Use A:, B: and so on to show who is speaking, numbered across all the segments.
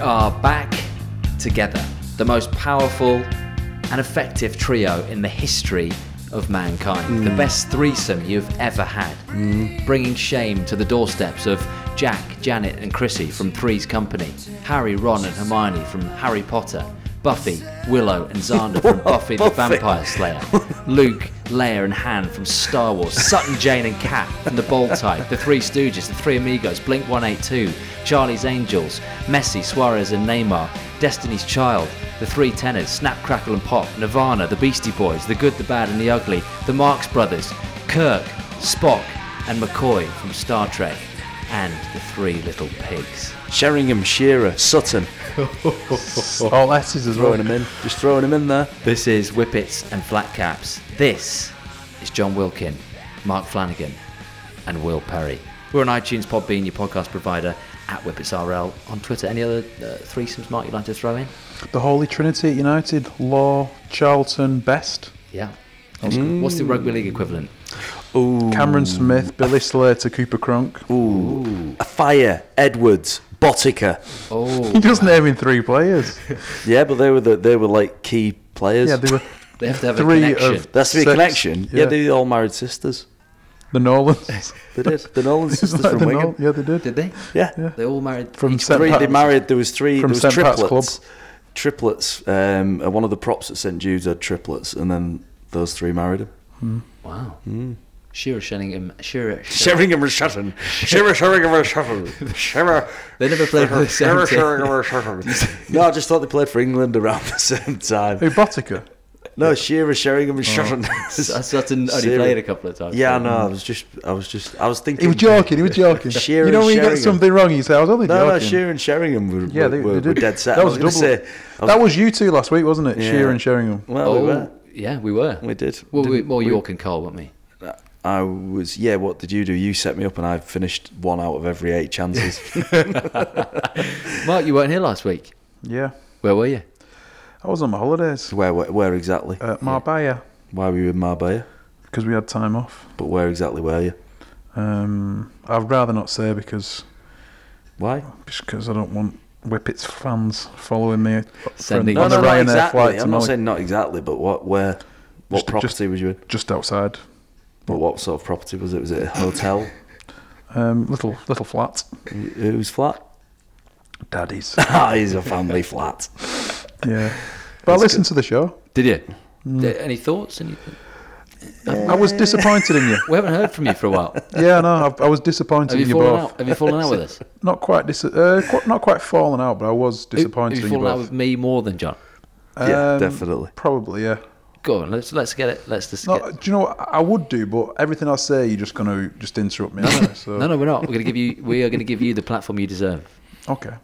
A: are back together, the most powerful and effective trio in the history of mankind. The best threesome you've ever had, bringing shame to the doorsteps of Jack, Janet, and Chrissy from Three's Company, Harry, Ron, and Hermione from Harry Potter, Buffy, Willow, and Xander from Buffy the Vampire Slayer, Luke, Leia, and Han from Star Wars, Sutton, Jane, and Cat from The Bold Type, The Three Stooges, The Three Amigos, Blink 182, Charlie's Angels, Messi, Suarez, and Neymar, Destiny's Child, The Three Tenors, Snap, Crackle, and Pop, Nirvana, The Beastie Boys, The Good, The Bad, and The Ugly, The Marx Brothers, Kirk, Spock, and McCoy from Star Trek, and The Three Little Pigs.
B: Sheringham, Shearer, Sutton,
C: All S's as well.
B: throwing them in, just throwing them in there.
A: This is Whippets and Flatcaps. This is John Wilkin, Mark Flanagan, and Will Perry. We're on iTunes, Podbean, your podcast provider, at WhippetsRL on Twitter. Any other uh, threesomes, Mark, you'd like to throw in?
C: The Holy Trinity at United, Law, Charlton, Best,
A: Yeah. What's the rugby league equivalent?
B: Ooh,
C: Cameron Smith, Billy Slater, Cooper Cronk.
B: a fire, Edwards, Botica.
C: He
A: Oh,
C: just naming three players.
B: Yeah, but they were the, they were like key players.
C: yeah, they were
A: they have to have a
C: three
A: connection.
C: of
B: That's the
C: six.
B: connection. Yeah.
C: Yeah.
B: they all married sisters.
C: the Nolans.
B: They did. The Nolan sisters
C: Like
B: from
C: the
B: Wigan.
C: Nol- yeah, they did.
A: Did they?
B: Yeah.
A: They all married
C: From
A: each
C: St.
A: other?
B: Three, they
C: Pat's-
B: married. There was three.
C: from
B: there
C: St.
B: was
C: Pat's
B: triplets.
C: Club.
B: Triplets. Um, uh, one of the props at St Jude's had triplets, and then those three married him.
A: Wow.
B: Mm.
A: Shearer, Sheringham, Shearer. Shearer.
B: Sheringham and Sutton. Shira Sheringham and Sutton. Shira.
A: They never played for the same team.
B: No, I just thought they played for England around the same time.
C: Who, Botica?
B: No, Shearer, Sheringham,
C: Oh.
B: and Sutton.
A: Sutton only
B: Shearer.
A: played a couple of times.
B: Yeah, no, I was just, I was just, I was thinking.
C: He was joking, he was joking.
B: Shearer
C: you know when you
B: Sheringham.
C: get something wrong, you say, I was only
B: No, no,
C: joking.
B: Shearer and Sheringham were,
C: yeah,
B: were,
C: they,
B: were,
C: they
B: were
C: did.
B: dead set.
C: That was,
B: I
C: double.
B: was gonna Say, I was-
C: that was you two last week, wasn't it?
B: Yeah.
C: Shearer and Sheringham.
B: well, we
A: Oh,
B: were.
A: yeah, we were.
B: We did.
A: Well, we,
B: Didn't
A: well York and Cole, weren't we?
B: I was, yeah, what did you do? You set me up and I finished one out of every eight chances.
A: Mark, you weren't here last week.
C: Yeah.
A: Where were you?
C: I was on my holidays
B: where, where, where exactly?
C: at Marbella
B: Why were you in Marbella?
C: because we had time off.
B: But where exactly were you?
C: Um, I'd rather not say because
B: Why?
C: just 'cause I don't want Whippets fans following me
A: Sending-
C: on
A: No,
C: the
B: not
C: Ryanair
B: exactly.
C: flight to
B: I'm not
C: Malaga.
B: saying not exactly, but what, where, what
C: Just-
B: property
C: just-
B: was you in?
C: just outside.
B: But what sort of property was it? Was it a hotel?
C: Um, little little flat.
B: Whose flat?
C: Daddies.
B: Ah, he's a family flat.
C: yeah. But I listened to the show.
A: Did you?
C: Mm.
A: Uh, Any thoughts? Any,
C: I was disappointed in you.
A: we haven't heard from you for a while.
C: Yeah, no, I, I was disappointed
A: Have you
C: in you
A: fallen
C: both.
A: out? Have you fallen out with us?
C: Not quite dis- uh, qu- not quite fallen out, but I was disappointed
A: Have
C: in
A: you
C: you
A: fallen out
C: both.
A: with me more than John?
B: Yeah,
C: Um,
B: definitely.
C: Probably, yeah.
A: Go on, let's let's get it. Let's just.
C: No,
A: get,
C: do you know what I would do, but everything I say, you're just gonna just interrupt me. aren't you? So,
A: no, no, we're not. We're going to give you. We are going to give you the platform you deserve.
C: Okay.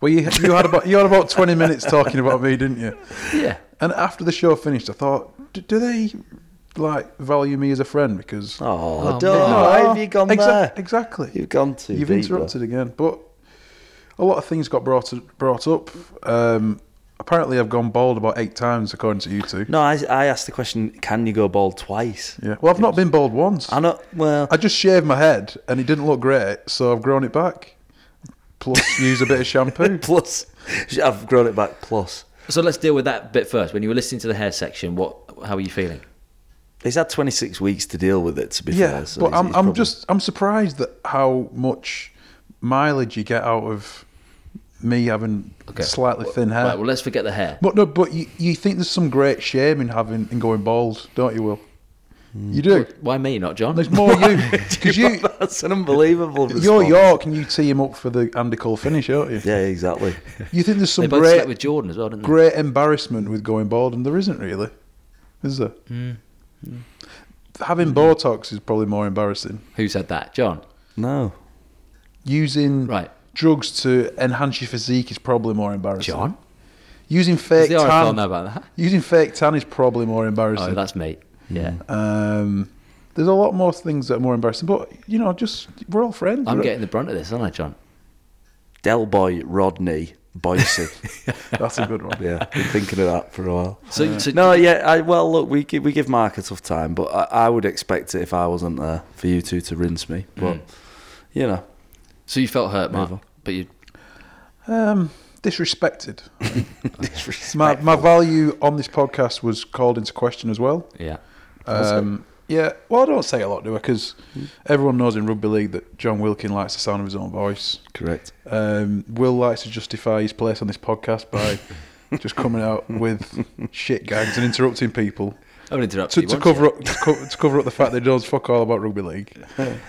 C: Well, you you had about you had about twenty minutes talking about me, didn't you?
A: Yeah.
C: And after the show finished, I thought, do, do they like value me as a friend? Because
B: Oh,
A: Oh,
B: don't.
A: man.
B: Why have you gone
C: Exa-
B: there?
C: Exactly.
B: You've gone too
C: You've
B: deep,
C: interrupted again, but a lot of things got brought brought up. Um, apparently, I've gone bald about eight times, according to you two.
B: No, I, I asked the question, can you go bald twice?
C: Yeah. Well, I've not been bald once.
B: I know, well,
C: I just shaved my head, and it didn't look great, so I've grown it back. Plus, use a bit of shampoo.
B: plus, I've grown it back plus.
A: So let's deal with that bit first. When you were listening to the hair section, what? How were you feeling?
B: He's had 26 weeks to deal with it, to be
C: Yeah,
B: fair. so
C: but
B: he's-
C: I'm,
B: he's
C: I'm
B: probably-
C: just I'm surprised that how much mileage you get out of me having slightly thin hair.
A: Right. Well, let's forget the hair.
C: But no, but you, you think there's some great shame in having in going bald, don't you, Will? You do.
A: Why me, not John?
C: There's more you because you
B: That's an unbelievable
C: you're
B: response.
C: York and you tee him up for the Andy Cole finish, aren't you?
B: Yeah, exactly.
C: You think there's
A: They
C: some
A: both slept
C: great
A: with Jordan as well, didn't they?
C: great embarrassment with going bald, and there isn't really, is there?
A: Mm.
C: Having Botox is probably more embarrassing.
A: Who said that, John?
B: No.
C: Using
A: Right.
C: drugs to enhance your physique is probably more embarrassing.
A: John?
C: Using
A: Does
C: fake
A: the RFL know
C: tan,
A: about that?
C: using fake tan is probably more
A: Oh,
C: embarrassing.
A: that's me. Yeah.
C: Um, there's a lot more things that are more embarrassing, but you know, just we're all friends.
A: I'm
C: We're-
A: getting the brunt of this, aren't I, John?
B: Del Boy Rodney Boise.
C: That's a good one.
B: yeah, been thinking of that for a while.
A: So, so
B: No, yeah. I, well, look, we give, we give Mark a tough time, but I, I would expect it if I wasn't there for you two to rinse me. But you know,
A: So you felt hurt, Mark, but you
C: Um, disrespected. My,
B: Disrespect.
C: my value on this podcast was called into question as well.
A: Yeah.
C: Um, yeah, well, I don't say a lot, do I? Because everyone knows in rugby league that John Wilkin likes the sound of his own voice.
B: Correct.
C: Um, Will likes to justify his place on this podcast by just coming out with shit gags and interrupting people
A: I would interrupt
C: to,
A: you
C: to
A: once,
C: cover up to, co- to cover up the fact that he knows fuck all about rugby league.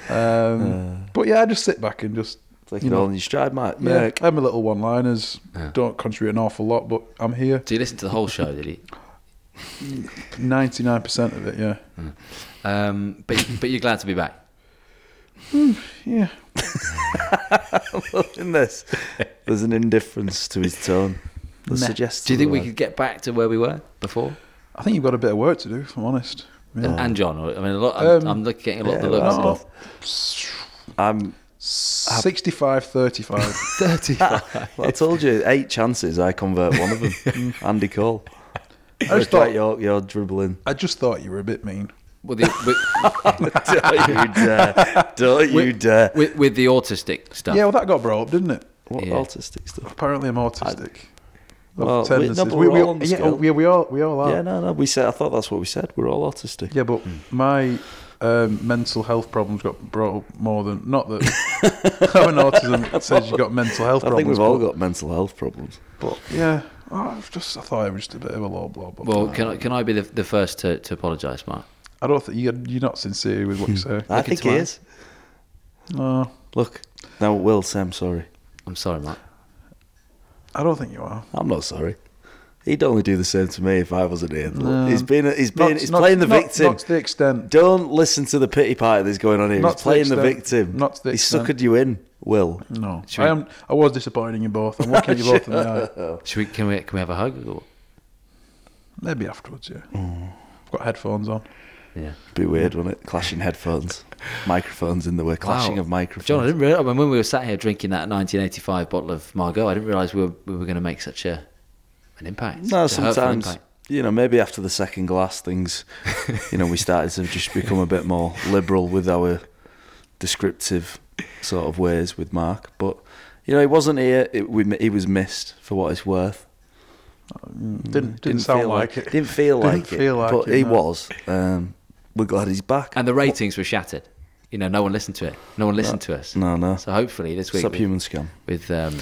C: Um, but yeah, I just sit back and just
B: Take
C: You
B: it
C: know.
B: all in your stride, mate.
C: yeah,
B: Merc.
C: I'm a little one-liners.
A: Yeah.
C: Don't contribute an awful lot, but I'm here.
A: So you listened to the whole show, did you?
C: Ninety-nine percent of it, yeah,
A: Um, but but you're glad to be back.
C: yeah.
B: in this, there's an indifference to his tone. The
C: Meh.
B: suggestion.
A: Do you think we could get back to where we were before?
C: I think you've got a bit of work to do, if I'm honest. Yeah.
A: And John, I mean, a lot. I'm,
C: Um,
A: I'm look- getting a lot of the
B: yeah,
A: looks.
B: well,
A: of
B: off. I'm.
C: 65 35.
A: Thirty-five.
B: well, I told you, eight chances I convert one of them. Andy Cole. I
C: just thought-
B: you're, you're dribbling.
C: I just thought you were a bit mean.
A: Well, the, with,
B: Don't you dare! Don't you
A: with,
B: dare!
A: with, with the autistic stuff.
C: Yeah, well, that got brought up, didn't it?
B: What
A: Yeah.
B: autistic stuff?
C: Apparently, I'm autistic. Of
B: Well, we-
C: tendencies.
B: no, but
C: we,
B: we're
C: we,
B: all on the
C: yeah,
B: scale.
C: oh, yeah, we all, we all are.
B: Yeah,
C: Yeah,
B: no, no. We said. I thought that's what we said. We're all autistic.
C: but my um, mental health problems got brought up more than. Not that having autism says you've got mental health
B: I
C: problems.
B: think we've all
C: but-
B: got mental health problems. But
C: Yeah. Oh, I've just, I thought I was just a bit of a low blow. But
A: Well, can I can I be the, the first to, to apologise, Mark?
C: I don't think you're, you're not sincere with what you say.
B: Hmm. I
A: Look
B: think
A: into
B: he
A: mine.
B: is.
C: No,
B: Look, no, Will, say I'm sorry.
A: I'm sorry, Mark.
C: I don't think you are.
B: I'm not sorry. He'd only do the same to me if I wasn't here. Look,
C: No.
B: He's been, he's been,
C: Not-
B: he's
C: not-
B: playing the
C: not-
B: victim.
C: Not to the extent.
B: Don't listen to the pity party that's going on here.
C: Not
B: he's
C: to the
B: playing the,
C: extent-
B: victim.
C: not to the
B: he
C: extent.
B: suckered you in, Will.
C: No,
A: Should
C: I
A: we-
C: am. I was disappointing you both. I'm looking at you both in the eye.
A: Should we can we can we have a hug? Or,
C: Maybe afterwards, yeah.
B: Hmm.
C: I've got headphones on.
A: yeah.
B: Be weird, wouldn't it? Clashing headphones, microphones in the way, clashing
A: Wow.
B: of microphones.
A: John, I didn't realize. I mean, when we were sat here drinking that 1985 bottle of Margot, I didn't realize we were, we were going to make such a an impact.
B: No,
A: such a hurtful
B: sometimes
A: impact.
B: you know maybe after the second glass, things you know we started to just become a bit more liberal with our descriptive sort of ways with Mark. But you know he wasn't here; it, we, he was missed for what it's worth.
C: Didn't didn't, sound
B: feel
C: like, it.
B: Mm, Didn't feel
C: Didn't
B: like it.
C: feel like
B: but
C: it,
B: he
C: no.
B: was. Um, we're glad he's back.
A: And the ratings were shattered. You know, no one listened to it. No one listened to us.
B: no, no,
A: So hopefully this week
B: stop
A: with,
B: human scam.
A: with um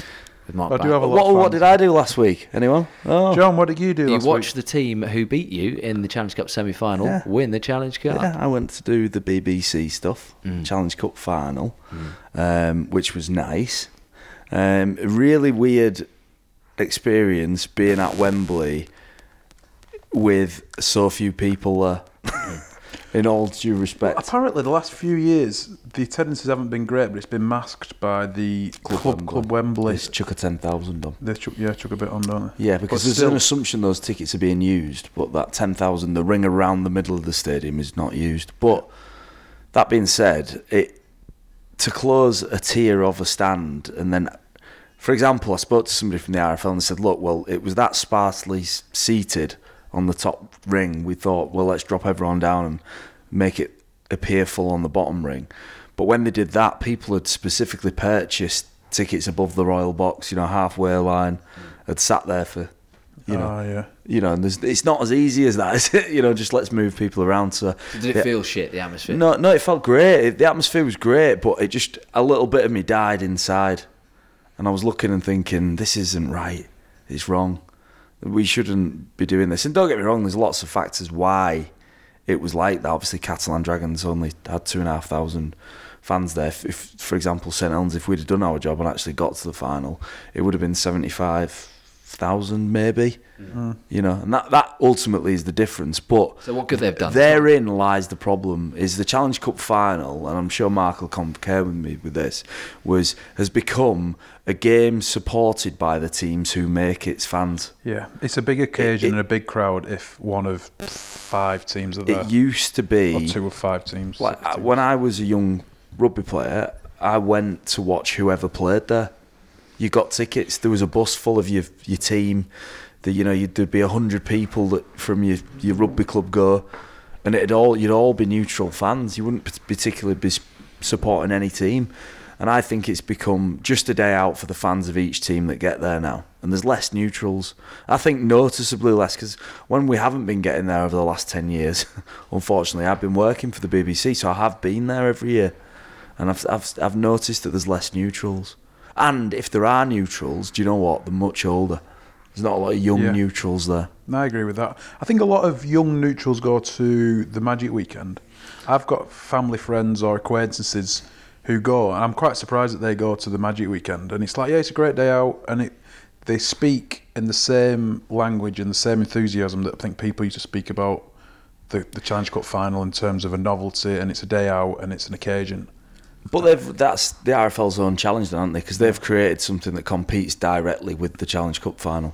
A: with Mark.
C: I do
A: Barr-
C: have a lot
B: What,
C: of
B: what
C: fans.
B: did I do last week? Anyone? Oh,
C: John, what did you do?
A: you
C: last
A: watched
C: Week?
A: the team who beat you in the Challenge Cup semi-final
B: Yeah.
A: win the Challenge Cup.
B: Yeah, I went to do the BBC stuff, Challenge Cup final, um, which was nice. Um, really weird experience being at Wembley with so few people there. in all due respect,
C: Apparently, the last few years the attendances haven't been great, but it's been masked by the Club Club Wembley.
B: Let's chuck a ten thousand on.
C: They chuck yeah chuck a bit on, don't they?
B: Yeah, because
C: But
B: there's
C: still-
B: an assumption those tickets are being used, but that 10,000, the ring around the middle of the stadium is not used. But that being said, it to close a tier of a stand and then, for example, I spoke to somebody from the RFL and said, look, well, it was that sparsely s- seated on the top ring. We thought, well, let's drop everyone down and make it appear full on the bottom ring. But when they did that, people had specifically purchased tickets above the royal box, you know, halfway line, had sat there for, you know,
A: Uh,
C: Ah, yeah.
B: you know, and there's, it's not as easy as that, is it? You know, just let's move people around. So
A: Did it
B: the-
A: feel shit the atmosphere?
B: no, no, it felt great. It, the atmosphere was great, but it just a little bit of me died inside, and I was looking and thinking, this isn't right. It's wrong. We shouldn't be doing this. And don't get me wrong, there's lots of factors why it was like that. Obviously, Catalan Dragons only had two and a half thousand fans there. If, if for example, St Helens, if we'd have done our job and actually got to the final, it would have been seventy-five thousand, maybe. You know, and that that ultimately is the difference. But
A: So what could they have done?
B: Therein lies the problem. Is the Challenge Cup final, and I'm sure Mark will compare with me with this, was has become a game supported by the teams who make its fans.
C: Yeah, it's a big occasion
B: it-
C: and a big crowd if one of five teams are there,
B: It used to be
C: or two of five teams.
B: Like
C: six
B: I,
C: teams.
B: when I was a young rugby player, I went to watch whoever played there. You got tickets. There was a bus full of your your team. That you know, you'd, there'd be hundred people that from your your rugby club go, and it'd all you'd all be neutral fans. You wouldn't pat- particularly be s- supporting any team. And I think it's become just a day out for the fans of each team that get there now. And there's less neutrals. I think noticeably less because when we haven't been getting there over the last 10 years, unfortunately, I've been working for the BBC, so I have been there every year. And I've, I've, I've noticed that there's less neutrals. And if there are neutrals, do you know what? They're much older. There's not a lot of young
C: Yeah.
B: neutrals there.
C: No, I agree with that. I think a lot of young neutrals go to the Magic Weekend. I've got family friends or acquaintances who go, and I'm quite surprised that they go to the Magic Weekend. And it's like, yeah, it's a great day out, and it they speak in the same language and the same enthusiasm that I think people used to speak about the, the Challenge Cup final in terms of a novelty, and it's a day out, and it's an occasion.
B: But they've that's the RFL's own challenge, then, aren't they? Because they've created something that competes directly with the Challenge Cup final.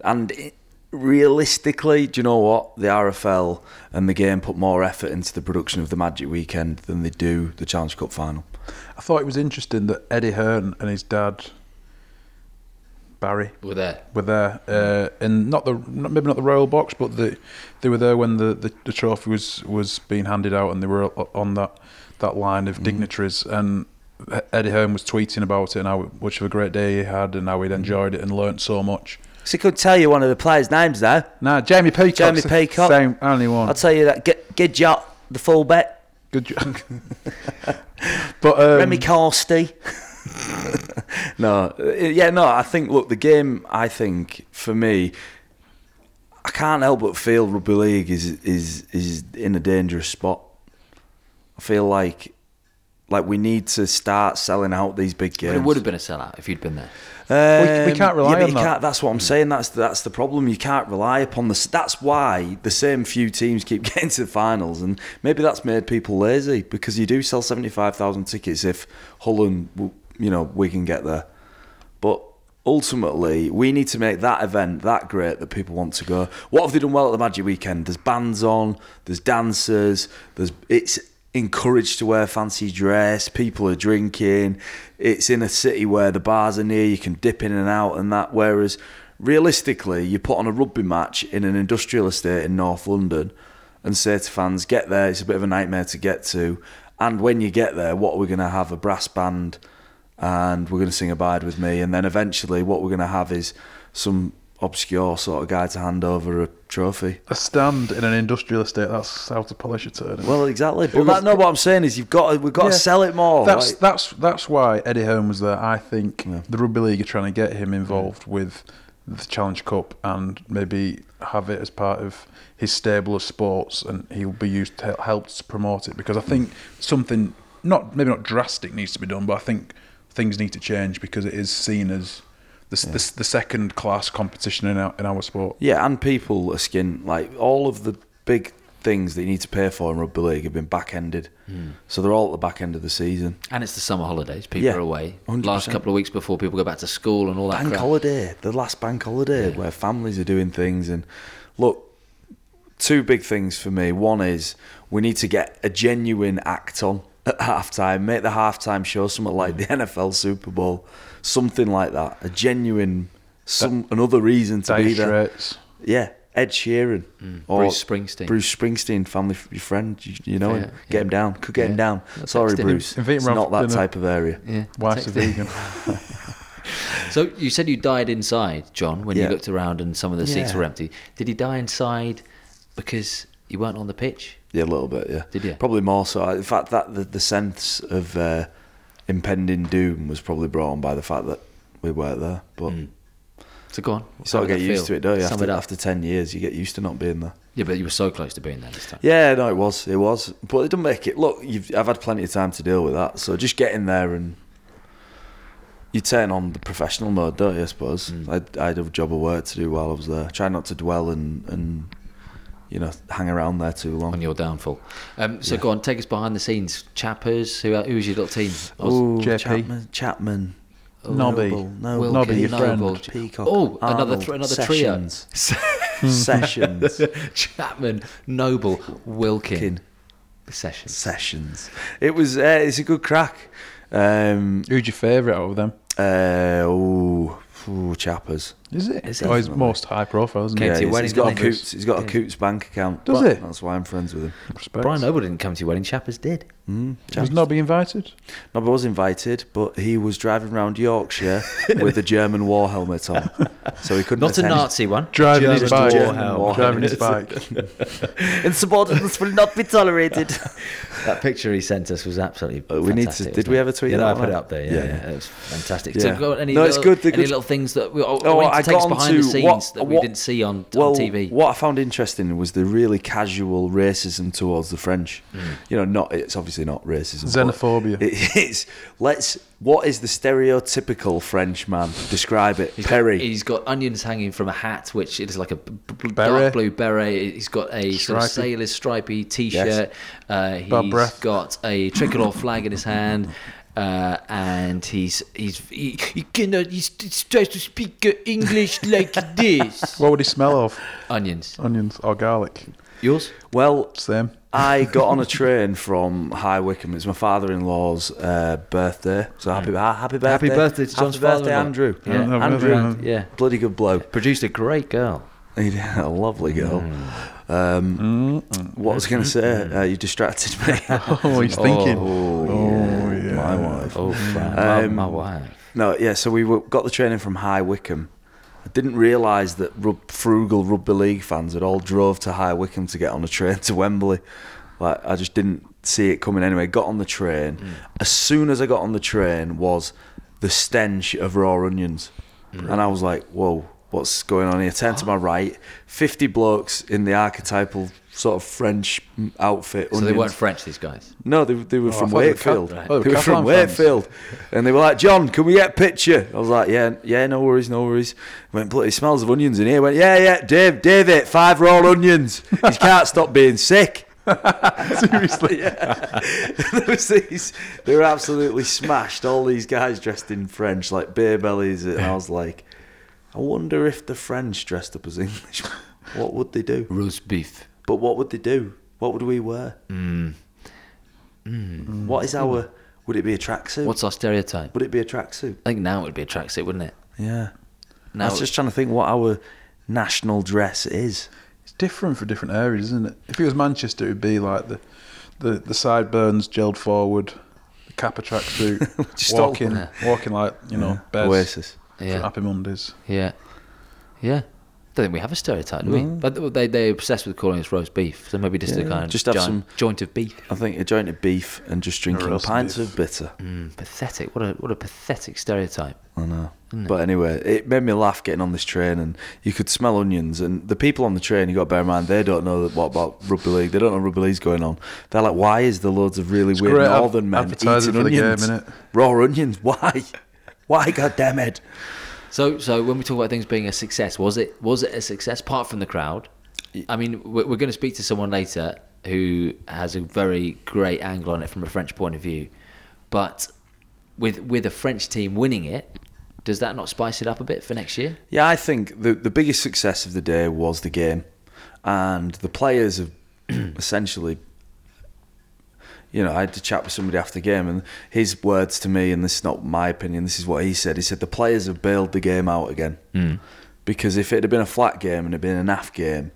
B: And it, realistically, do you know what? The RFL and the game put more effort into the production of the Magic Weekend than they do the Challenge Cup final.
C: I thought it was interesting that Eddie Hearn and his dad Barry
A: We're there.
C: were there, uh, and not the not, maybe not the royal box, but the they were there when the, the, the trophy was was being handed out, and they were o- on that that line
B: Mm.
C: of dignitaries. And Eddie Hearn was tweeting about it and how much of a great day he had, and
B: Mm.
C: how he'd enjoyed it and learnt so much.
B: So he could tell you one of the players' names though.
C: Now Jamie Peacock,
B: Jamie Peacock.
C: same only one.
B: I'll tell you that. Get get Jot, the fullback,
C: Good job. but um,
B: Remy Carsty. no, uh, yeah, no. I think look, the game. I think for me, I can't help but feel rugby league is is is in a dangerous spot. I feel like like we need to start selling out these big
A: But
B: games.
A: it would have been a sellout if you'd been there.
C: Well, we- we can't
B: Um,
C: rely
B: yeah, but
C: on
B: you
C: that.
B: Can't, that's what I'm saying. That's that's the problem. You can't rely upon this. That's why the same few teams keep getting to the finals, and maybe that's made people lazy because you do sell seventy five thousand tickets if Hull and w- you know we can get there, but. Ultimately, we need to make that event that great that people want to go. What have they done well at the Magic Weekend? There's bands on, there's dancers, there's it's encouraged to wear fancy dress. People are drinking. It's in a city where the bars are near. You can dip in and out and that. Whereas realistically, you put on a rugby match in an industrial estate in North London and say to fans, "Get there. It's a bit of a nightmare to get to." And when you get there, what we're going to have a brass band, and we're going to sing "Abide with Me," and then eventually, what we're going to have is some obscure sort of guy to hand over a trophy.
C: a stand in an industrial estate. That's how to polish a turn.
B: Well, exactly. But that, no, what I'm saying is, you've got to, we've got to
C: Yeah.
B: sell it more.
C: That's
B: like-
C: that's that's why Eddie Hearn was there. I think the rugby league are trying to get him involved with the Challenge Cup and maybe have it as part of his stable of sports, and he'll be used to help to promote it because I think something not maybe not drastic needs to be done, but I think things need to change because it is seen as the s the, the second class competition in our in our sport.
B: Yeah, and people are skin like all of the big things that you need to pay for in rugby league have been back ended, so they're all at the back end of the season.
A: And it's the summer holidays. People
B: Yeah,
A: are away.
B: 100%.
A: Last couple of weeks before people go back to school and all that
B: Bank
A: crap.
B: holiday, the last bank holiday where families are doing things. And look, two big things for me. One is we need to get a genuine act on at halftime, make the halftime show something like the NFL Super Bowl, something like that. A genuine, some another reason to be
C: Dire
B: there.
C: Straits.
B: Yeah, Ed Sheeran or
A: Bruce Springsteen.
B: Mm. Bruce Springsteen, family f- your friend, you, you know him.
A: Yeah,
B: Get
A: yeah.
B: him down. Could get him
A: Yeah.
B: down.
A: That's
B: Sorry,
A: next to him.
B: Bruce.
C: Invite him
B: It's
C: round
B: not
C: for
B: that
C: dinner.
B: type of area.
A: Yeah.
C: Wife's
A: Text
C: a
A: it.
C: vegan.
A: So you said you died inside, John, when
B: Yeah.
A: you looked around and some of the seats
B: Yeah.
A: were empty. Did you die inside because you weren't on the pitch?
B: Yeah, a little bit. Yeah,
A: Did you?
B: Probably more so. In fact, that the, the sense of uh, impending doom was probably brought on by the fact that we weren't there. But you
A: So go on. You
B: sort of get used to it, don't you?
A: Sum it
B: After,
A: up.
B: after ten years, you get used to not being there.
A: Yeah, but you were so close to being there this time.
B: Yeah, no, it was, it was, but it didn't make it. Look, you've, I've had plenty of time to deal with that, so just get in there and you turn on the professional mode, don't you? I suppose
A: Mm.
B: I, I had a job of work to do while I was there. Try not to dwell and and you know hang around there too long.
A: On your downfall. Um, so go on, take us behind the scenes. Chappers, who, who was your little team? I was-
B: Ooh,
C: JP.
B: Chapman, Chapman,
C: Nobby.
B: Noble,
A: Oh, Wilkie,
C: Nobby, your friend.
A: Noble,
B: Peacock,
A: Oh, another
B: Arnold,
A: thr another
B: Sessions,
A: trio.
B: Sessions,
A: Chapman, Noble, Wilkin,
B: Kin.
A: Sessions.
B: Sessions. It was uh, it's a good crack. Um,
C: Who's your favourite out of them?
B: Uh, ooh, ooh, chappers.
C: Is it?
A: It's
C: oh, he's
B: definitely.
C: most high profile, isn't he?
A: Came
B: Yeah,
A: to your
B: he's,
A: wedding,
B: he's got a
A: didn't he?
B: Coots. He's got a Coots bank account.
C: Does
B: But
C: he?
B: That's why I'm friends with him.
C: Respect.
A: Brian Noble didn't come to your wedding. Chappers did.
B: Mm.
C: He's not be invited.
B: Nobby was invited, but he was driving around Yorkshire with a German war helmet on, so he couldn't.
A: Not a
B: attend.
A: Nazi one.
C: Driving
B: German
C: his
B: war
C: bike.
B: helmet.
C: Driving his bike.
B: Insubordinates will not be tolerated.
A: That picture he sent us was absolutely.
B: Uh, we need to-
A: fantastic,
B: did
A: wasn't
B: we
A: it?
B: ever tweet
A: Yeah, no,
B: that
A: I put
B: one
A: it
B: out?
A: up there. Yeah,
B: Yeah,
A: yeah,
B: yeah.
A: it was fantastic.
B: Yeah.
A: So, go on, any
B: No,
A: little,
B: it's good, they're
A: Any
B: good.
A: little things that we, or, or any
B: I
A: takes
B: got
A: behind the
B: onto
A: scenes
B: what-
A: that we
B: what-
A: didn't see on,
B: well,
A: on TV.
B: What I found interesting was the really casual racism towards the French. You know, not it's obviously not racism. but
C: Xenophobia.
B: It is. Let's. What is the stereotypical French man? Describe it.
A: He's got-
B: Perry.
A: he's got onions hanging from a hat, which it is like a b- b- dark
C: Beret.
A: blue beret. He's got a sort of
C: Stripy.
A: sailor's stripy t-shirt. Uh,
C: Bad
A: he's
C: breath.
A: got a tricolor flag in his hand. Uh, and he's he's he, he cannot he tries to speak uh, English like this.
C: What would he smell of?
A: Onions,
C: Onions or garlic?
A: yours?
B: Well,
C: Same.
B: I got on a train from High Wycombe. It's my father-in-law's uh, birthday, so happy ah, happy birthday!
A: Mm. Happy birthday to John's
B: happy birthday,
A: father-in-law.
B: Andrew.
A: Yeah.
C: Oh, well
B: Andrew,
C: done.
A: Yeah,
B: bloody good bloke.
A: produced a great girl.
B: He had a lovely girl.
A: Mm.
B: Um,
A: Mm-hmm.
B: What was I going to say? Uh, you distracted me.
C: Oh, he's thinking.
B: Oh,
C: Oh,
B: yeah,
C: yeah.
B: my wife.
A: Oh, my,
B: Um,
A: my wife.
B: No, yeah. So we were, got the training from High Wycombe. I didn't realise that rub, frugal rugby league fans had all drove to High Wycombe to get on a train to Wembley. Like I just didn't see it coming. Anyway, got on the train.
A: Mm.
B: As soon as I got on the train, was the stench of raw onions,
A: Mm.
B: and I was like, "Whoa, what's going on here?" Turn to my right, fifty blokes in the archetypal sort of French outfit.
A: So they
B: onions.
A: weren't French, these guys.
B: No, they, they were
C: Oh, I
B: from
C: thought they were Cal-
B: Wakefield.
C: right.
B: They
C: Oh,
B: were
C: they were
B: from
C: Catalan fans.
B: Wakefield. And they were like, John, can we get a picture? I was like, yeah, yeah, no worries, no worries. Went, bloody smells of onions in here. Went, yeah, yeah, Dave, David, five raw onions. He can't stop being sick.
C: Seriously.
B: there was these, they were absolutely smashed. All these guys dressed in French, like beer bellies. And I was like, I wonder if the French dressed up as English, what would they do?
A: Roast beef.
B: But what would they do? What would we wear?
A: Hmm.
B: Hmm. What is our? Would it be a tracksuit?
A: What's our stereotype?
B: Would it be a tracksuit?
A: I think now it would be a tracksuit, wouldn't it?
B: Yeah.
A: Now
B: I was just trying to think what our national dress is.
C: It's different for different areas, isn't it? If it was Manchester, it would be like the, the, the sideburns gelled forward, the Kappa
B: Just
C: tracksuit,
B: all-
C: walking,
A: Yeah.
C: walking like, you know, Bez
B: Oasis.
C: from
A: Yeah.
C: Happy Mondays.
A: Yeah. Yeah. Don't think we have a stereotype, do we? But they they're obsessed with calling us roast beef, so maybe just a
B: Yeah.
A: kind of
B: Just have
A: giant
B: some-
A: joint of beef.
B: I think a joint of beef and just drinking
C: roast
B: pints
C: beef.
B: of bitter.
A: Mm, pathetic. What a what a pathetic stereotype.
B: I know. But anyway, it made me laugh getting on this train, and you could smell onions. And the people on the train, you got to bear in mind, they don't know that, what about rugby league. They don't know rugby league's going on. They're like, why is there loads of really weird
C: great
B: northern
C: ad-
B: men eating
C: advertising for the game,
B: onions?
C: innit?
B: Raw onions. Why? Why? God damn it!
A: So so when we talk about things being a success, was it was it a success apart from the crowd? I mean, we're, we're going to speak to someone later who has a very great angle on it from a French point of view, but with with a French team winning it, does that not spice it up a bit for next year?
B: Yeah, I think the the biggest success of the day was the game, and the players have essentially. You know, I had to chat with somebody after the game, and his words to me, and this is not my opinion. This is what he said. He said the players have bailed the game out again, because if it had been a flat game and it had been an AF game,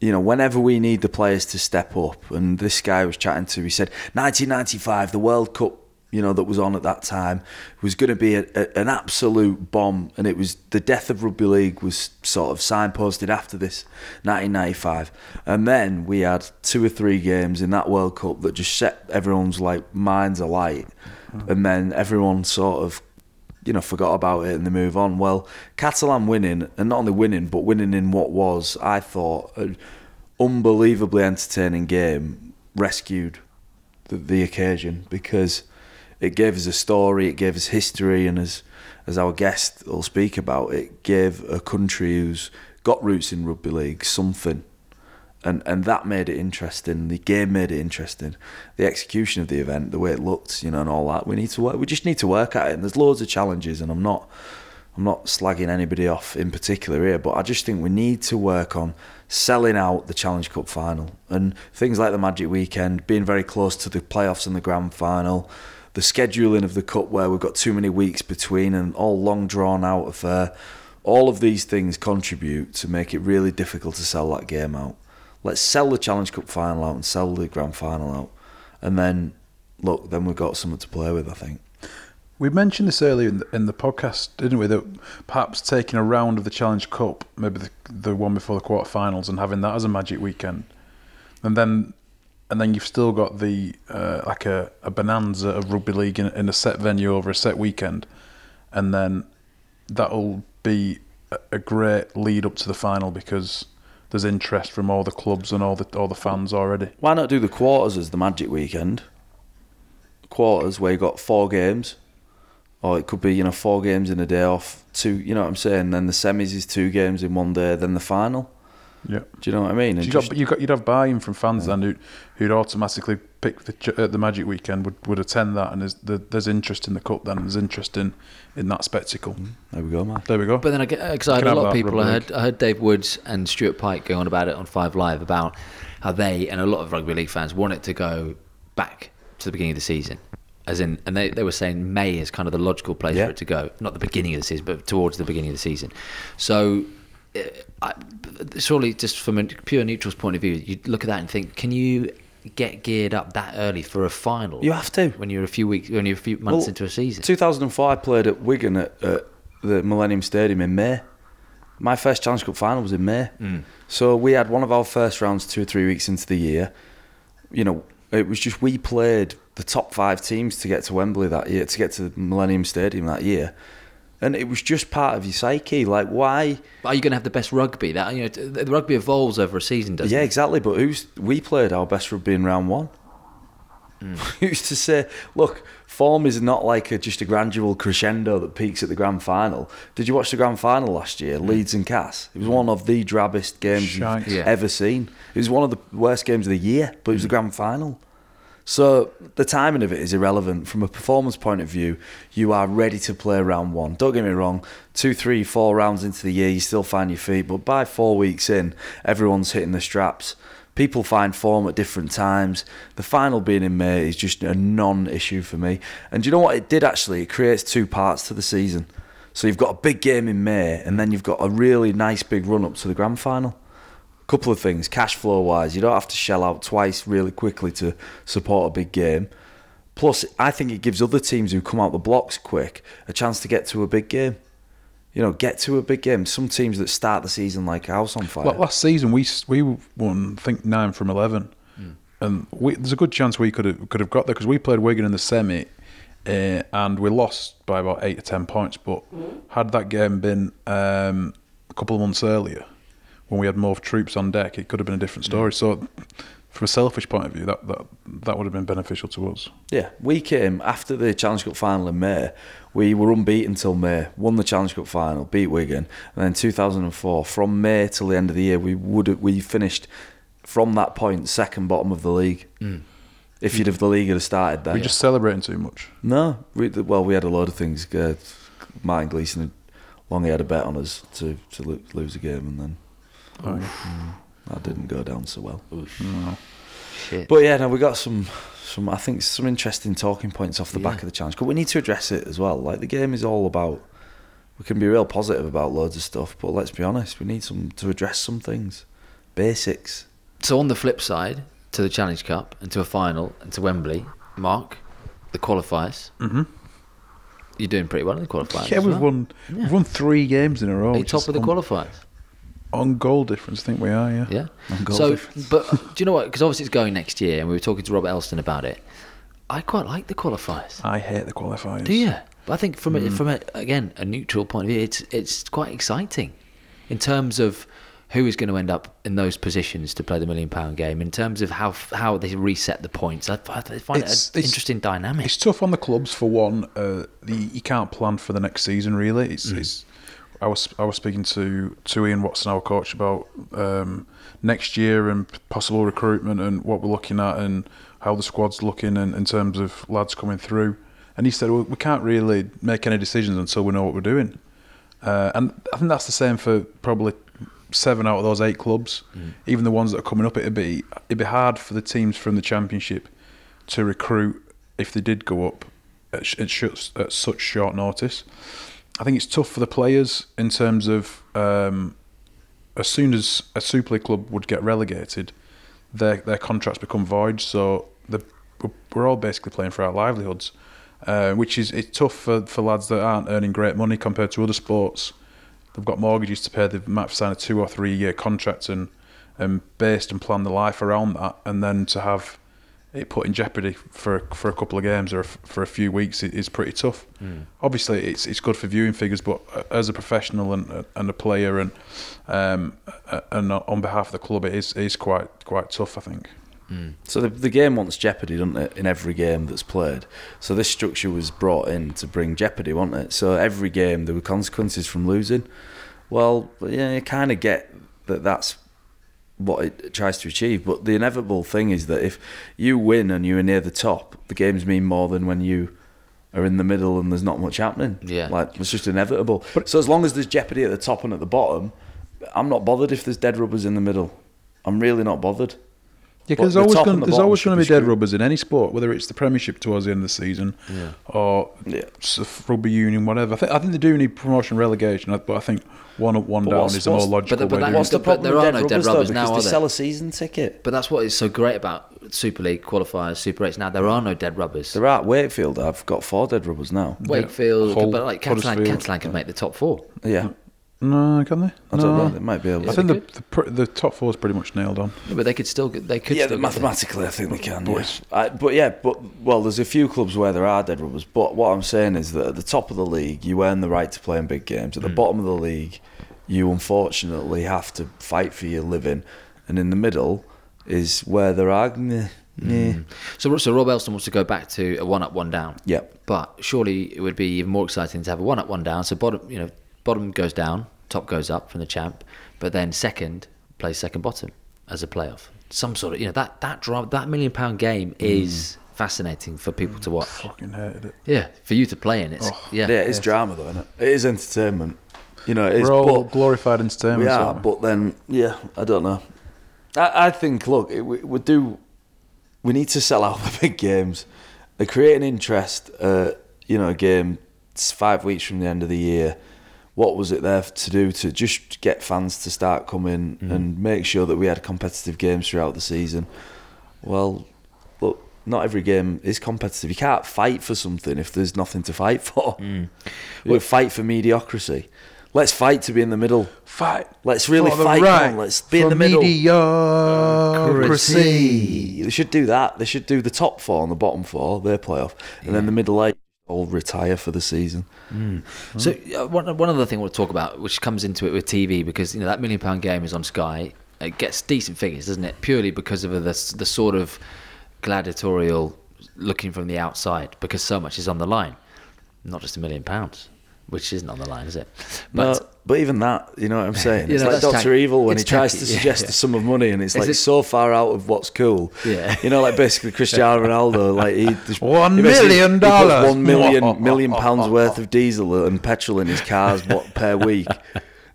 B: you know, whenever we need the players to step up, and this guy I was chatting to, he said 1995, the World Cup, you know, that was on at that time was going to be a, a, an absolute bomb, and it was the death of rugby league was sort of signposted after this 1995, and then we had two or three games in that World Cup that just set everyone's like minds alight, and then everyone sort of you know, forgot about it and they move on. Well, Catalan winning, and not only winning, but winning in what was, I thought, an unbelievably entertaining game, rescued the, the occasion because it gave us a story, it gave us history, and as as our guest will speak about, it gave a country who's got roots in rugby league something. And, and that made it interesting. The game made it interesting. The execution of the event, the way it looked, you know, and all that. We need to work. We just need to work at it. And there's loads of challenges. And I'm not, I'm not slagging anybody off in particular here, but I just think we need to work on selling out the Challenge Cup final and things like the Magic Weekend, being very close to the playoffs and the grand final, the scheduling of the cup where we've got too many weeks between and all long drawn out affair. All of these things contribute to make it really difficult to sell that game out. Let's sell the Challenge Cup final out and sell the Grand Final out, and then look, then we've got something to play with. I think.
C: We mentioned this earlier in the, in the podcast, didn't we? That perhaps taking a round of the Challenge Cup, maybe the, the one before the quarterfinals, and having that as a magic weekend, and then and then you've still got the uh, like a, a bonanza of rugby league in, in a set venue over a set weekend, and then that'll be a- a great lead up to the final because there's interest from all the clubs and all the all the fans already.
B: Why not do the quarters as the magic weekend? Quarters where you got four games, or it could be you know four games in a day off. Two, you know what I'm saying? Then the semis is two games in one day, then the final.
C: Yeah.
B: Do you know what I mean? And
C: You
B: just-
C: got, you got, you'd have buy-in from fans then who'd, who'd automatically pick the ch- uh, the Magic Weekend would, would attend that, and there's the, there's interest in the cup then, there's interest in, in that spectacle.
B: there we go, man.
C: There we go.
A: But then I get excited.
C: Can
A: A
C: have
A: lot of
C: that
A: people. I
C: rugby
A: heard, I heard Dave Woods and Stuart Pike go on about it on Five Live about how they and a lot of rugby league fans want it to go back to the beginning of the season, as in, and they, they were saying May is kind of the logical place
B: Yeah.
A: for it to go, not the beginning of the season, but towards the beginning of the season. So. uh, I, surely, just from a pure neutral's point of view, you look at that and think, can you get geared up that early for a final?
B: You have to.
A: when you're a few weeks, when you're a few months
B: Well,
A: into a season.
B: 2004, I played at Wigan at, at the Millennium Stadium in May. My first Challenge Cup final was in May.
A: Mm.
B: So we had one of our first rounds two or three weeks into the year. You know, it was just we played the top five teams to get to Wembley that year, to get to the Millennium Stadium that year. And it was just part of your psyche. Like, why?
A: But are you going to have the best rugby? That you know, t- the rugby evolves over a season, doesn't
B: yeah,
A: it?
B: exactly. But who's we played our best rugby in round one?
A: Hmm.
B: who's to say? Look, form is not like a, just a gradual crescendo that peaks at the grand final. Did you watch the grand final last year?
A: Hmm.
B: Leeds and Cass. It was one of the drabbest games
C: Shite.
B: you've
A: Yeah.
B: ever seen. It was one of the worst games of the year, but it was the
A: Hmm.
B: grand final. So the timing of it is irrelevant. From a performance point of view, you are ready to play round one. Don't get me wrong, two, three, four rounds into the year, you still find your feet. But by four weeks in, everyone's hitting the straps. People find form at different times. The final being in May is just a non issue for me. And do you know what it did actually? It creates two parts to the season. So you've got a big game in May, and then you've got a really nice big run up to the grand final couple of things cash flow wise you don't have to shell out twice really quickly to support a big game plus i think it gives other teams who come out the blocks quick a chance to get to a big game you know get to a big game some teams that start the season like a house on fire
C: Like last season, we s- we won, I think nine from eleven,
A: Hmm.
C: and we, there's a good chance we could have could have got there because we played Wigan in the semi, uh, and we lost by about eight or ten points. But had that game been um, a couple of months earlier, when we had more troops on deck, it could have been a different story. So, from a selfish point of view, that that, that would have been beneficial to us.
B: Yeah, we came after the Challenge Cup final in May. We were unbeaten till May, won the Challenge Cup final, beat Wigan, and then 2004. From May till the end of the year, we would we finished from that point second bottom of the league. If you'd have the league had started then,
C: We're just celebrating too much.
B: no. We, well, we had a lot of things. Uh, Martin Gleeson had long had a bet on us to to lo- lose a game, and then
A: Oh,
B: that didn't go down so well.
A: Shit.
B: But yeah, no, we got some, some I think some interesting talking points off the back of the challenge. But we need to address it as well. Like the game is all about. We can be real positive about loads of stuff, but let's be honest, we need some to address some things, basics.
A: so on the flip side, to the Challenge Cup and to a final and to Wembley, Mark, the qualifiers. Mm-hmm. You're doing pretty well in the qualifiers.
C: Yeah,
A: as
C: we've
A: well.
C: won we've won three games in a row.
A: Are you
C: which
A: top
C: is
A: of the
C: on-
A: qualifiers?
C: on goal difference. I think we are. Yeah.
A: Yeah.
B: goal
A: So,
B: difference.
A: but uh, do you know what? Because obviously it's going next year, and we were talking to Rob Elston about it. I quite like the qualifiers.
C: I hate the qualifiers.
A: Do you? But I think from a,
C: Mm.
A: from a, again a neutral point of view, it's it's quite exciting in terms of who is going to end up in those positions to play the million pound game. In terms of how f- how they reset the points, I, I find
C: It's-
A: it an
C: it's-
A: interesting dynamic.
C: It's tough on the clubs for one. Uh, the, you can't plan for the next season really. It's, it's I was I was speaking to to Ian Watson, our coach, about um, next year and p- possible recruitment and what we're looking at and how the squad's looking in, in terms of lads coming through. And he said, well, we can't really make any decisions until we know what we're doing. Uh, and I think that's the same for probably seven out of those eight clubs. Even the ones that are coming up, it'd be it'd be hard for the teams from the Championship to recruit if they did go up at, sh- at, sh- at such short notice. I think it's tough for the players in terms of um, as soon as a Super League club would get relegated, their their contracts become void. So the, we're all basically playing for our livelihoods, uh, which is it's tough for, for lads that aren't earning great money compared to other sports. They've got mortgages to pay. They might sign a two or three year contract and and based and plan the life around that, and then to have it put in jeopardy for for a couple of games or for a few weeks is pretty tough.
B: Hmm.
C: Mm. Obviously, it's it's good for viewing figures, but as a professional and and a player and um, and on behalf of the club, it is it is quite quite tough. I think.
B: Mm. So the the game wants jeopardy, doesn't it? In every game that's played, so this structure was brought in to bring jeopardy, wasn't it? So every game there were consequences from losing. Well, yeah, you kind of get that. That's what it tries to achieve. But the inevitable thing is that if you win and you are near the top, the games mean more than when you are in the middle and there's not much happening.
A: Yeah.
B: Like it's just inevitable. But, so as long as there's jeopardy at the top and at the bottom, I'm not bothered if there's dead rubbers in the middle. I'm really not bothered.
C: Yeah, because there's always going, the there's always going to be, be dead rubbers in any sport, whether it's the Premiership towards the end of the season
A: Yeah.
C: or
B: Yeah.
C: rugby union, whatever. I think I think they do need promotion relegation, but I think one up, one
B: But
C: down
B: what's-
C: is the more
B: what's-
C: logical
A: but
C: way.
A: that-
C: to
A: what's
C: do it.
B: What's the
A: But
B: problem
A: there
B: with
A: are
B: dead
A: no dead
B: rubbers,
A: rubbers
B: though?
A: now,
B: Because
A: are
B: they
A: there?
B: sell a season ticket.
A: But that's what is so great about Super League qualifiers, Super 8s. Now, there are no dead rubbers.
B: They're at Wakefield. I've got four dead rubbers now.
A: Wakefield,
C: Hull,
A: but like Catalan,
C: Huddersfield.
A: Catalan can make the top four.
B: Yeah.
C: No, can they?
B: I don't know. They might be able
C: I
B: to.
C: think
A: they
C: the, the pr- the top four is pretty much nailed on.
A: Yeah, but they could still get, they could
B: yeah,
A: still get there.
B: mathematically, I think they can. Yeah. I, but yeah, but well, there's a few clubs where there are dead rubbers. But what I'm saying is that at the top of the league, you earn the right to play in big games. At
C: Hmm.
B: the bottom of the league, you unfortunately have to fight for your living. And in the middle is where there are.
C: Hmm.
B: Meh, meh.
A: So, so Rob Elston wants to go back to a one up, one down.
B: Yep.
A: But surely it would be even more exciting to have a one up, one down. So bottom, you know, bottom goes down, top goes up from the champ, but then second plays second bottom as a playoff. Some sort of you know that that drama, that million pound game is fascinating for people to watch.
C: Fucking hated it.
A: Yeah, for you to play in it's yeah.
B: Yeah, it is drama though, isn't it? It is entertainment. You know, it is.
C: We're all
B: but-
C: glorified entertainment.
B: We are,
C: aren't we?
B: but then yeah, I don't know. I, I think look, it, we, we do. We need to sell out the big games. They create an interest. Uh, you know, a game it's five weeks from the end of the year. What was it there to do to just get fans to start coming and make sure that we had competitive games throughout the season? Well, look, not every game is competitive. You can't fight for something if there's nothing to fight for. We'll fight for mediocrity. Let's fight to be in the middle.
C: fight.
B: Let's really
C: for the
B: fight.
C: right
B: Come on, let's be in
C: for
B: the middle.
C: Mediocrity.
B: They should do that. They should do the top four and the bottom four, their playoff, and then the middle eight all retire for the season.
A: So uh, one, one other thing we'll talk about, which comes into it with TV, because you know that million pound game is on Sky. It gets decent figures, doesn't it? Purely because of the the sort of gladiatorial looking from the outside, because so much is on the line, not just a million pounds, which isn't on the line, is it?
B: But
A: But
B: but even that, you know what I'm saying?
A: You
B: It's
A: know,
B: like
A: that's
B: Doctor
A: tacky.
B: Evil when
A: It's
B: he tries
A: tacky,
B: to
A: yeah,
B: suggest
A: yeah.
B: a sum of money, and it's
A: Is
B: like
A: it-
B: so far out of what's cool.
A: Yeah.
B: you know, like basically Cristiano Ronaldo, like he just
C: One
B: he basically-
C: million
B: he puts
C: dollars.
B: one million million pounds worth of diesel and petrol in his cars what, per week.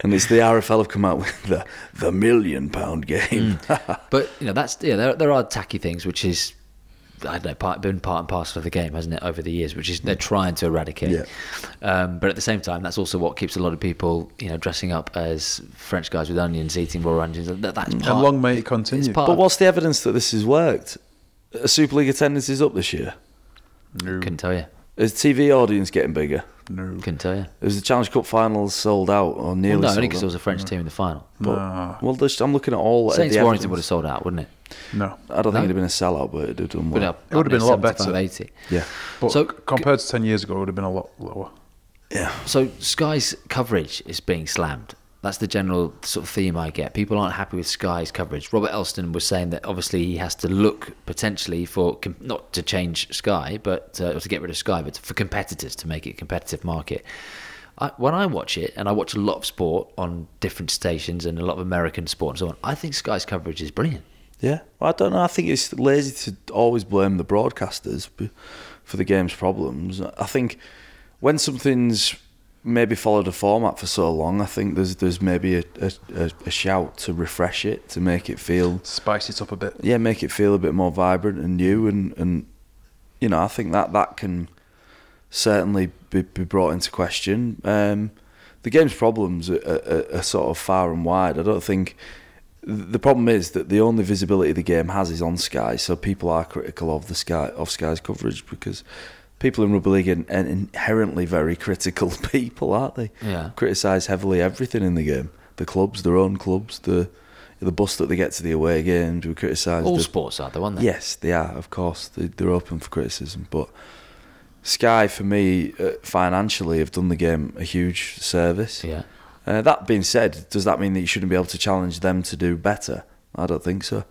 B: And it's the RFL have come out with the, the million pound game.
A: but you know that's yeah there there are tacky things which is I don't know part, been part and parcel of the game hasn't it over the years which is
C: Mm.
A: they're trying to eradicate
B: Yeah.
A: um, but at the same time that's also what keeps a lot of people you know dressing up as French guys with onions eating raw onions that, that's part,
C: And Mm. long may it
A: it's
C: continue.
A: part
B: But what's the evidence that this has worked? Uh, Super League attendance is up this year.
A: of, couldn't tell you
B: Is TV audience getting bigger?
C: No.
A: couldn't tell you
B: Is the Challenge Cup finals sold out or
A: well,
B: nearly
A: no only
B: sold
A: because
B: out?
A: there was a
C: Mm.
A: French team in the final
B: But- well, just, I'm looking at all. of
A: Saints
B: the
A: Warrington would have
B: evidence.
A: sold out wouldn't it
C: No.
B: I
A: No.
B: don't think it'd have been a sellout, but it'd have done
A: But
B: well.
A: up-
C: It would have
A: up
C: been a lot
A: near
C: better.
A: 75, 80
B: Yeah,
C: But
A: So-
C: so, compared to 10 years ago, it would have been a lot lower.
B: yeah.
A: So Sky's coverage is being slammed. That's the general sort of theme I get. People aren't happy with Sky's coverage. Robert Elston was saying that obviously he has to look potentially for com- not to change Sky, but uh, or to get rid of Sky, but for competitors to make it a competitive market. I, when I watch it, and I watch a lot of sport on different stations and a lot of American sport and so on, I think Sky's coverage is brilliant.
B: Yeah, well, I don't know. I think it's lazy to always blame the broadcasters b- for the game's problems. I think when something's maybe followed a format for so long, I think there's there's maybe a, a, a- a shout to refresh it to make it feel
C: Spice it up a bit.
B: yeah, make it feel a bit more vibrant and new and and you know I think that that can certainly be, be brought into question. Um, the game's problems are, are, are sort of far and wide. I don't think the problem is that the only visibility the game has is on Sky, so people are critical of the Sky of Sky's coverage because people in rugby league are in- inherently very critical people, aren't they?
A: Yeah.
B: Criticise heavily everything in the game, the clubs, their own clubs, the the bus that they get to the away games. We criticise
A: All
B: the,
A: sports are, though, aren't they?
B: Yes, they are. Of course, they, they're open for criticism. But Sky, for me, uh, financially, have done the game a huge service.
A: Yeah.
B: Uh, that being said, does that mean that you shouldn't be able to challenge them to do better? I don't think so.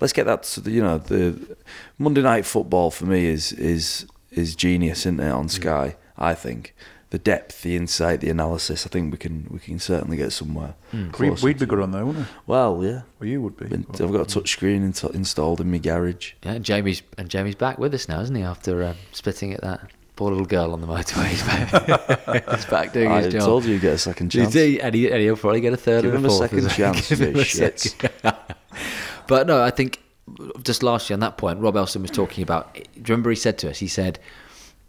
B: Let's get that to the, you know the Monday night football for me is is is genius, isn't it?
C: Mm.
B: On Sky, I think the depth, the insight, the analysis. I think we can we can certainly get somewhere.
C: Mm. We,
B: closer
C: we'd be
B: to-
C: good on there, wouldn't we? mm.
B: Well, yeah.
C: Well, you would be.
B: Been-
C: but-
B: I've got a touchscreen in- installed in my garage.
A: Yeah, and Jamie's and Jamie's back with us now, isn't he? After um, spitting at that poor little girl on the motorway, he's back, he's back doing
B: I
A: his job.
B: told you you get a second
A: You
B: chance.
A: do, and, he, and he'll probably get a third
B: Give
A: and
B: him a
A: a fourth.
B: second
A: as well.
B: chance,
A: Give
B: you
A: him a
B: shit.
A: second. but no, I think just lastly on that point, Rob Elson was talking about. Do you remember he said to us? He said,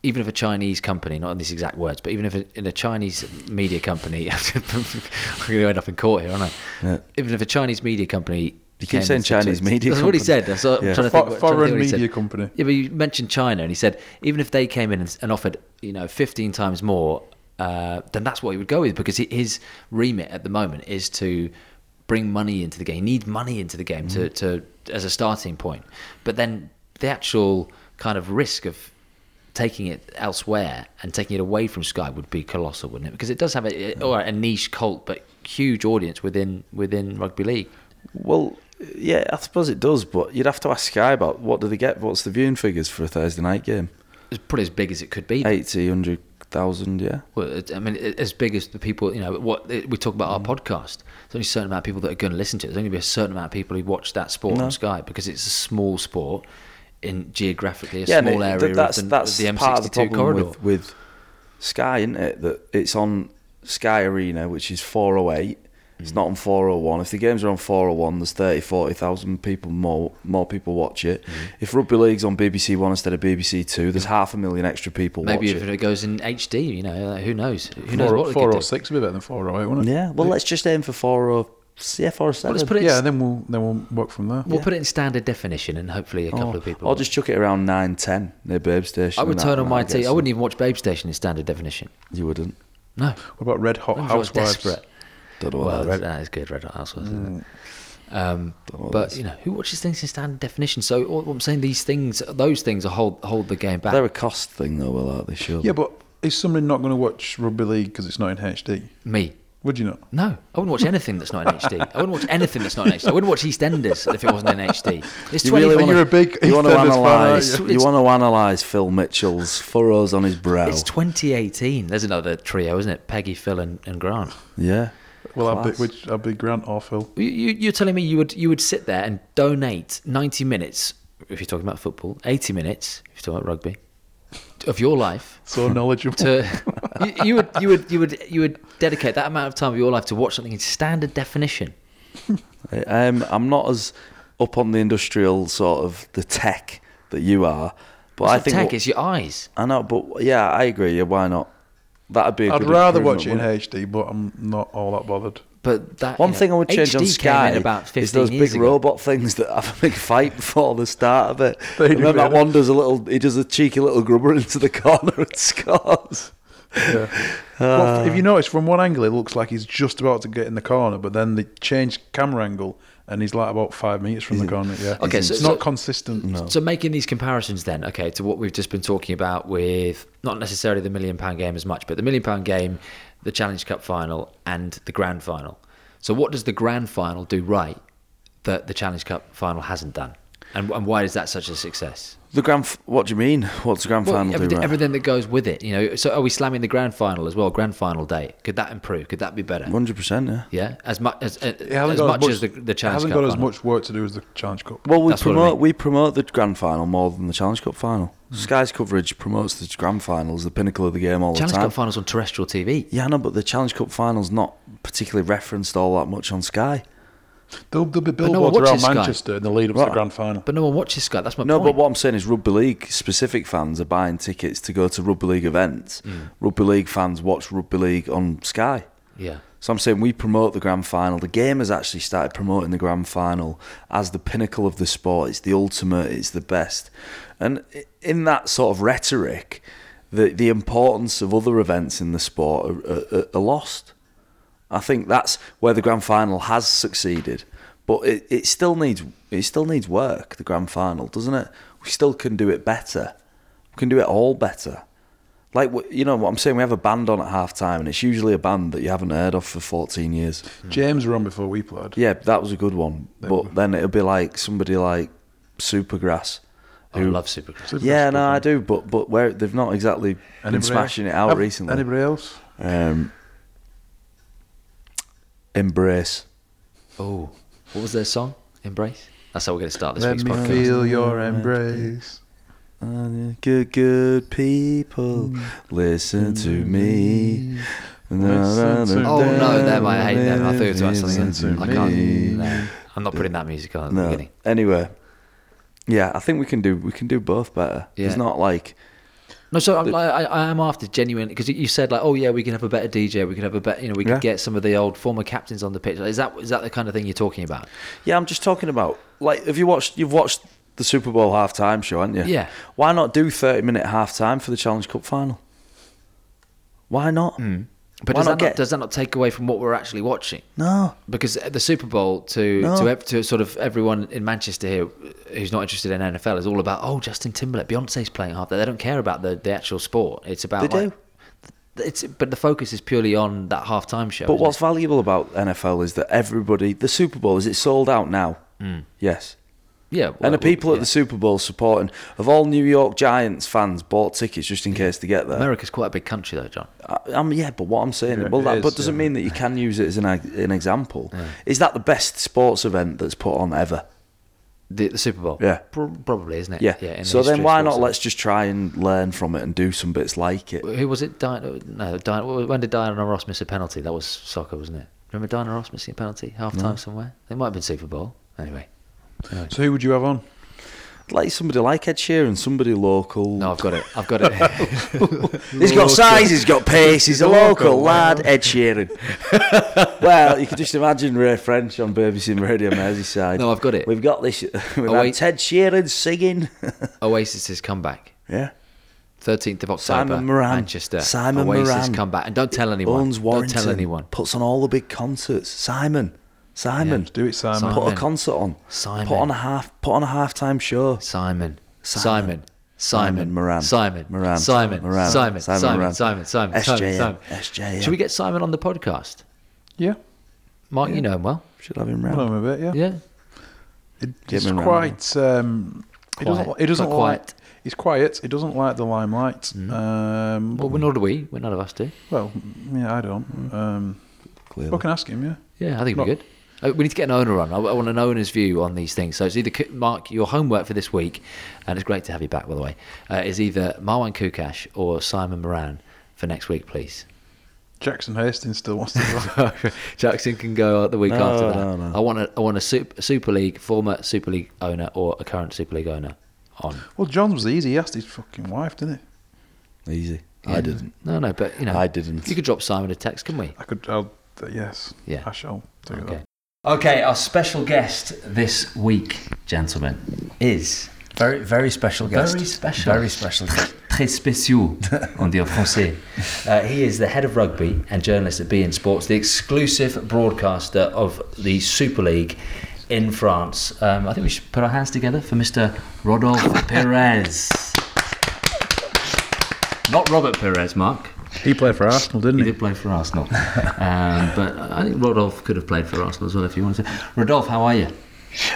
A: even if a Chinese company, not in these exact words, but even if a, in a Chinese media company, I'm going to end up in court here, aren't I?
B: Yeah.
A: Even if a Chinese media company.
B: You keep
A: came and
B: saying
A: said to
B: Chinese
A: us-
B: media
A: That's what he
B: company.
A: said. That's what, I'm
B: Yeah.
A: trying to
C: Fo-
A: think what- trying to
C: foreign
A: think what he said.
C: media company.
A: Yeah, but you mentioned China, and he said even if they came in and, and offered, you know, 15 times more, uh, then that's what he would go with because he, his remit at the moment is to bring money into the game. He needs money into the game to,
C: Mm-hmm.
A: to as a starting point. But then the actual kind of risk of taking it elsewhere and taking it away from Sky would be colossal, wouldn't it? Because it does have a,
C: Mm.
A: a, all right, a niche cult, but huge audience within within rugby league.
B: Well, yeah, I suppose it does, but you'd have to ask Sky about what do they get? What's the viewing figures for a Thursday night game?
A: It's probably as big as it could be.
B: 80, 100,000, yeah.
A: Well, it- I mean, it- as big as the people, you know, what it- we talk about our podcast. There's only a certain amount of people that are going to listen to it. There's only going to be a certain amount of people who watch that sport
B: No.
A: on Sky because it's a small sport in geographically a
B: yeah, and
A: small
B: it-
A: area
B: th-
A: of, the, of the M62 corridor.
B: with, with Sky, isn't it? That it's on Sky Arena, which is 408.
A: Hmm.
B: It's not on 401. If the games are on 401, there's 30, 40,000 people more more people watch it.
A: Hmm.
B: If rugby league's on BBC One instead of BBC Two, there's half a million extra people
A: Maybe
B: watch
A: if
B: it.
A: it. goes in HD, you know, like, who knows? Who knows what
C: Four,
A: they
C: four
A: could
C: or
A: do.
C: six would be better than four or eight, wouldn't it?
B: Yeah, well, let's just aim for 407. Yeah, 407.
A: Well, let's put it.
C: Yeah,
A: in,
C: and then we'll then we'll work from there.
A: we'll put it in standard definition, and hopefully a couple
B: Or-
A: of people.
B: Or
A: will.
B: Oh, just chuck it around nine ten near Babe Station.
A: I would
B: and
A: turn
B: that-
A: on
B: and
A: my
B: that'll get
A: TV. I
B: some-
A: wouldn't even watch Babe Station in standard definition.
B: You wouldn't.
A: No,
C: What about Red Hot
A: I was
C: Housewives?
A: desperate.
B: Don't know what
A: Well,
B: that
A: Red,
B: is.
A: that is good. Red Hot Housewives.
B: Mm.
A: Isn't it? Um,
B: Don't know what that
A: but
B: is.
A: you know, who watches things in standard definition? So all, I'm saying these things, those things, are hold hold the game back.
B: They're a cost thing, though, well, aren't they? Surely.
C: Yeah, but is somebody not going to watch rugby league because it's not in HD?
A: Me,
C: Would you not?
A: no, I wouldn't watch anything that's not in HD. I wouldn't watch anything that's not in HD. I wouldn't watch EastEnders if it wasn't in HD. It's
B: you
A: 20
B: really
A: quid.
B: want
C: you're a big
B: You want to
C: EastEnders fan,
B: analyze.
A: aren't you?
B: You want to analyze Phil Mitchell's furrows on his brow.
A: It's 2018. There's another trio, isn't it? Peggy, Phil, and, and Grant.
B: yeah.
C: Well, I'll be,
B: Class.
C: which, I'll be Grant or Phil.
A: You, you, you're telling me you would you would sit there and donate 90 minutes if you're talking about football, 80 minutes if you're talking about rugby, of your life
C: So knowledgeable.
A: to you, you would you would you would you would dedicate that amount of time of your life to watch something in standard definition.
B: Um, I'm not as up on the industrial sort of the tech that you are, but
A: It's
B: I
A: not
B: think
A: tech
B: what-
A: is your eyes.
B: I know, but yeah, I agree. Yeah, why not? That'd be. i
C: I'd rather watch it in HD, but I'm not all that bothered.
A: But that
B: One
A: you know,
B: thing I would change
A: HD
B: on
A: came
B: Sky
A: in about 15
B: is those
A: years
B: big
A: ago.
B: robot things that have a big fight before the start of it.
C: They
B: and
C: do,
B: then that
C: yeah.
B: one does a little, he does a cheeky little grubber into the corner and scores.
C: Well, if you notice, from one angle, it looks like he's just about to get in the corner, but then they change camera angle, and he's like about five meters from the corner. Yeah,
A: Okay,
C: it's
A: so- so-
C: not consistent.
A: So making these comparisons then, okay, to what we've just been talking about with not necessarily the million pound game as much, but the million pound game, the Challenge Cup final, and the grand final. So what does the grand final do right that the Challenge Cup final hasn't done, and, and why is that such a success?
B: The grand, f- what do you mean? What's the grand
A: Well,
B: final
A: everything,
B: do? Right?
A: everything that goes with it, you know. So are we slamming the grand final as well? Grand final day. Could that improve? Could that be better?
B: 100%, yeah.
A: Yeah, as much as uh,
C: It hasn't
A: as
C: got
A: much as the, the
C: it
A: challenge
C: hasn't
A: cup.
C: got as
A: final.
C: much work to do as the Challenge Cup.
B: Well, we
A: That's what I
B: promote
A: mean. Hmm.
B: we promote the grand final more than the Challenge Cup final. Sky's coverage promotes the grand final as the pinnacle of the game all
A: Challenge
B: the time.
A: cup finals on terrestrial TV.
B: yeah, I know, but the Challenge Cup final's not particularly referenced all that much on Sky.
C: There'll, there'll be
A: no one
C: billboards around
A: watches Sky.
C: Manchester in the lead up to
B: Right.
C: the grand final.
A: But no one watches Sky. That's my
B: No,
A: point.
B: but what I'm saying is rugby league specific fans are buying tickets to go to rugby league events.
A: Hmm.
B: Rugby league fans watch rugby league on Sky.
A: Yeah.
B: So I'm saying we promote the grand final. The game has actually started promoting the grand final as the pinnacle of the sport. It's the ultimate. It's the best. And i- in that sort of rhetoric, the the importance of other events in the sport are, are, are lost. I think that's where the grand final has succeeded, but it, it still needs it still needs work. The grand final, doesn't it? We still can do it better. We can do it all better. Like w- you know what I'm saying? We have a band on at half time, and it's usually a band that you haven't heard of for 14 years.
A: Hmm.
C: James were on before we played.
B: Yeah, that was a good one. But then it'll be like somebody like Supergrass.
A: I Oh, love Supergrass.
C: Supergrass
B: Yeah,
C: good
B: no, I
C: one.
B: do. But but where they've not exactly been
C: Anybody
B: smashing
C: else?
B: it out
C: Have-
B: recently.
C: Anybody else?
B: Um, embrace.
A: Oh, what was their song? Embrace. That's how we're going to start this
C: Let
A: week's
C: me
A: podcast.
C: feel your embrace.
B: Uh, yeah. Good, good people, listen to me.
C: Listen to
A: Oh no, them I hate them. I thought it was about something else.
B: Listen to
A: I can't.
B: me.
A: no. I'm not putting that music on at the
B: No.
A: beginning.
B: Anyway, yeah, I think we can do we can do both better.
A: Yeah.
B: It's not like
A: No, so I'm, like, I, I am after genuine because you said like, oh yeah, we can have a better DJ, we can have a better, you know, we could
B: Yeah.
A: get some of the old former captains on the pitch. Is that is that the kind of thing you're talking about?
B: yeah. I'm just talking about like have you watched you've watched the Super Bowl halftime show, haven't you?
A: Yeah.
B: Why not do 30 minute halftime for the Challenge Cup final? Why not?
A: Mm. But
B: Why
A: does that, not,
B: not get-
A: does that not take away from what we're actually watching?
B: No.
A: Because the Super Bowl to
B: No.
A: to, ev- to sort of everyone in Manchester here who's not interested in NFL is all about oh Justin Timberlake, Beyonce's playing half that. They don't care about the, the actual sport. It's about
B: They
A: like, do. It's but the focus is purely on that halftime show.
B: But
A: isn't
B: what's
A: it?
B: valuable about NFL is that everybody, the Super Bowl, is it sold out now?
A: Hmm.
B: Yes.
A: yeah,
B: and the people at
A: yeah.
B: the Super Bowl supporting, of all New York Giants fans, bought tickets just
A: Hmm.
B: in case to get there.
A: America's quite a big country though, John.
B: I, um, yeah, but what I'm saying,
C: Yeah,
B: well,
C: it
B: that
C: is,
B: but doesn't
C: yeah.
B: mean that you can use it as an, eg- an example. Is that the best sports event that's put on ever?
A: The, the Super Bowl.
B: Yeah.
A: Pro- probably isn't it?
B: Yeah.
A: in the
B: so
A: history
B: then
A: of
B: why
A: sports.
B: not let's just try and learn from it and do some bits like it?
A: Who was it? Diana, no, Diana, when did Diana Ross miss a penalty? That was soccer, wasn't it? Remember Diana Ross missing a penalty half time somewhere? It might have been Super Bowl. Anyway,
C: So who would you have on?
B: Like somebody like Ed Sheeran, somebody local.
A: no, I've got it. I've got it.
B: He's got size, he's got pace, he's a local lad, Ed Sheeran. well, you can just imagine Ray French on BBC Radio Merseyside.
A: No, I've got it.
B: We've got this. We've
A: Oh,
B: had
A: wait.
B: Ted Sheeran singing.
A: Oasis's comeback,
B: yeah.
A: thirteenth of October,
B: Simon Moran.
A: Manchester.
B: Simon
A: Oasis
B: Moran.
A: comeback, and don't tell anyone.
B: Owns Warrington.
A: Don't tell anyone.
B: Puts on all the big concerts. Simon. Simon.
C: Do it, Simon.
A: Simon.
B: Put a concert on.
A: Simon.
B: Put on a half. Put on a halftime show.
A: Simon. Simon.
B: Simon.
A: Simon
B: Simon Moran.
A: Simon
B: Moran.
A: Simon
B: Moran.
A: Simon
B: Simon
A: Simon
B: Moran.
A: Simon Simon
B: SJM.
A: Simon.
B: SJM.
A: Should we get Simon on the podcast?
C: Yeah,
A: Mark, you know him well.
B: Should have him
C: I
B: round.
C: know him a bit. Yeah,
A: Yeah.
C: It-
B: Get
C: it's
B: him around,
C: quite. Um, He
A: Quiet.
C: doesn't. He doesn't
A: Quite
C: like.
A: quiet. Mm-hmm.
C: He's quiet. He doesn't like the limelight. Um,
A: Well, nor do we. Well, None of us do.
C: well, yeah, I
A: Mm-hmm.
C: don't. Um,
B: Clearly.
C: I can ask him. Yeah.
A: Yeah, I think we're
C: Not-
A: good. Uh, We need to get an owner on. I, I want an owner's view on these things. So it's either K- Mark, your homework for this week, and it's great to have you back, by the way, uh, is either Marwan Kukash or Simon Moran for next week, please.
C: Jackson Hastings still wants to go.
A: Jackson can go out the week
B: No,
A: after that.
B: no, no.
A: I want a, I want a Super, Super League former Super League owner or a current Super League owner on.
C: well, John's was easy. He asked his fucking wife, didn't he?
B: Easy.
A: Yeah.
B: I didn't.
A: No, no, but you know,
B: I didn't.
A: You could drop Simon a text, can we?
C: I could. I'll, uh, yes.
A: Yeah.
C: I shall do
A: Okay. Okay, our special guest this week, gentlemen, is
D: Very, very special guest.
A: Very special.
D: Very special guest.
A: très spéciaux, on dit en français. Uh, he is the head of rugby and journalist at BN Sports, the exclusive broadcaster of the Super League in France. Um, I think we should put our hands together for Mr. Rodolphe Perez. Not Robert Perez, Mark.
C: that. He played for Arsenal, didn't
A: He
C: he?
A: did play for Arsenal. Um, but I think Rodolphe could have played for Arsenal as well if he wanted to. Rodolphe, how are you?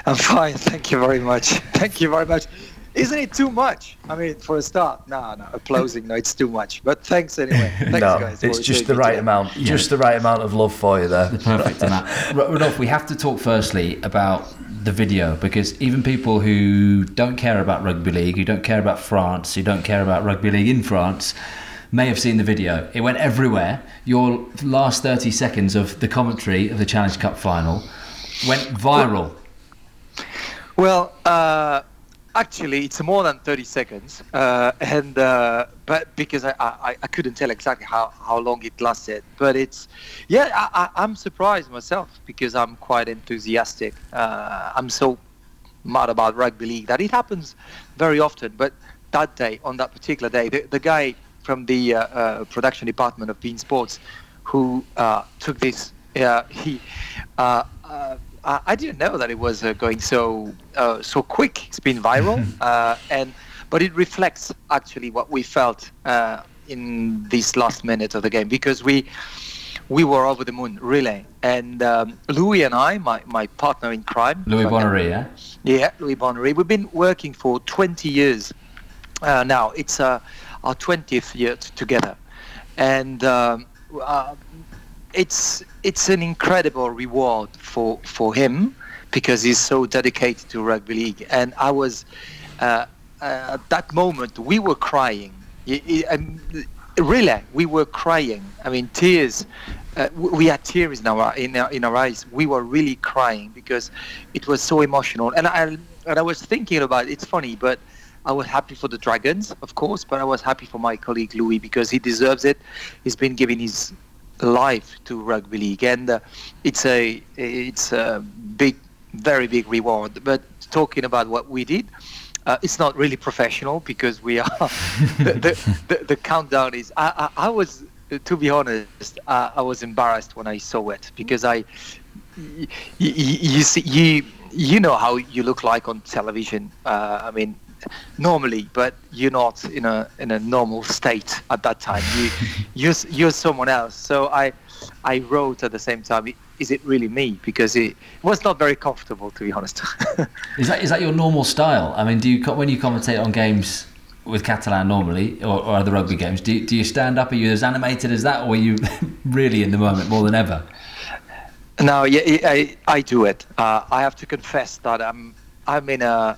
E: I'm fine. Thank you very much. Thank you very much. Isn't it too much? I mean, for a start, no, no, applauding, no, it's too much. But thanks anyway. Thanks,
D: no,
E: guys. for
D: it's just
E: taking
D: the
E: it
D: right
E: up.
D: amount. Just the right amount of love for you there.
A: Perfect amount. Uh, Ro- Rodolphe, we have to talk firstly about the video because even people who don't care about rugby league, who don't care about France, who don't care about rugby league in France, may have seen the video. It went everywhere. Your last 30 seconds of the commentary of the Challenge Cup final Went viral.
E: Well, uh, actually, it's more than 30 seconds, uh, and uh, but because I, I, I couldn't tell exactly how, how long it lasted, but it's yeah, I, I, I'm surprised myself because I'm quite enthusiastic. Uh, I'm so mad about rugby league that it happens very often, but that day, on that particular day, the, the guy from the uh, uh, production department of Bean Sports who uh, took this, uh, he. Uh, uh, I I didn't know that it was uh, going so uh, so quick. It's been viral, uh, and but it reflects actually what we felt uh, in these last minutes of the game because we we were over the moon really. And um, Louis and I, my, my partner in crime,
A: Louis Bonnery, yeah?
E: yeah, Louis Bonnery, we've been working for 20 years uh, now. It's uh, our 20th year t- together, and um, uh, it's it's an incredible reward for for him because he's so dedicated to rugby league. And I was uh, uh, at that moment we were crying. Y- y- and really, we were crying. I mean, tears. Uh, w- we had tears in our in our, in our eyes. We were really crying because it was so emotional. And I and I was thinking about it's funny, but I was happy for the Dragons, of course, but I was happy for my colleague Louis because he deserves it. He's been giving his life to rugby league, and uh, it's a it's a big, very big reward. But talking about what we did, uh, it's not really professional because we are the, the, the, the countdown is. I, I, I was, to be honest, uh, I was embarrassed when I saw it because I you, you see you you know how you look like on television. Uh, I mean, normally, but you're not in a in a normal state at that time. You you're s- you're someone else. So I I wrote at the same time. "I- Is it really me? Because it was not very comfortable, to be honest.
A: Is that is that your normal style? I mean, do you co- when you commentate on games with Catalan normally or, or other rugby games, do you, do you stand up? Are you as animated as that, or are you really in the moment more than ever?
E: No, yeah, I, I I do it. Uh, I have to confess that I'm I'm in a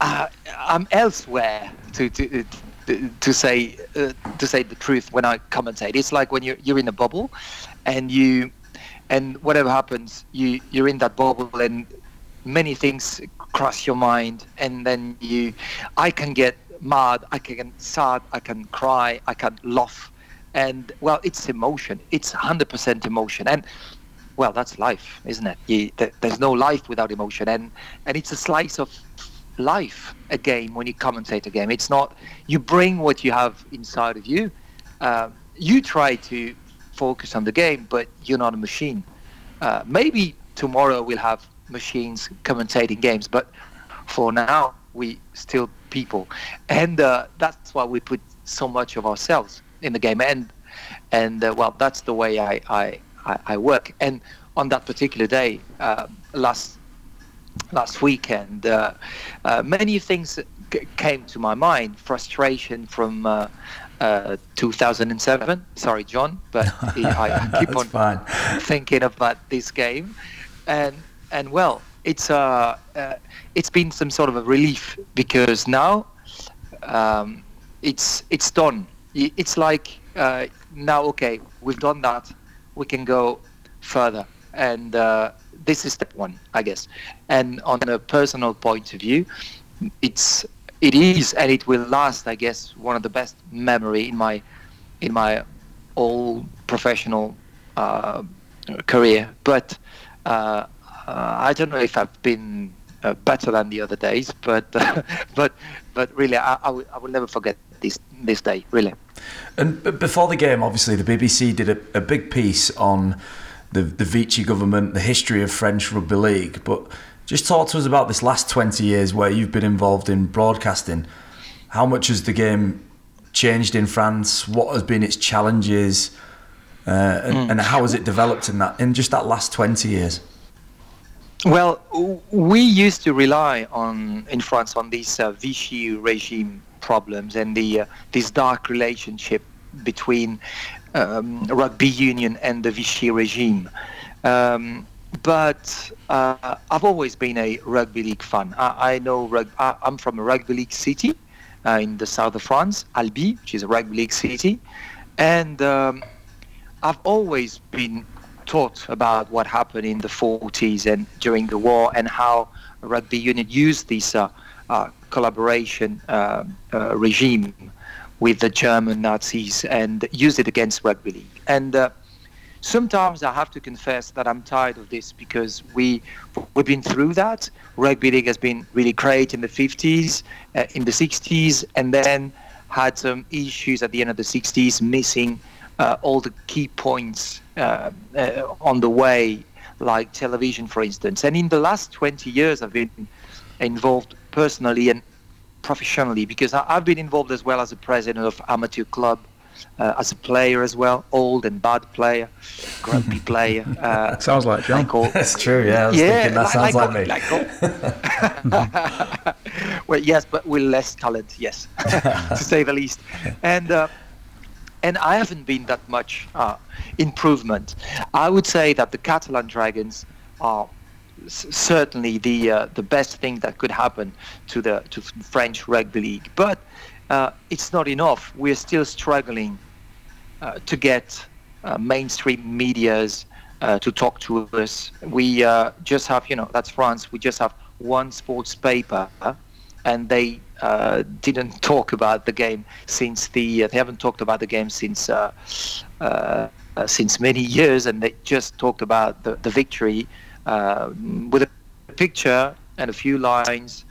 E: uh, I'm elsewhere to to to, to say uh, to say the truth when I commentate. It's like when you're you're in a bubble, and you and whatever happens, you you're in that bubble and many things cross your mind, and then you I can get mad, I can get sad, I can cry, I can laugh and well it's emotion it's 100% emotion and well that's life isn't it you, th- there's no life without emotion and and it's a slice of life a game when you commentate a game it's not you bring what you have inside of you uh, you try to focus on the game but you're not a machine uh, maybe tomorrow we'll have machines commentating games but for now we still people and uh, that's why we put so much of ourselves in the game and and uh, well that's the way I, I I I work and on that particular day uh, last last weekend uh, uh, many things c- came to my mind frustration from uh, uh, 2007 sorry John but I, I keep
D: That's
E: on
D: fine.
E: thinking about this game, and and well, it's uh, uh it's been some sort of a relief because now, um, it's it's done. I- It's like uh, now, okay, we've done that. We can go further, and uh, this is step one, I guess. And on a personal point of view, it's it is, and it will last, I guess, one of the best memory in my in my all professional uh, career. But uh, uh, I don't know if I've been uh, better than the other days. But but but really, I, I, will, I will never forget this this day. Really.
D: And b- before the game, obviously, the BBC did a, a big piece on the, the Vichy government, the history of French rugby league. But just talk to us about this last 20 years where you've been involved in broadcasting. How much has the game changed in France? What has been its challenges? Uh, and, and how has it developed in that in just that last 20 years?
E: Well, w- we used to rely on in France on these uh, Vichy regime problems and the uh, this dark relationship between um, rugby union and the Vichy regime. Um, but uh, I've always been a rugby league fan. I, I know rug- I, I'm from a rugby league city uh, in the south of France, Albi, which is a rugby league city, and um, I've always been taught about what happened in the 40s and during the war and how rugby union used this uh, uh, collaboration uh, uh, regime with the German Nazis and used it against rugby league. And uh, sometimes I have to confess that I'm tired of this because we we've been through that. Rugby league has been really great in the 50s, uh, in the 60s, and then had some issues at the end of the 60s, missing uh, all the key points uh, uh, on the way, like television, for instance. And in the last 20 years, I've been involved personally and professionally because I, I've been involved as well as a president of amateur club, uh, as a player as well, old and bad player, grumpy player. Uh,
C: Sounds like John.
E: like all-
D: That's true. Yeah, I was thinking that sounds like, oh. me.
E: me. well, yes, but with less talent, yes, to say the least. And uh, and I haven't been that much uh, improvement. I would say that the Catalan Dragons are s- certainly the uh, the best thing that could happen to the to f- French rugby league, but uh, it's not enough. We're still struggling uh, to get uh, mainstream medias uh, to talk to us. We uh, just have, you know, that's France. We just have one sports paper, and they uh, didn't talk about the game since the. Uh, they haven't talked about the game since uh, uh, uh, since many years, and they just talked about the the victory uh, with a picture and a few lines.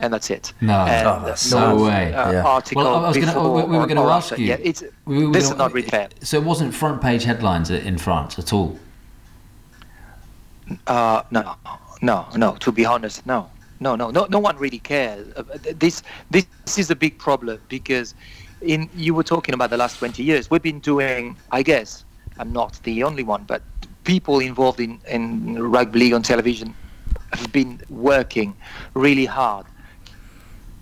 E: And that's it.
A: No.
E: and
A: Oh,
D: that's
A: no way.
E: Uh,
D: Yeah.
E: Article
A: Well, I was gonna,
E: before
A: we, we were
E: or-
A: going to
E: or
A: ask
E: after.
A: you.
E: Yeah, it's,
A: we- we- we
E: this
A: don't-
E: is not really fair.
A: So it wasn't front page headlines in France at all.
E: Uh, no, no, no. To be honest, no, no, no, no. No one really cares. Uh, th- This, this is a big problem because, in you were talking about the last 20 years. We've been doing, I guess, I'm not the only one, but people involved in in rugby league on television have been working really hard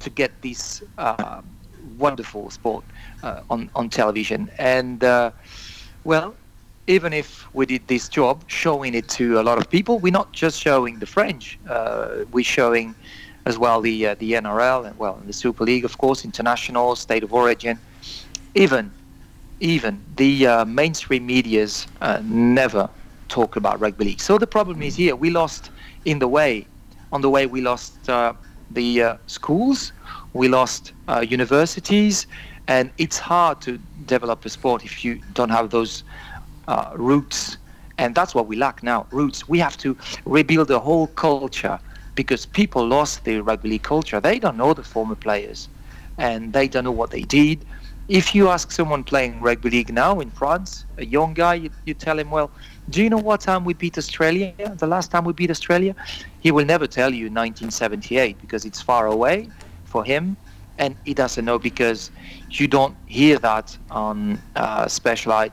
E: to get this uh, wonderful sport uh, on on television. And uh, well, even if we did this job, showing it to a lot of people, we're not just showing the French. Uh, we're showing as well the uh, the NRL and well the Super League, of course, international, state of origin, even even the uh, mainstream media's uh, never talk about rugby league. So the problem is here we lost in the way, on the way we lost uh, the uh, schools, we lost uh, universities, and it's hard to develop a sport if you don't have those uh, roots, and that's what we lack now. Roots. We have to rebuild the whole culture because people lost the rugby league culture. They don't know the former players, and they don't know what they did. If you ask someone playing rugby league now in France, a young guy, you, you tell him, "Well, do you know what time we beat Australia? The last time we beat Australia?" He will never tell you 1978 because it's far away for him, and he doesn't know because you don't hear that on uh, specialized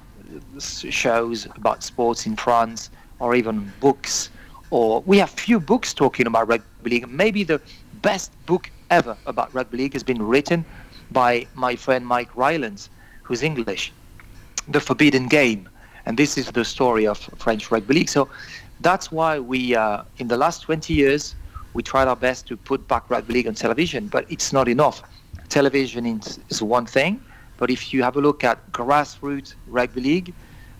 E: s- shows about sports in France or even books. Or we have few books talking about rugby league. Maybe the best book ever about rugby league has been written by my friend Mike Rylance, who's English. The Forbidden Game, and this is the story of French rugby league. So that's why we, uh, in the last 20 years, we tried our best to put back rugby league on television, but it's not enough. Television is, is one thing, but if you have a look at grassroots rugby league,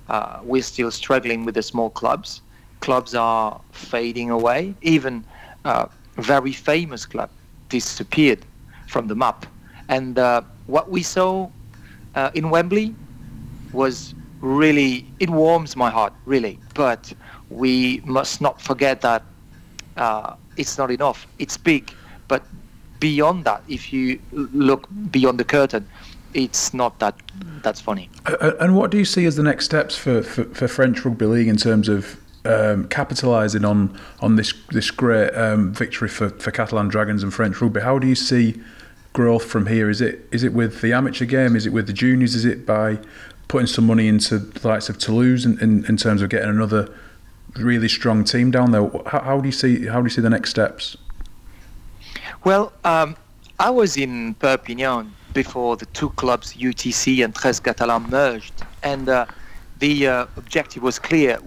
E: uh, we're still struggling with the small clubs. Clubs are fading away. Even uh, very famous club disappeared from the map. And uh, what we saw uh, in Wembley was really it warms my heart really but we must not forget that uh, it's not enough it's big but beyond that if you l- look beyond the curtain it's not that that's funny
C: A- And what do you see as the next steps for, for, for French rugby league in terms of um, capitalising on on this this great um, victory for, for Catalan Dragons and French rugby? How do you see growth from here? Is it is it with the amateur game? Is it with the juniors? Is it by putting some money into the likes of Toulouse in, in, in terms of getting another really strong team down there? How, how do you see how do you see the next steps?
E: Well, um, I was in Perpignan before the two clubs UTC and Tres Catalan merged, and uh, the uh, objective was clear: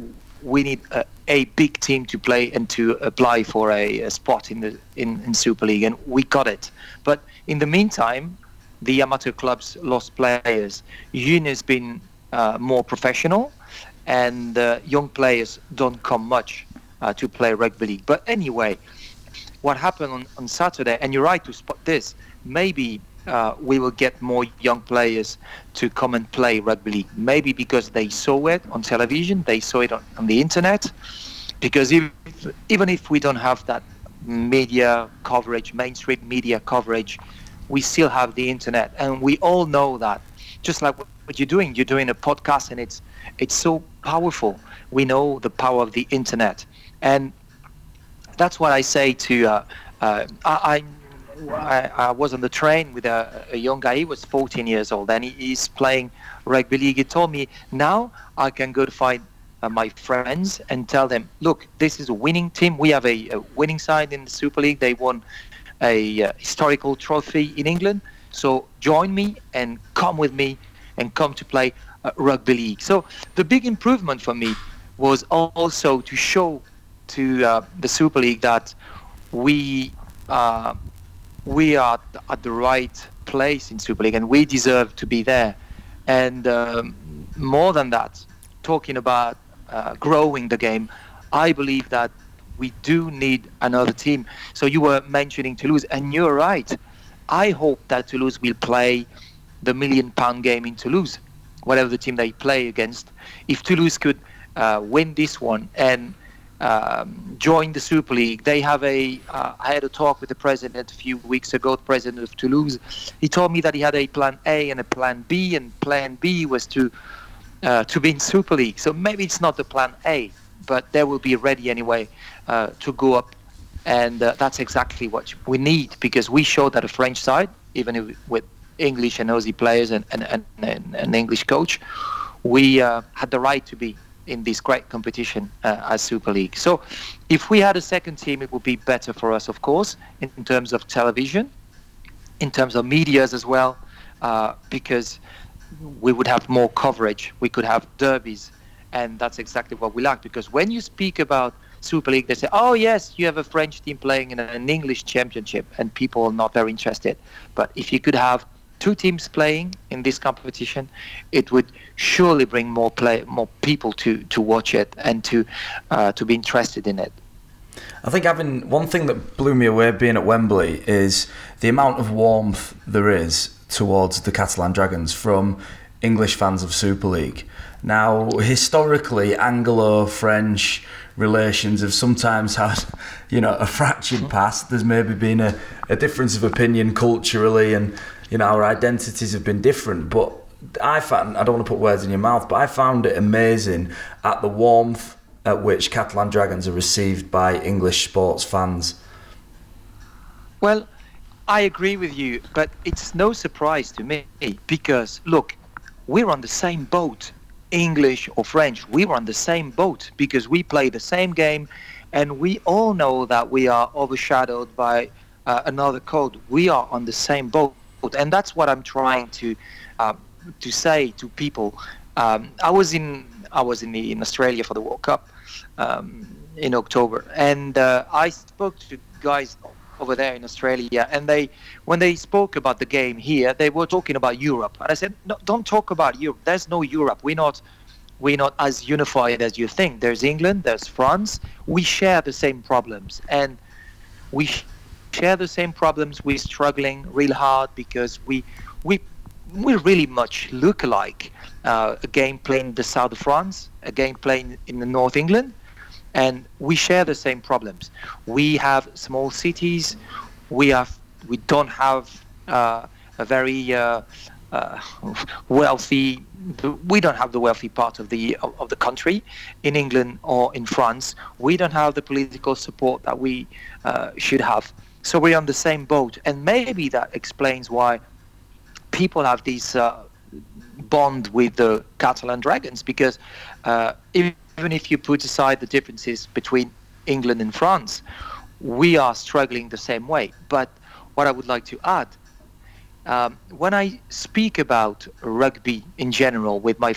E: we need a, a big team to play and to apply for a, a spot in the in, in Super League, and we got it. But in the meantime, the amateur clubs lost players. Union has been uh, more professional, and uh, young players don't come much uh, to play rugby league. But anyway, what happened on, on Saturday, and you're right to spot this, maybe uh, we will get more young players to come and play rugby league. Maybe because they saw it on television, they saw it on, on the internet. Because if, even if we don't have that media coverage, mainstream media coverage, we still have the internet, and we all know that. Just like what what you're doing, you're doing a podcast, and it's it's so powerful. We know the power of the internet, and that's what I say to. Uh, uh, I, I, I I was on the train with a, a young guy. He was 14 years old, and he, he's playing rugby league. He told me now I can go to find uh, my friends and tell them, look, this is a winning team. We have a, a winning side in the Super League. They won a uh, historical trophy in England. So join me and come with me and come to play uh, rugby league. So the big improvement for me was al- also to show to uh, the Super League that we uh, we are th- at the right place in Super League and we deserve to be there. And um, more than that, talking about uh, growing the game, I believe that we do need another team. So you were mentioning Toulouse, and you're right. I hope that Toulouse will play the million pound game in Toulouse, whatever the team they play against. If Toulouse could uh, win this one and um, join the Super League, they have a. Uh, I had a talk with the president a few weeks ago, the president of Toulouse. He told me that he had a plan A and a plan B, and plan B was to uh, to be in Super League. So maybe it's not the plan A, but they will be ready anyway uh, to go up. And uh, that's exactly what we need because we showed that a French side, even if, with English and Aussie players and and, and, and an English coach, we uh, had the right to be in this great competition uh, as Super League. So if we had a second team, it would be better for us, of course, in, in terms of television, in terms of medias as well, uh, because we would have more coverage. We could have derbies, and that's exactly what we lack. Because when you speak about Super League, they say, "Oh yes, you have a French team playing in an English championship," and people are not very interested. But if you could have two teams playing in this competition, it would surely bring more play, more people to to watch it and to uh, to be interested in it.
D: I think having one thing that blew me away being at Wembley is the amount of warmth there is towards the Catalan Dragons from English fans of Super League. Now, historically, Anglo French relations have sometimes had, you know, a fractured past. There's maybe been a, a difference of opinion culturally, and, you know, our identities have been different. But I found, I don't want to put words in your mouth, but I found it amazing at the warmth at which Catalan Dragons are received by English sports fans.
E: Well, I agree with you, but it's no surprise to me because look, we're on the same boat, English or French. We're on the same boat because we play the same game, and we all know that we are overshadowed by uh, another code. We are on the same boat, and that's what I'm trying to um, to say to people. Um, I was in I was in, the, in Australia for the World Cup um, in October, and uh, I spoke to guys over there in Australia, and they, when they spoke about the game here, they were talking about Europe, and I said, no, don't talk about Europe. There's no Europe. We're not, we're not as unified as you think. There's England, there's France. We share the same problems, and we sh- share the same problems. We're struggling real hard because we, we, we really much look alike. Uh, a game playing the south of France, a game playing in the north England and we share the same problems. We have small cities. We have we don't have uh, a very uh, uh, wealthy. We don't have the wealthy part of the of the country in England or in France. We don't have the political support that we uh, should have. So we're on the same boat, and maybe that explains why people have these uh, bond with the Catalan Dragons because uh, even if you put aside the differences between England and France, we are struggling the same way. But what I would like to add, um, when I speak about rugby in general with my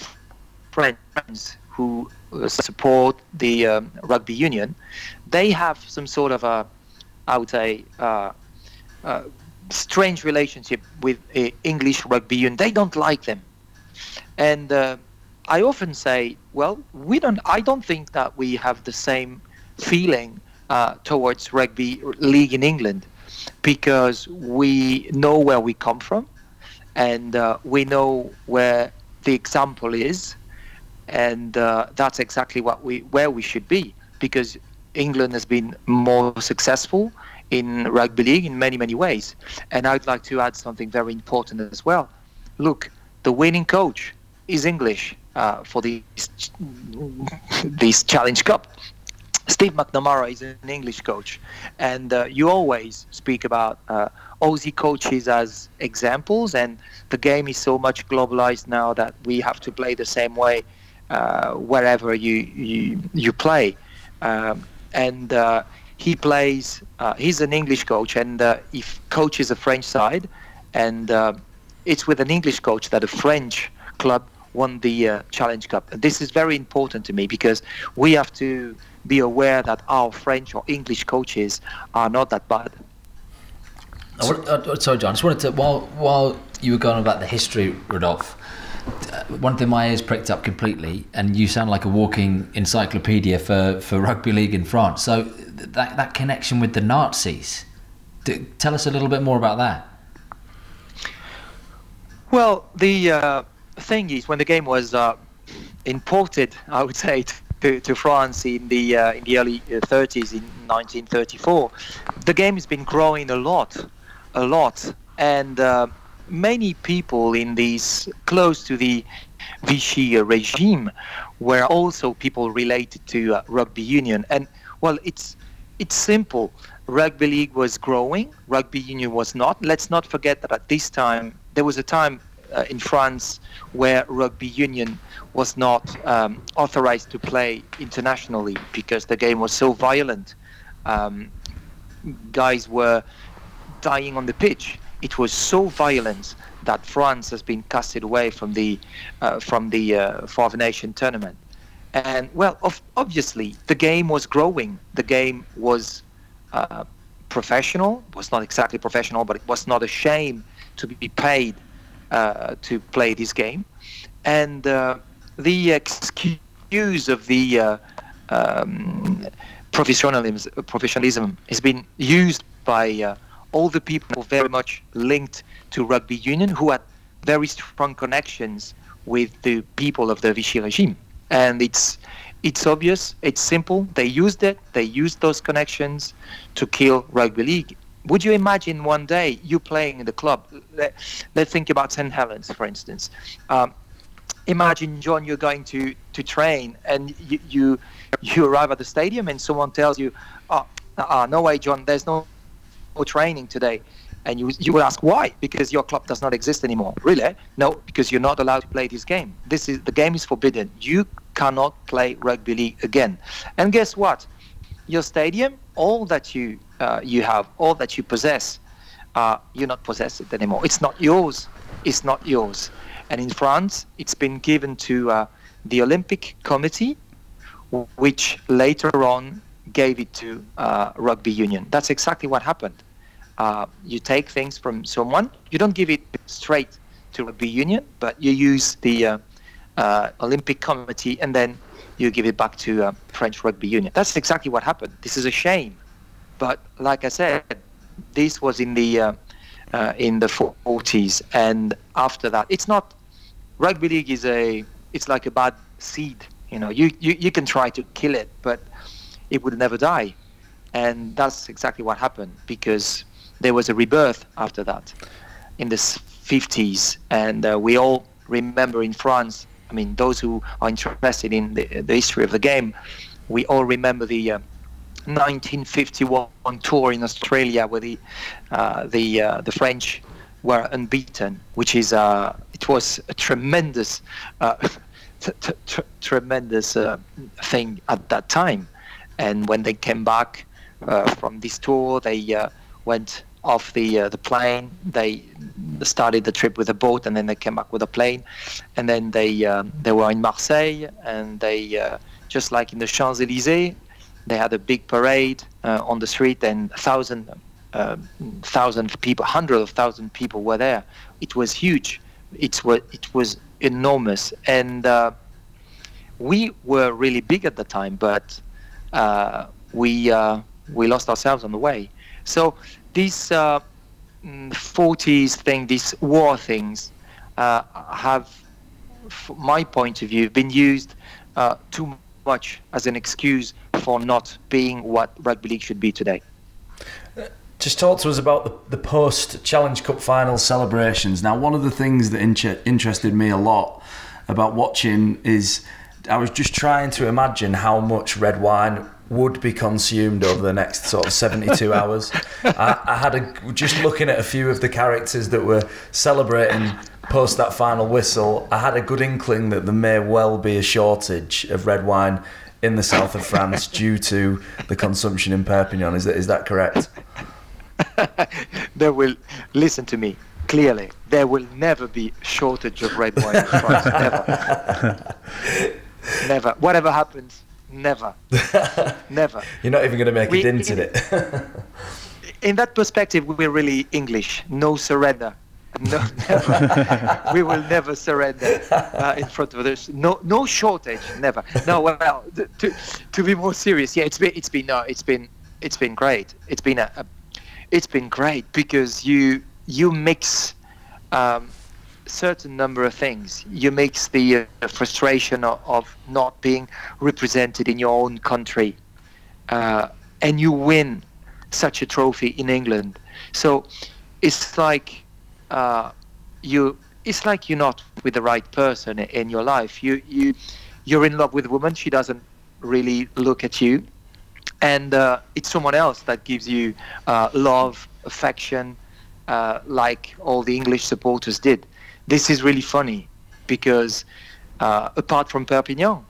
E: friends who uh, support the um, rugby union, they have some sort of a, I would say, uh, strange relationship with uh, English rugby union. They don't like them and uh, I often say, well, we don't. I don't think that we have the same feeling uh, towards rugby league in England because we know where we come from and uh, we know where the example is, and uh, that's exactly what we where we should be because England has been more successful in rugby league in many many ways, and I'd like to add something very important as well. Look, the winning coach is English uh, for this this Challenge Cup. Steve McNamara is an English coach, and uh, you always speak about uh, Aussie coaches as examples. And the game is so much globalized now that we have to play the same way uh, wherever you you, you play. Um, and uh, he plays. Uh, he's an English coach, and uh, he f- coaches a French side, and uh, it's with an English coach that a French club won the uh, Challenge Cup. And this is very important to me because we have to be aware that our French or English coaches are not that bad.
A: I want, uh, sorry, John. I just wanted to while while you were going on about the history, Rodolphe. uh, One thing my ears pricked up completely, and you sound like a walking encyclopedia for, for rugby league in France. So th- that that connection with the Nazis. D- tell us a little bit more about that.
E: Well, the uh, thing is, when the game was uh, imported, I would say, to, to France in the uh, in the early uh, 30s, in 1934, the game has been growing a lot, a lot, and uh, many people in these close to the Vichy uh, regime were also people related to uh, rugby union, and well, it's it's simple. Rugby league was growing, rugby union was not. Let's not forget that at this time, there was a time uh, in France where rugby union was not um, authorized to play internationally because the game was so violent. Um, guys were dying on the pitch. It was so violent that France has been casted away from the uh, from the uh, Five Nation tournament. And well, of, obviously, the game was growing. The game was uh, professional. Was not exactly professional, but it was not a shame to be paid uh, to play this game. And uh, the excuse of the uh, um, professionalism, professionalism has been used by uh, all the people very much linked to rugby union who had very strong connections with the people of the Vichy regime. And it's it's obvious, it's simple. They used it, they used those connections to kill rugby league. Would you imagine one day you playing in the club? Let, let's think about St. Helens, for instance. Um, imagine John, you're going to to train and you you, you arrive at the stadium and someone tells you, "Oh, uh, no way, John. There's no no training today." And you you will ask why? Because your club does not exist anymore. Really? No, because you're not allowed to play this game. This is the game is forbidden. You cannot play rugby league again. And guess what? Your stadium, all that you uh, you have, all that you possess, uh, you not possess it anymore. It's not yours. It's not yours. And in France, it's been given to uh, the Olympic Committee, w- which later on gave it to uh, Rugby Union. That's exactly what happened. Uh, you take things from someone, you don't give it straight to Rugby Union, but you use the uh, uh, Olympic Committee and then you give it back to uh, French Rugby Union. That's exactly what happened. This is a shame but like I said, this was in the uh, uh, in the 40s, and after that, it's not rugby league is a it's like a bad seed. You know, you, you, you can try to kill it, but it would never die, and that's exactly what happened because there was a rebirth after that in the s- 50s, and uh, we all remember in France. I mean, those who are interested in the, the history of the game, we all remember the. Uh, 1951 tour in Australia where the uh, the uh, the French were unbeaten, which is uh, it was a tremendous uh, t- t- tr- tremendous uh, thing at that time. And when they came back uh, from this tour, they uh, went off the uh, the plane. They started the trip with a boat, and then they came back with a plane. And then they um, they were in Marseille, and they uh, just like in the Champs Elysees, they had a big parade uh, on the street and thousand uh, thousand people hundreds of thousand people were there it was huge it was it was enormous and uh, we were really big at the time, but uh, we uh, we lost ourselves on the way. So these uh, mm, 40s thing, these war things, uh, have, from my point of view, been used uh, too much as an excuse for not being what rugby league should be today.
D: Just talk to us about the, the post Challenge Cup final celebrations. Now, one of the things that inche- interested me a lot about watching is I was just trying to imagine how much red wine would be consumed over the next sort of 72 hours. I, I had a just looking at a few of the characters that were celebrating post that final whistle. I had a good inkling that there may well be a shortage of red wine in the south of France due to the consumption in Perpignan. Is that is that correct?
E: there will listen to me clearly. There will never be shortage of red wine in France. never. never. Whatever happens, never. never.
D: You're not even going to make
E: We-
D: a dent in it.
E: In that perspective, we're really English. No surrender. No, never. we will never surrender uh, in front of others. No, no shortage. Never. No. Well, th- to to be more serious, yeah, it's been it's been no, it's been it's been great. It's been a, a it's been great because you you mix um, certain number of things. You mix the uh, frustration of, of not being represented in your own country, uh, and you win such a trophy in England. So it's like uh, you it's like you're not with the right person i- in your life. You you you're in love with a woman. She doesn't really look at you, and uh, it's someone else that gives you uh, love, affection, uh, like all the English supporters did. This is really funny because uh, apart from Perpignan,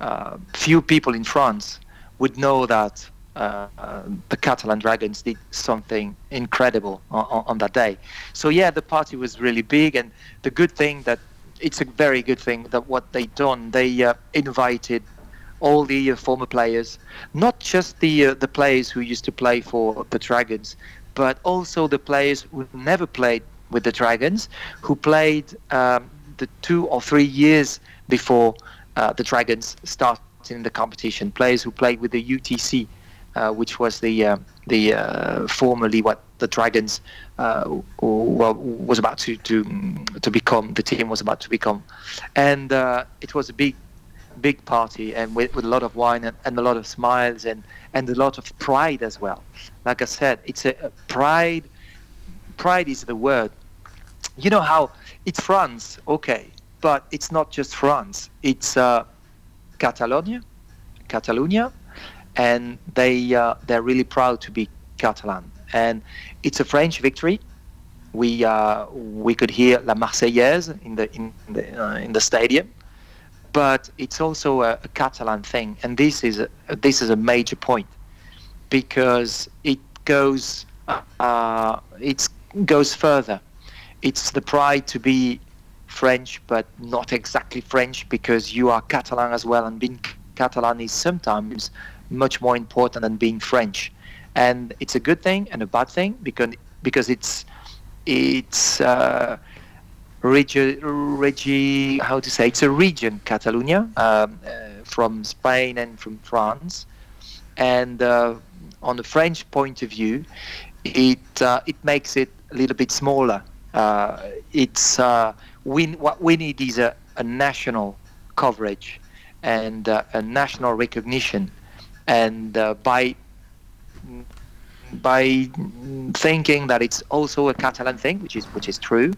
E: uh, few people in France would know that uh, uh, the Catalan Dragons did something incredible on, on that day. So yeah, the party was really big, and the good thing that it's a very good thing that what they done they uh, invited all the uh, former players, not just the uh, the players who used to play for the Dragons, but also the players who never played with the Dragons, who played um, the two or three years before uh, the Dragons started in the competition. Players who played with the UTC, uh, which was the uh, the uh, formerly what the Dragons uh, w- well, was about to, to to become. The team was about to become, and uh, it was a big big party and with, with a lot of wine and, and a lot of smiles and, and a lot of pride as well. Like I said, it's a, a pride. Pride is the word. You know how it's France, okay, but it's not just France. It's uh, Catalonia, Catalonia, and they uh, they're really proud to be Catalan. And it's a French victory we uh, we could hear La Marseillaise in the in the uh, in the stadium, but it's also a, a Catalan thing, and this is a, this is a major point because it goes uh, it goes further. It's the pride to be French, but not exactly French because you are Catalan as well, and being Catalan is sometimes much more important than being French, and it's a good thing and a bad thing because because it's it's uh, regi, regi, how to say it's a region Catalonia um, uh, from Spain and from France, and uh, on the French point of view, it uh, it makes it a little bit smaller. Uh, it's uh, we what we need is a, a national coverage and uh, a national recognition, and uh, by by thinking that it's also a Catalan thing, which is which is true,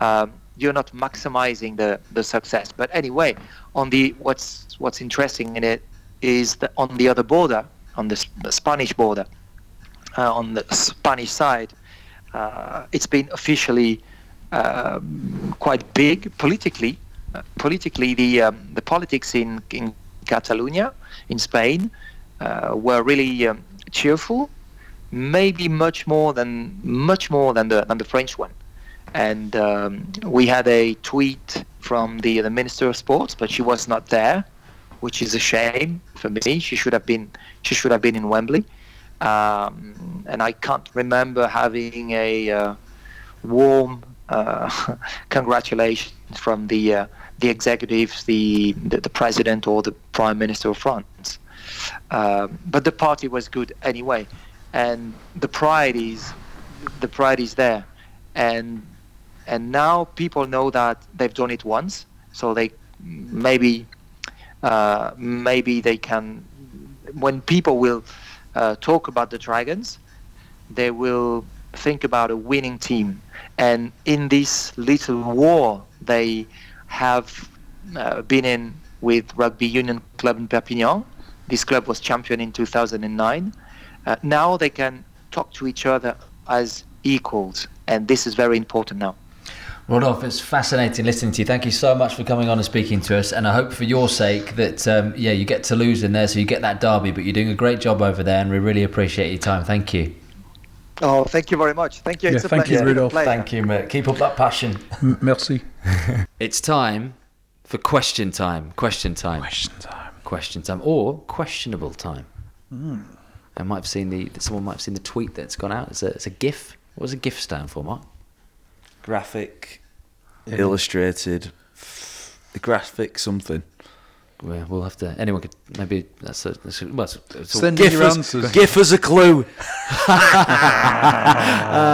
E: um, you're not maximizing the, the success. But anyway, on the what's what's interesting in it is that on the other border, on the, S- the Spanish border, uh, on the Spanish side, uh, it's been officially um quite big politically. Uh, politically, the um, the politics in in Catalonia, in Spain, uh, were really um, cheerful maybe much more than much more than the than the French one. And um, we had a tweet from the the minister of sports, but she was not there, which is a shame for me. She should have been she should have been in Wembley. Um, and I can't remember having a uh, warm uh, congratulations from the uh, the executives, the, the, the president or the prime minister of France. Um, but the party was good anyway, and the pride is the pride is there, and and now people know that they've done it once, so they maybe uh, maybe they can when people will uh, talk about the dragons, they will think about a winning team, and in this little war they have uh, been in with Rugby Union Club in Perpignan. This club was champion in 2009. Uh, now they can talk to each other as equals, and this is very important now.
A: Rodolphe, it's fascinating listening to you. Thank you so much for coming on and speaking to us. And I hope for your sake that um, yeah, you get to lose in there, so you get that derby. But you're doing a great job over there, and we really appreciate your time. Thank you.
E: Oh, thank you very much. Thank you.
C: Yeah,
E: it's a
C: thank you,
E: pleasure.
C: Rudolf.
E: Pleasure.
D: Thank you, mate. Keep up that passion.
C: M- Merci.
A: It's time for question time. Question time. Question time. Hmm. Question time. Or questionable time. I might have seen the someone might have seen the tweet that's gone out. It's a it's a GIF. What does a GIF stand for, Mark?
B: graphic, illustrated, f- graphic something.
A: Well, we'll have to. Anyone could maybe that's a, that's a well. It's, a- it's a-
C: Send in
B: Give
C: your
B: us,
C: answers.
B: give us a clue.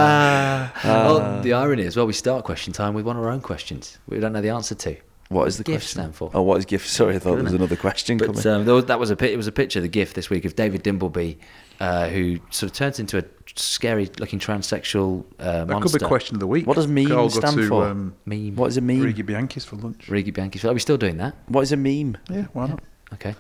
A: well, the irony is, well, we start question time with one of our own questions. We don't know the answer to.
B: What is the
A: GIF
B: question?
A: stand for?
B: Oh, what is GIF? Sorry, I thought there was another question
A: But
B: coming.
A: um, there was, that was a pi- it was a picture, the GIF this week of David Dimbleby, uh, who sort of turns into a scary-looking transsexual uh,
C: That
A: monster.
C: could be question of the week.
B: What does meme
C: Could all go
B: stand
C: to,
B: for?
C: Um,
A: Meme.
B: what is a meme?
C: Rigi Bianchi's for lunch.
A: Rigi Bianchi. Are we still doing that?
B: What is a meme?
C: Yeah, why not?
A: Okay.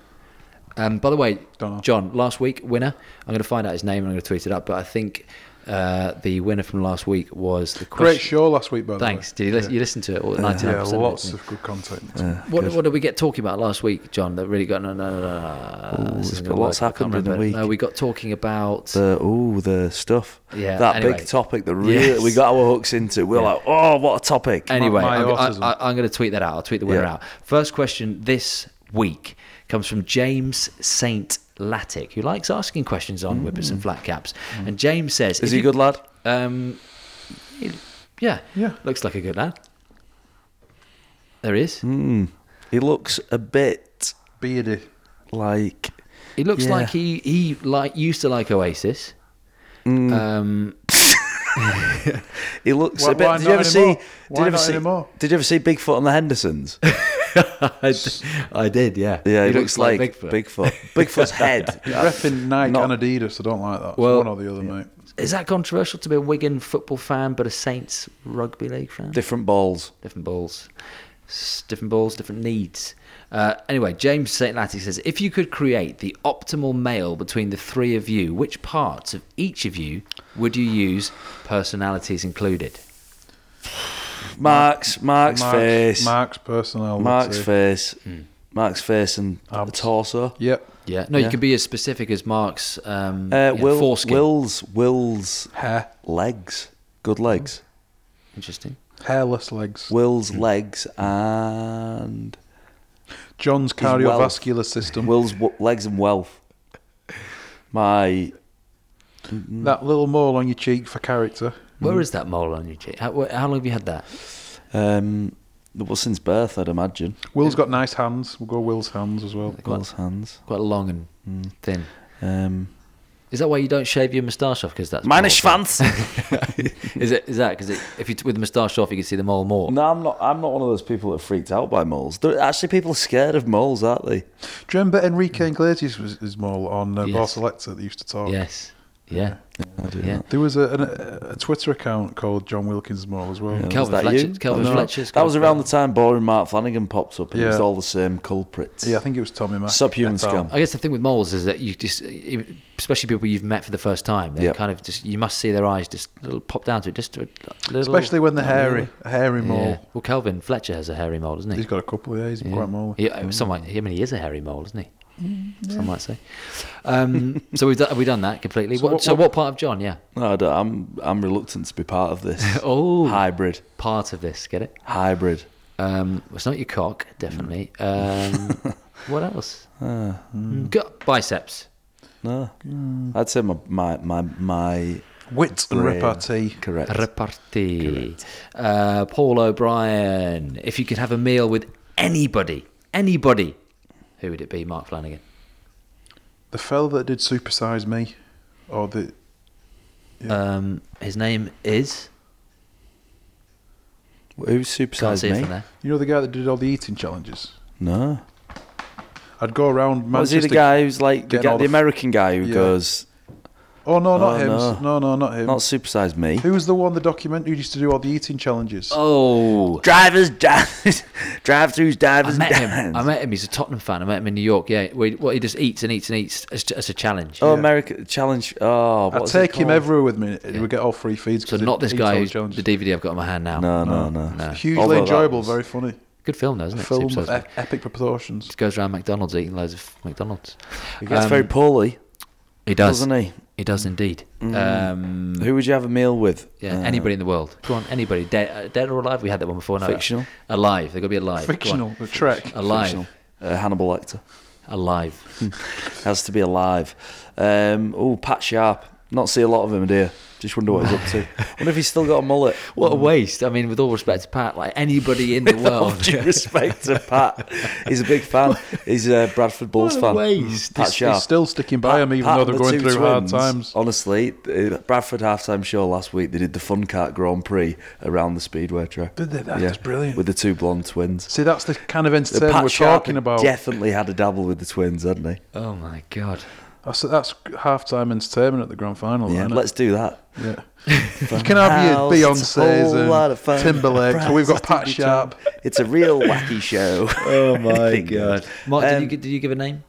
A: Um, by the way,
C: Don't know.
A: John, last week winner. I'm going to find out his name and I'm going to tweet it up. But I think uh, the winner from last week was the question.
C: Great show last week, by the
A: Thanks.
C: way.
A: Did you, li- you listen to it? All 99%
C: Yeah,
A: of it,
C: lots
A: didn't
C: of good content.
A: you? What, what did we get talking about last week, John? That really got no no no no. no,
B: Ooh,
A: this
B: it's
A: isn't
B: got
A: gonna
B: lots
A: work. I
B: happened
A: can't
B: in the
A: remember. No,
B: week.
A: we got talking about.
B: The oh, the stuff.
A: Yeah,
B: that
A: anyway.
B: big topic that really
A: Yes.
B: we got our hooks into. We're like, oh, what a topic.
A: anyway,
C: my
A: I'm,
C: autism.
A: I, I, am going to tweet that out. I'll tweet the winner
B: Yeah.
A: out. First question this week comes from James Saint Latic, who likes asking questions on whippets and flat caps. And James says,
B: Mm.
A: if
B: is he a
A: you-
B: good lad?
A: Um, he- yeah,
C: Yeah.
A: looks like a good lad. There he is.
B: Mm. He looks a bit
C: Beardy.
B: like
A: He looks
B: Yeah.
A: like he he like used to like Oasis. Um,
B: he looks
C: Why-
B: a bit.
C: why
B: did you
C: not
B: ever
C: anymore?
B: see?
C: Why
B: Did you ever
C: not
B: see?
C: anymore?
B: Did you ever see Bigfoot and the Hendersons?
A: I, I did, yeah.
B: Yeah, he, looks, like, Bigfoot.
A: Big.
B: Bigfoot. Bigfoot's head.
C: Repping Nike
B: Not-
C: and Adidas. I don't like that. It's
A: Well-
C: one or the other, mate.
A: Is that controversial to be a Wigan football fan but a Saints rugby league fan?
B: Different balls.
A: different balls, S- different balls, different needs. Uh, anyway, James St. Latty says, if you could create the optimal male between the three of you, which parts of each of you would you use, personalities included?
B: Mark's Mark's, face.
C: Mark's personnel. let's
B: Mark's
C: say.
B: face. Mark's face and
C: Abs.
B: torso.
C: Yep.
A: Yeah, no, you
B: Yeah.
A: can be as specific as Mark's um, you
B: Uh,
A: know,
B: Will,
A: foreskin.
B: Will's Will's
C: Hair.
B: legs. Good legs.
A: Interesting.
C: Hairless legs.
B: Will's legs and
C: John's
B: his wealth.
C: cardiovascular system.
B: Will's w- legs and wealth. My
C: That little mole on your cheek for character.
A: Where is that mole on your cheek? How, wh- how long have you had that?
B: um, well since birth, I'd imagine.
C: Will's got nice hands. We'll go Will's hands as well.
A: Quite-
B: Will's hands.
A: Quite long and
B: Hmm.
A: thin.
B: Um,
A: Is that why you don't shave your moustache off? Because that's
B: meine
A: mole,
B: Schwanz.
A: right? Is it? Is that because if you t- with the moustache off, you can see the mole more?
B: No, I'm not. I'm not one of those people that are freaked out by moles. There, actually, people are scared of moles, aren't they?
C: Do you remember Enrique
B: Mm.
C: Iglesias was his mole on uh,
A: Yes.
C: Bar Selector that used to talk?
A: Yes. Yeah.
B: I do
A: Yeah.
B: not.
C: There was a, an- a, a Twitter account called John Wilkins Mole as well.
A: Kelvin
B: Was that
A: Fletcher-
B: you?
A: Kelvin
B: No.
A: Fletcher's
B: That was
A: got-
B: around the time boring Mark Flanagan pops up, and it was
C: Yeah.
B: all the same culprits.
C: Yeah, I think it was Tommy Mack.
B: Subhuman
C: et al.
B: scum.
A: I guess the thing with moles is that you just, e, especially people you've met for the first time, they
B: Yeah.
A: kind of just you must see their eyes just little pop down to it, just a little.
C: Especially when they're hairy. A hairy
A: yeah.
C: mole.
A: Well, Kelvin Fletcher has a hairy mole, doesn't he?
C: He's got a couple of yeah, he's
A: Yeah.
C: quite mole.
A: He, uh, some might, I mean, he is a hairy mole, isn't he? Some might say. Um, so we've done, have we done that completely?
C: So
A: what,
C: what-
A: so
C: what-
A: what part of John? Yeah,
B: No, I don't, I'm I'm reluctant to be part of this.
A: Oh.
B: hybrid,
A: part of this. Get it?
B: hybrid.
A: Um, it's not your cock, definitely. Um, what else? Got Ah, hmm. biceps.
B: No,
C: Mm.
B: I'd say my my my, my
C: Wit and
B: brain.
C: repartee.
B: Correct.
A: Repartee. Uh, Paul O'Brien, if you could have a meal with anybody, anybody, who would it be? Mark Flanagan.
C: The fella that did supersize me, or the
A: Um, his name is.
B: Who's
A: Can't
B: supersized
A: see it
B: me?
A: from there.
C: you know the guy that did all the eating challenges.
B: No.
C: I'd go around
B: Was Oh, he
C: Manchester.
B: the guy who's like the,
C: getting
B: guy,
C: all
B: the
C: the f-
B: American guy who
C: Yeah.
B: goes,
C: Oh no, not
B: Oh,
C: him.
B: no.
C: No. no, not him.
B: not supersized me?
C: Who was the one the documentary used to do all the eating challenges?
A: Oh,
B: Drivers, drivers,
A: I
B: drive-throughs, drivers.
A: met him.
B: drivers.
A: I met him. He's a Tottenham fan. I met him in New York. Yeah, where he, well, he just eats and eats and eats as, as a challenge.
B: Oh, America challenge. Oh,
C: I'd
B: what's it
C: take him
B: called?
C: everywhere with me, and we'd get all free feeds.
A: so
C: 'cause he'd
A: not this
C: eat all
A: guy
C: the
A: who's
C: challenges.
A: the DVD I've got in my hand now.
B: No, no, no. no.
C: Hugely
B: Although that
C: enjoyable,
B: was-
C: very funny.
A: Good film, though, isn't it?
C: Film
A: Supersized
C: of
A: Me.
C: ep- epic proportions.
A: Just goes around McDonald's eating loads of McDonald's.
B: He gets
A: Um,
B: very poorly,
A: He does.
B: doesn't he? Mm.
A: He does indeed. Um,
B: Who would you have a meal with?
A: yeah,
B: Uh,
A: anybody in the world. Go on, anybody. Dead, uh, dead or alive? We had that one before. No,
B: Fictional.
A: Alive. They've got to be alive. Go on.
C: Fictional, the Trek.
A: Alive.
B: fictional. Uh, Hannibal Lecter
A: Alive.
B: has to be alive. Um, oh, Pat Sharp. Not see a lot of him, dear. Just wonder what he's up to. Wonder if he's still got a mullet.
A: what a waste. I mean, with all respect to Pat, like anybody in the world.
B: Due respect to Pat, he's a big fan. He's a Bradford Bulls
A: What a
B: fan.
A: waste.
B: Pat
C: He's-
B: Sharp.
C: He's still sticking by him, even
B: Pat
C: though
B: and
C: they're
B: the
C: going
B: two
C: through hard
B: twins,
C: times.
B: Honestly, uh, Bradford halftime show last week, they did the Fun Kart Grand Prix around the Speedway track.
C: Did they? That was brilliant.
B: With the two blonde twins.
C: See, that's the kind of
B: The
C: entertainment we're
B: Sharp
C: talking about.
B: definitely had a dabble with the twins, hadn't he?
A: oh, my God.
C: That's, that's half-time entertainment at the grand final.
B: Yeah,
C: isn't it?
B: let's do that.
C: Yeah. you can have your
B: House, it's a
C: Beyonce's
B: whole lot of fun.
C: and Timberlake. We've got Pat Sharp.
B: It's a real wacky show.
A: Oh, my
B: Anything goes.
A: Mark, did,
B: Um,
A: you, gi- did you give a name?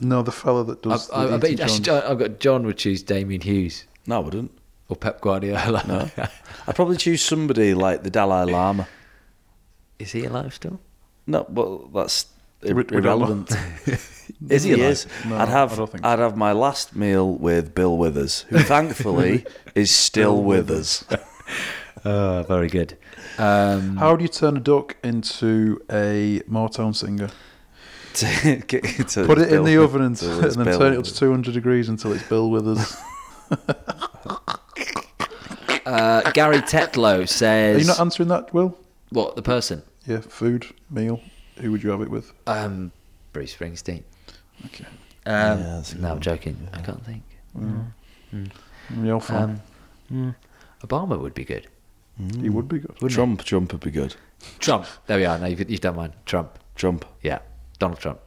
C: No, the fella that
A: I,
C: does. the
A: I, I bet
C: eating
A: you, actually,
C: challenge.
A: John, I've got John would choose Damien Hughes
B: No, I wouldn't.
A: or Pep Guardiola.
B: No. I'd probably choose somebody like the Dalai Lama.
A: Is he alive still?
B: No, but that's ir-
C: We- we don't know.
B: irrelevant. is he?
C: No,
B: Is.
C: no,
B: I'd
C: I
B: have
C: don't think so.
B: I'd have my last meal with Bill Withers, who thankfully is still with us. Uh,
A: Oh, very good. Um,
C: How do you turn a duck into a Motown singer?
B: To- to-
C: Put it in
B: Bill
C: the oven and,
B: Withers,
C: and then
B: Bill
C: turn it up to
B: Withers.
C: 200 degrees until it's Bill Withers.
A: uh, Gary Tetlow
C: Are
A: says,
C: you not answering that, Will?
A: "What the person?
C: Yeah, food, meal. Who would you have it with?
A: Um, Bruce Springsteen."
C: Okay.
A: Um,
B: Yeah, that's a good
A: no, I'm
B: one.
A: joking. I can't think.
C: You're fine.
A: Um, Obama would be good.
C: he would be good.
B: Trump, Trump would be good.
A: Trump. There we are. Now you've, you've done mine. Trump.
B: Trump.
A: Yeah, Donald Trump.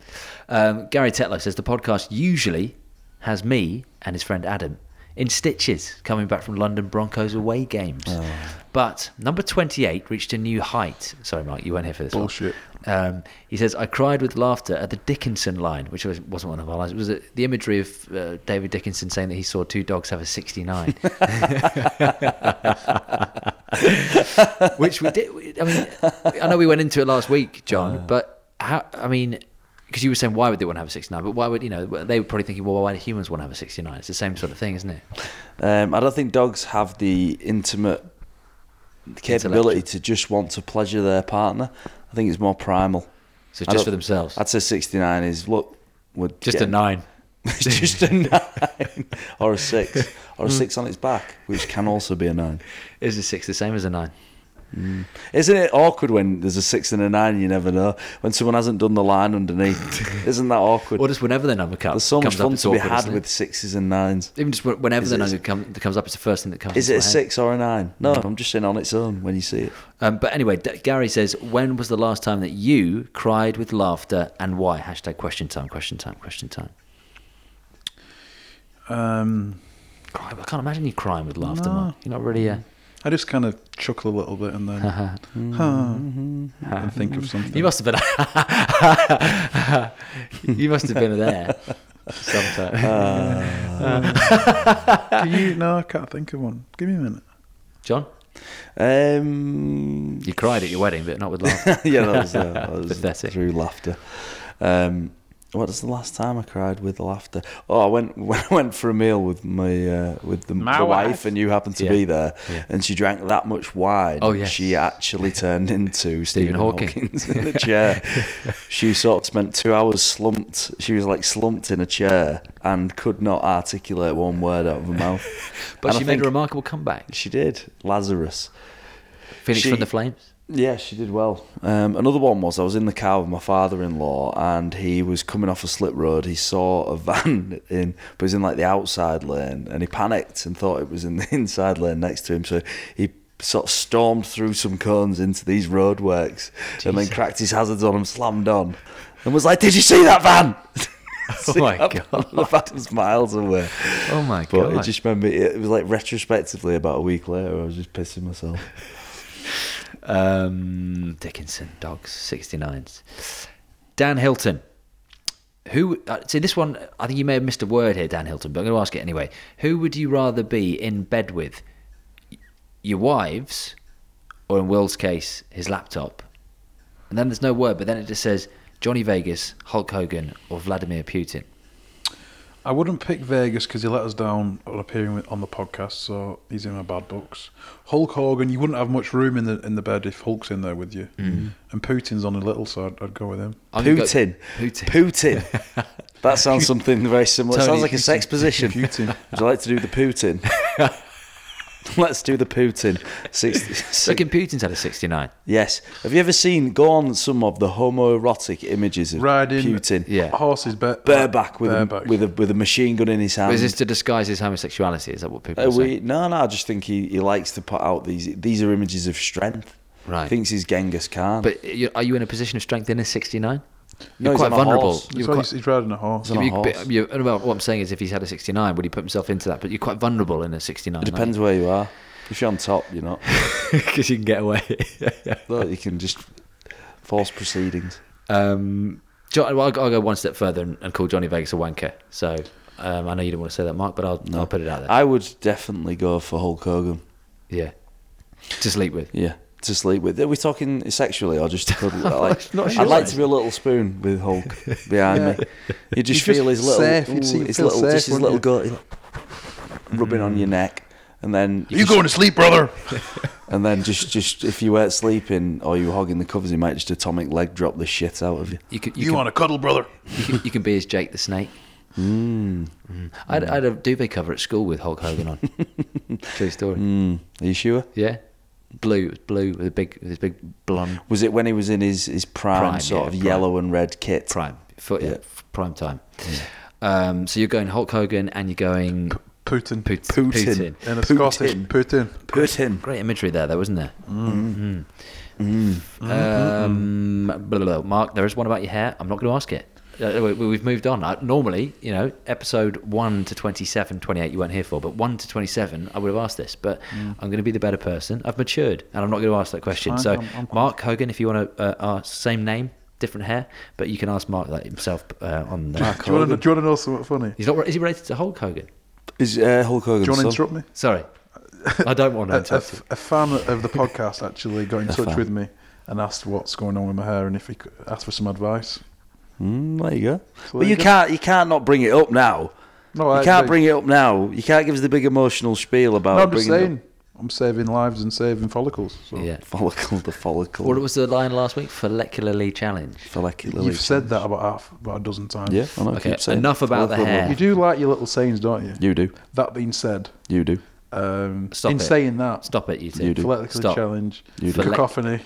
A: Um, Gary Tetlow says the podcast usually has me and his friend Adam in stitches coming back from London Broncos away games. But number 28 reached a new height. Sorry, Mark, you weren't here for this. one.
C: Bullshit.
A: Um, he says, I cried with laughter at the Dickinson line, which was- wasn't one of our lines. It was uh, the imagery of uh, David Dickinson saying that he saw two dogs have a 69. which we did. we- I mean, I know we went into it last week, John, but how? I mean, because you were saying why would they want to have a sixty-nine? But why would you know? They were probably thinking, well, why do humans want to have a sixty-nine? It's the same sort of thing, isn't it?
B: Um, I don't think dogs have the intimate capability to just want to pleasure their partner. I think it's more primal.
A: So
B: I
A: just for
B: don't-
A: themselves,
B: I'd say 69 is look, we're
A: just a
B: getting-
A: nine.
B: It's just a nine or a six or a
A: Hmm.
B: six on its back, which can also be a nine.
A: Is a six the same as a nine?
B: Isn't it awkward when there's a six and a nine? You never know when someone hasn't done the line underneath. Isn't that awkward?
A: Or just whenever the number comes,
B: there's so
A: comes
B: much
A: up,
B: fun
A: it's
B: to be
A: awkward,
B: had
A: isn't it?
B: with sixes and nines.
A: Even just wh- whenever
B: Is
A: the
B: it-
A: number come, comes up, it's the first thing that comes.
B: Is
A: into
B: it a
A: my head.
B: six or a nine? No, I'm just saying on its own when you see it.
A: Um, but anyway, D- Gary says, when was the last time that you cried with laughter and why? Hashtag question time, question time, question time.
C: Um,
A: Cry, I can't imagine you crying with laughter,
C: No.
A: Mark. You're not really a.
C: I just kind of chuckle a little bit and then huh, and think of something.
A: You must have been. you must have been there sometime.
B: Uh,
C: Can you? No, I can't think of one. Give me a minute.
A: John,
B: Uh, Um,
A: you cried at your wedding, but not with laughter.
B: yeah, that was, uh, that was
A: Pathetic.
B: through laughter. Um, what was the last time I cried with laughter? Oh, I went when I went for a meal with my uh, with the,
C: My
B: the wife.
C: wife.
B: and you happened to
A: Yeah.
B: be there,
A: Yeah.
B: and she drank that much wine.
A: Oh, yes.
B: she actually turned into Stephen
A: Hawking.
B: Hawking in the chair. she sort of spent two hours slumped. She was like slumped in a chair and could not articulate one word out of her mouth.
A: But
B: And I
A: she made a
B: think
A: remarkable comeback.
B: She did Lazarus.
A: Phoenix
B: She-
A: from the flames.
B: Yeah, she did well. Um, another one was I was in the car with my father-in-law, and he was coming off a slip road. He saw a van in, but it was in like the outside lane, and he panicked and thought it was in the inside lane next to him. So he sort of stormed through some cones into these roadworks, and then cracked his hazards on and slammed on, and was like, "Did you see that van?"
A: Oh my
B: God! The van was miles away.
A: Oh my
B: But
A: God.
B: it just remember it was like retrospectively about a week later. I was just pissing myself.
A: Um, Dickinson, dogs, 69s. Dan Hilton. Who, uh, see, this one, I think you may have missed a word here, Dan Hilton, but I'm going to ask it anyway. Who would you rather be in bed with? Y- Your wives, or in Will's case, his laptop? And then there's no word, but then it just says Johnny Vegas, Hulk Hogan, or Vladimir Putin.
C: I wouldn't pick Vegas because he let us down on appearing with- on the podcast, so he's in my bad books. Hulk Hogan, you wouldn't have much room in the in the bed if Hulk's in there with you,
B: Hmm.
C: and Putin's on a little, so I'd, I'd go with him.
A: I'm gonna go-
B: Putin.
A: Putin.
B: Putin. that sounds something very similar. it
A: Tony
B: sounds like a sex position.
C: Putin.
B: Would you like to do the Putin? Let's do the Putin. Six,
A: Fucking Putin's had a 69.
B: yes. Have you ever seen, go on some of the homoerotic images of
C: Riding
B: Putin?
A: Yeah.
C: horses, ba-
B: Bareback with,
C: bareback.
B: A, with, a, with a machine gun in his hand.
A: Is this to disguise his homosexuality? Is that what people
B: Um, Uh,
A: are saying?
B: we, no, no, I just think he, he likes to put out these. These are images of strength.
A: Right.
B: Thinks he's Genghis Khan.
A: But you- are you in a position of strength in a 69?
B: No,
A: You're
B: he's
A: quite
B: on a
A: vulnerable.
B: horse.
A: You're
C: so
A: quite,
C: he's, he's riding a horse.
B: on a
A: you-
B: horse.
A: but you- well, what I'm saying is, if he's had a 69, would he put himself into that? But you're quite vulnerable in a 69.
B: it depends where you are. If you're on top, you're not.
A: because you can get away.
B: Look, you can just force proceedings.
A: um, John, well, I'll, go- I'll go one step further and, and call Johnny Vegas a wanker. So um, I know you don't want to say that, Mark, but I'll, I'll put it out there.
B: I would definitely go for Hulk Hogan.
A: yeah, to sleep with.
B: Yeah, to sleep with. Are we talking sexually or just to cuddle? Like,
A: Not
B: I'd like
A: sure.
B: to be a little spoon with Hulk behind me. You just
C: You'd
B: feel
C: feel
B: his little,
C: safe. You'd see-
B: ooh, his
C: feel
B: little, just
C: safe,
B: his little
C: wouldn't
B: gut rubbing on your neck, and then
C: you going to sleep, brother?
B: and then just just if you weren't sleeping or you were hogging the covers, he might just atomic leg drop the shit out of you.
A: You could,
C: You,
A: you,
C: want to cuddle, brother?
A: can, you, can, you can be as Jake the Snake. Mm. I, had, I had a duvet cover at school with Hulk Hogan on. True story.
B: Mm, are you sure?
A: Yeah, blue, it was blue with a big, with this big blonde
B: Was it when he was in his his prime,
A: Prime,
B: sort
A: yeah,
B: of
A: prime.
B: yellow and red kit?
A: prime, for, yeah.
B: Yeah.
A: f- prime time. Um, so you're going Hulk Hogan and you're going
C: Putin.
A: Put-
B: Putin.
A: Putin.
C: And a
B: Putin.
C: Scottish Putin.
B: Putin.
A: Great imagery there, though, wasn't there?
C: Mm-hmm.
A: Mm. Um, blah, blah, blah. Mark, there is one about your hair. I'm not going to ask it. Uh, we, we've moved on. I, normally, you know, episode 1 to 27, 28 you weren't here for, but 1 to 27, I would have asked this. But I'm going to be the better person. I've matured and I'm not going to ask that question.
C: Mm. fine.
A: So,
C: I'm- I'm-
A: Mark Hogan, if you want to uh, ask, same name, different hair, but you can ask Mark that himself uh, on the.
C: Do you, want to, do you want to know something funny?
A: He's not. Is he related to Hulk Hogan?
B: Is uh, Hulk Hogan?
C: Do you want to interrupt me?
A: Sorry, I don't want
C: A,
A: to
C: a,
A: interrupt. you.
C: f- a fan of the podcast actually got in touch
B: fan.
C: with me and asked what's going on with my hair and if he could ask for some advice.
B: Mm, there you go.
C: So
B: but
C: there
B: you
C: you go.
B: can't you can't not bring it up now.
C: No,
B: you
C: I-
B: can't
C: I-
B: bring it up now. You can't give us the big emotional spiel about
C: No, I'm just
B: bringing it up.
C: saying. I'm saving lives and saving follicles. So.
A: Yeah.
B: follicle the follicle.
A: What was the line last week? Follicularly challenged.
B: follicular
C: You've said that about half, about a dozen times.
B: Yeah, I know. I
A: Okay,
B: keep saying
A: enough about the
B: follicular-
A: hair.
C: You do like your little sayings, don't you?
B: You do.
C: That being said,
B: You do.
C: um,
A: Stop
C: in
A: it.
C: saying that,
A: Stop it, you two.
B: You do.
C: follicular
A: Stop.
C: challenge,
B: You do.
C: cacophony.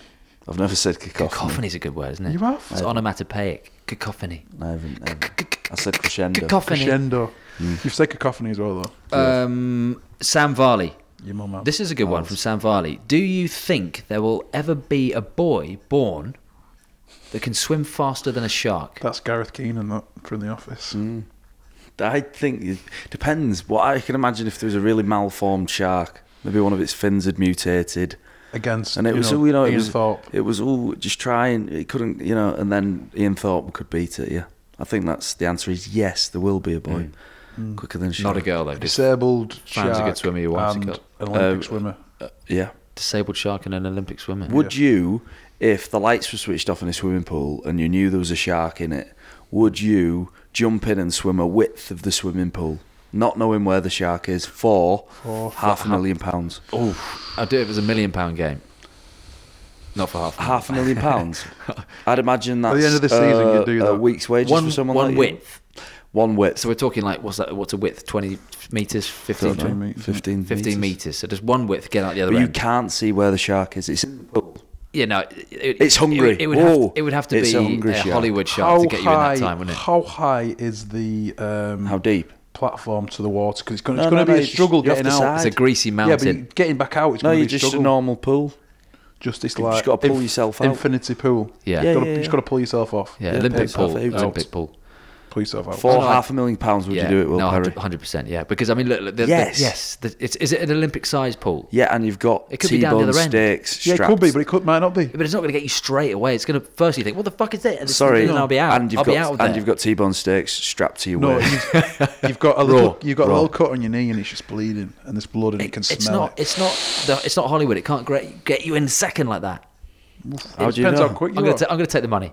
B: I've never said cacophony.
A: Cacophony is a good word, isn't it?
C: You have.
A: It's onomatopoeic. Cacophony.
B: I haven't. I haven't. I said crescendo.
A: Cacophony.
C: Crescendo.
B: Mm.
C: You've said cacophony as well, though.
A: Um, Sam Varley.
C: Your mum. had-
A: This is a good one from Sam Varley. Do you think there will ever be a boy born that can swim faster than a shark?
C: That's Gareth Keenan that, from The Office.
B: Mm. I think it depends. What I can imagine if there was a really malformed shark, maybe one of its fins had mutated.
C: Against,
B: And it
C: you
B: was,
C: know,
B: all you know, it
C: Ian
B: was,
C: Thorpe.
B: it was all just trying. It couldn't, you know, and then Ian Thorpe could beat it. Yeah, I think that's the answer. Is yes, there will be a
C: Mm.
B: boy quicker than
A: Not
B: shark.
A: a girl, though. Just
C: Disabled
A: Sam's a
C: shark
A: good swimmer, your wife's a
C: and
A: good-
C: an Olympic
B: Uh,
C: swimmer.
B: yeah.
A: disabled shark and an Olympic swimmer.
B: Would you, if the lights were switched off in a swimming pool and you knew there was a shark in it, would you jump in and swim a width of the swimming pool, not knowing where the shark is, for half a million pounds?
A: I'd do it if it was a million pound game. Not for half. a
B: Half a million pounds. I'd imagine that's
C: the end of the season,
B: uh,
C: you'd do
B: a
C: that.
B: week's wages
A: One-
B: for someone
A: one
B: like you.
A: width.
B: One width.
A: So we're talking like what's that? What's a width? Twenty meters? Fifteen?
B: Don't know,
A: 20,
B: 15
A: 15 meters. So just one width, get out the other
B: But you
A: end.
B: can't see where the shark is. It's in the pool.
A: you know, it,
B: It's hungry.
A: It, it would,
B: Whoa.
A: have, it would have to
B: It's
A: be
B: a
A: a,
B: hungry shark.
A: Hollywood shark to get you in that time, wouldn't it?
C: How high is the um,
B: How deep?
C: platform to the water? Because it's going
B: No,
C: to
B: no,
C: be
B: no,
C: a
B: you just-
C: struggle
B: you have
C: getting
B: to
C: out.
A: It's
B: side.
A: a greasy
C: Yeah,
A: mountain.
C: but getting back out, it's
B: No,
C: going
B: you're
C: to be a
B: just
C: struggle.
B: a normal pool.
C: Just it's
B: You've
C: like
B: just gotta pull
C: inf-
B: yourself out.
C: Infinity pool.
A: Yeah.
C: you
A: Yeah,
C: gotta, you
B: yeah, yeah.
C: just got to pull yourself off.
A: yeah,
B: Yeah,
A: Olympic
B: it's half
A: pool.
B: out.
A: Olympic pool.
C: Pull yourself out.
B: For half a million pounds, would
A: yeah.
B: you do it, Will
A: no,
B: Perry?
A: 100 percent. Yeah, because I mean, look, look the,
B: Yes.
A: the, yes. The, it's, is it an Olympic size pool?
B: Yeah, and you've got
A: It could be down the
B: T-bone
A: other end.
B: steaks.
C: yeah, it
B: strapped.
C: could be, but it could might not be.
A: But it's not going to get you straight away. It's going to first you think, what the fuck is that? And it's
B: Sorry,
A: and I'll be out.
B: And you've
A: I'll
B: got
A: be out of there.
B: and you've got T-bone steaks strapped to your
C: No,
B: waist.
C: you've, you've got a little, you've got
B: raw.
C: a little cut on your knee, and it's just bleeding, and there's blood, and it, can
A: it's
C: smell
A: not.
C: it.
A: It's not. The, it's not Hollywood. It can't get get you in a second like that.
B: How
C: it
B: do you
C: depends
B: know?
C: how quick
A: I'm
C: you
A: going
C: are.
A: to. I'm going to take the money.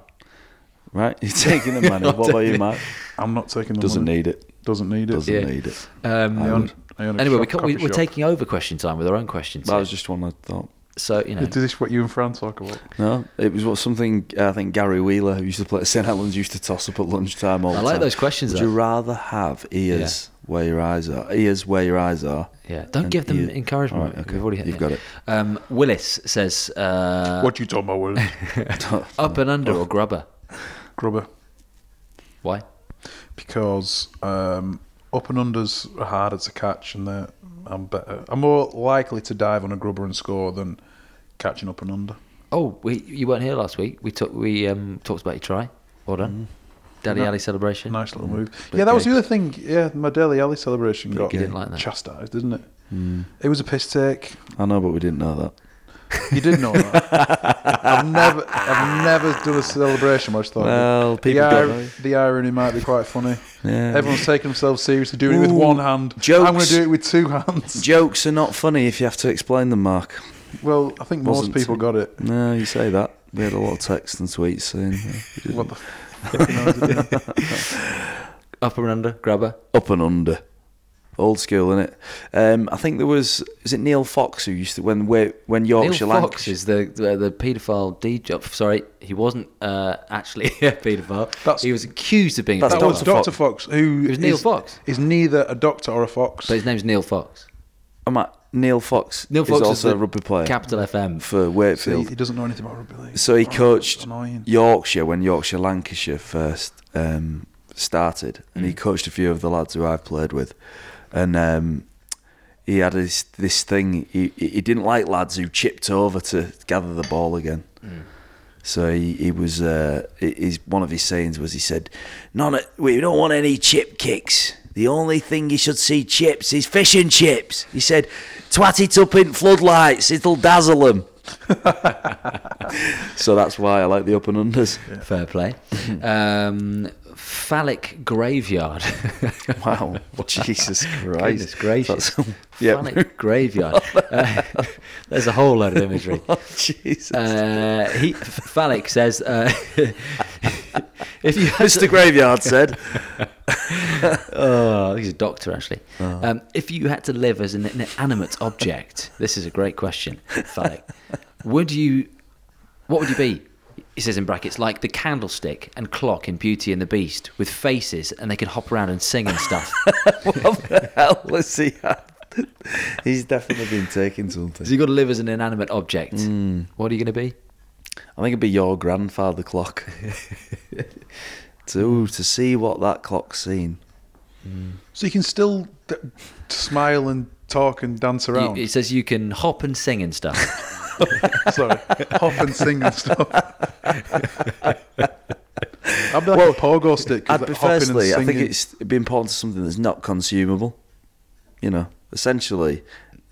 B: Right, you're taking the money. what about you, Matt?
C: I'm not taking the
B: Doesn't
C: money.
B: need it.
C: Doesn't need it.
B: Doesn't
A: Yeah.
B: need it.
A: Um,
C: I own, I own a
A: anyway,
C: shop,
A: we can, we,
C: coffee
A: we're
C: shop.
A: taking over question time with our own questions.
B: That
A: here.
B: was just one I thought.
A: so you know,
C: Is this what you and Fran talk about?
B: No, it was what something uh, I think Gary Wheeler, who used to play at St Helens, used to toss up at lunchtime all the
A: I
B: time.
A: like those questions,
B: Would
A: though.
B: you rather have ears where your eyes are, ears where your eyes are?
A: yeah. Don't
B: and
A: give them
B: ear-
A: encouragement.
B: All right, okay.
A: We've already hit
B: You've
A: the
B: got it.
A: end. Um, Willis says, uh,
C: what Oh. you talking about, Will?
A: "Up and under or grubber?
C: Grubber.
A: Why?
C: because um, up and unders are harder to catch, and they're- I'm better. I'm more likely to dive on a grubber and score than catching up and under.
A: Oh, we, you weren't here last week. We took we um, talked about your try. Well done, Daddy
C: Mm. No.
A: Alley celebration.
C: Nice little move. Yeah, that was the other thing. Yeah, my Daily Alley celebration got
A: you didn't like that.
C: chastised, didn't it?
B: Hmm.
C: It was a piss take.
B: I know, but we didn't know that.
C: You did know that. I've never, I've never done a celebration. I just thought.
B: Well, people
C: the,
B: don't
C: ir-
B: know.
C: the irony might be quite funny.
B: Yeah.
C: Everyone's taking themselves seriously, doing it with
B: Ooh,
C: one hand. I'm going
B: jokes.
C: to do it with two hands.
B: Jokes are not funny if you have to explain them, Mark.
C: Well, I think most
B: Wasn't.
C: people got it.
B: No, you say that. We had a lot of texts and tweets saying uh, yeah, we didn't.
C: What the fuck knows it is?
A: Up and under, grubber.
B: up and under. Old school, innit? Um, I think there was is it Neil Fox who used to when we when Yorkshire
A: Neil
B: Lanc-
A: Fox is the the, the paedophile DJ. oh, Sorry, he wasn't uh, actually a paedophile.
C: That's-
A: he was accused of being.
B: That's
A: a
C: That
A: paedophile.
C: was Doctor Fox, who
A: It was Neil
C: is-
A: Fox.
C: is neither a doctor or a fox.
A: But his name's Neil Fox.
B: I'm at Neil Fox.
A: Neil
B: is
A: Fox is,
B: also
A: the
B: a rugby player
A: Capital FM.
B: for
C: So he,
B: Wakefield.
C: he doesn't know anything about rugby league.
B: So he
C: Oh,
B: coached
C: Annoying.
B: Yorkshire when Yorkshire Lancashire first um, started, and he coached a few of the lads who I've played with, and um, he had this this thing. He he didn't like lads who chipped over to gather the ball again. So he, he was uh, hi- his one of his sayings was he said, "None of- we don't want any chip kicks. The only thing you should see chips is fish and chips." He said, "Twat it up in floodlights, it'll dazzle them." so that's why I like the up and unders.
A: Fair play. Um, phallic graveyard.
B: Wow, Jesus Christ,
A: Goodness gracious.
B: That's- yeah,
A: Phallic graveyard. Uh, there's a whole load of imagery.
B: Oh, Jesus.
A: Uh, he, phallic says, uh, if you had
B: Mr. Graveyard said,
A: Oh, he's a doctor actually. Um, if you had to live as an inanimate object, this is a great question, Phallic. would you? What would you be? He says in brackets, like the candlestick and clock in Beauty and the Beast, with faces, and they could hop around and sing and stuff.
B: "What the hell is he?" At? He's definitely been taking something.
A: so you got to live as an inanimate object. What are you going to be?
B: I think it'd be your grandfather clock. to ooh, to see what that clock's seen.
C: So you can still d- smile and talk and dance
A: You-
C: around.
A: it says you can hop and sing and stuff.
C: Sorry, hop and sing and stuff. I'd be like a pogo stick. 'cause
B: I'd
C: like
B: be
C: hopping and
B: firstly, I
C: singing.
B: think it's it'd be important to something that's not consumable. You know, essentially,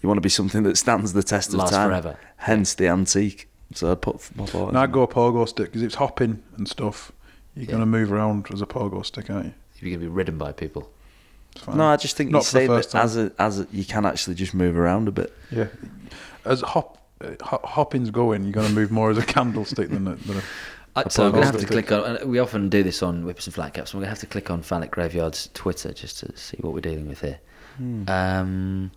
B: you want to be something that stands the test of
A: Lasts
B: time.
A: forever.
B: Hence the antique. So I'd put my thought.
C: And I'd go a pogo stick because it's hopping and stuff. You're going to move around as a pogo stick, aren't you?
A: You're going to be ridden by people.
C: It's fine.
B: No, I just think
C: Not
B: you
C: for
B: say
C: the
B: that
C: first time.
B: as a, as a, you can actually just move around a bit.
C: Yeah. As hop, uh, hop hopping's going, you're going to move more as a candlestick than a, than a
A: Uh, so I'm going to have to
C: Apologies.
A: click on. uh, We often do this on Whips and Flatcaps. So I'm going to have to click on Phallic Graveyard's Twitter just to see what we're dealing with here. Um,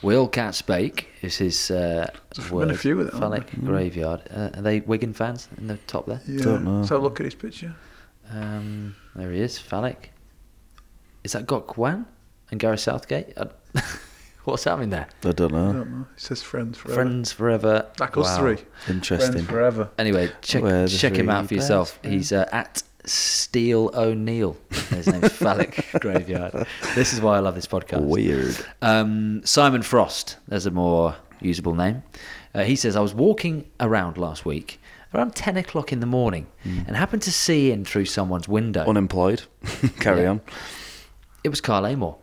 A: Will Cats Bake is his uh,
C: There's
A: word.
C: been a few of them, haven't Hmm.
A: Phallic Graveyard. Uh, are they Wigan fans in the top there?
C: Yeah.
B: Don't know.
C: Let's have a look at his picture.
A: Um, there he is, Phallic. Is that got Gwan and Gareth Southgate? I- Uh, What's happening there?
B: I don't
C: I
B: know.
C: don't know. It says friends forever.
A: Friends forever.
C: Like us
A: Wow.
C: three. Friends
B: Interesting.
C: forever.
A: Anyway, check
B: Where the
A: check him
B: three
A: out for
B: bears,
A: yourself. He's uh, at Steele O'Neill. His name's Phallic Graveyard. This is why I love this podcast.
B: Weird.
A: Um, Simon Frost, there's a more usable name. Uh, he says, I was walking around last week around 10 o'clock in the morning
B: Hmm.
A: and happened to see in through someone's window.
C: Uh,
B: Unemployed. Carry
A: Yeah.
B: on.
A: It was Carl Amor.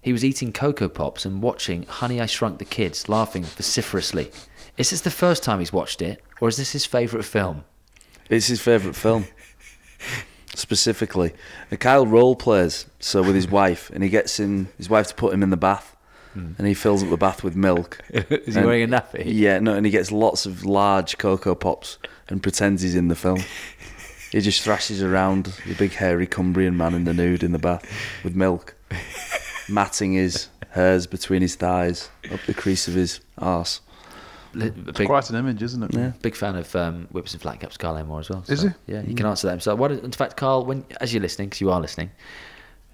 A: He was eating Cocoa Pops and watching Honey, I Shrunk the Kids, laughing vociferously. Is this the first time he's watched it, or is this his favourite film?
B: It's his favourite film. Specifically, And Kyle role plays so with his wife, and he gets in his wife to put him in the bath, and he fills up the bath with milk.
A: Hmm. is he
B: And-
A: wearing a nappy?
B: Yeah, no, and he gets lots of large cocoa pops and pretends he's in the film. he just thrashes around the big hairy Cumbrian man in the nude in the bath with milk, matting his hairs between his thighs up the crease of his arse.
A: Li- a big,
C: Quite an image, isn't it?
B: Yeah.
A: big fan of um, Whips and Flat Caps, Carl Amor as well.
C: Is
A: so,
C: he?
A: Yeah, he can answer that himself. Why don't- in fact, Carl, when as you're listening, because you are listening,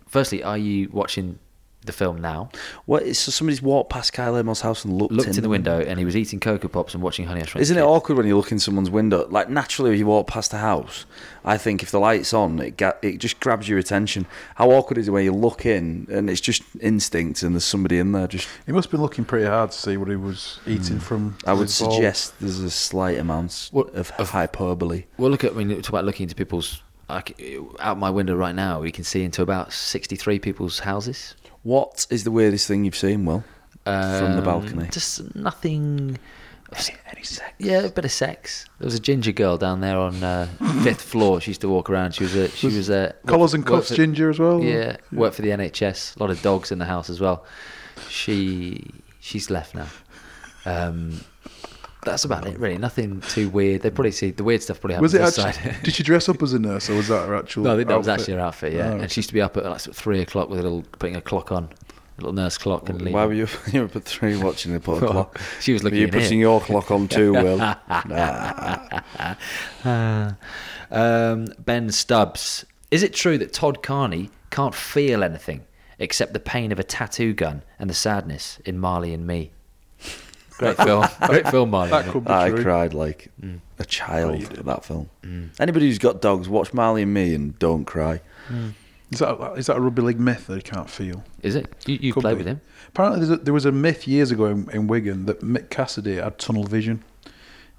A: firstly, are you watching the film now?
B: What? is- So somebody's walked past Kyle Amor's house and looked,
A: Looked in the window and he was eating Cocoa Pops and watching Honey, I Shrunk the
B: Isn't it
A: Kids.
B: awkward when you look in someone's window? Like naturally, if you walk past a house, I think if the light's on, it ga- it just grabs your attention. How awkward is it when you look in and it's just instinct and there's somebody in there? Just
C: He must have been looking pretty hard to see what he was
A: Hmm.
C: eating from.
B: I would
C: his bowl.
B: suggest there's a slight amount
A: What-
B: of, hyperbole.
A: Well, look at I mean, talk about looking into people's. Like, out my window right now, we can see into about sixty-three people's houses
B: What is the weirdest thing you've seen, Will? From the
A: Um,
B: balcony.
A: Just nothing. Any, sex? Yeah, a bit of sex. There was a ginger girl down there on uh, fifth floor. She used to walk around. She was a she was, a
C: Collars and
A: worked
C: cuffs,
A: for-
C: ginger as well.
A: Yeah, worked for the NHS. A lot of dogs in the house as well. She she's left now. Um, that's about it, really. Nothing too weird. They probably see the weird stuff. Probably happens
C: Was it
A: this
C: actually?
A: side.
C: did she dress up as a nurse, or was that her actual?
A: No, I think that was
C: outfit?
A: actually her outfit, yeah.
C: Oh,
A: And she used to be up at like sort of three o'clock with a little putting a clock on, a little nurse clock, and leaving.
B: Why were you, you were up at three watching the put a clock?
A: She was
B: Were
A: looking
B: you
A: in here.
B: putting your clock on too, Will? nah.
A: Ah. um, ben Stubbs, is it true that Todd Carney can't feel anything except the pain of a tattoo gun and the sadness in Marley and Me? Great film, great film, Marley.
C: That
A: and Me.
C: could be
B: I
C: true.
B: cried like a child at that film. Anybody who's got dogs, watch Marley and Me and don't cry.
C: Is that is that a rugby league myth that he can't feel?
A: Is it? You, you
C: Could
A: played
C: be.
A: with him?
C: Apparently, there's a, there was a myth years ago in, in Wigan that Mick Cassidy had tunnel vision.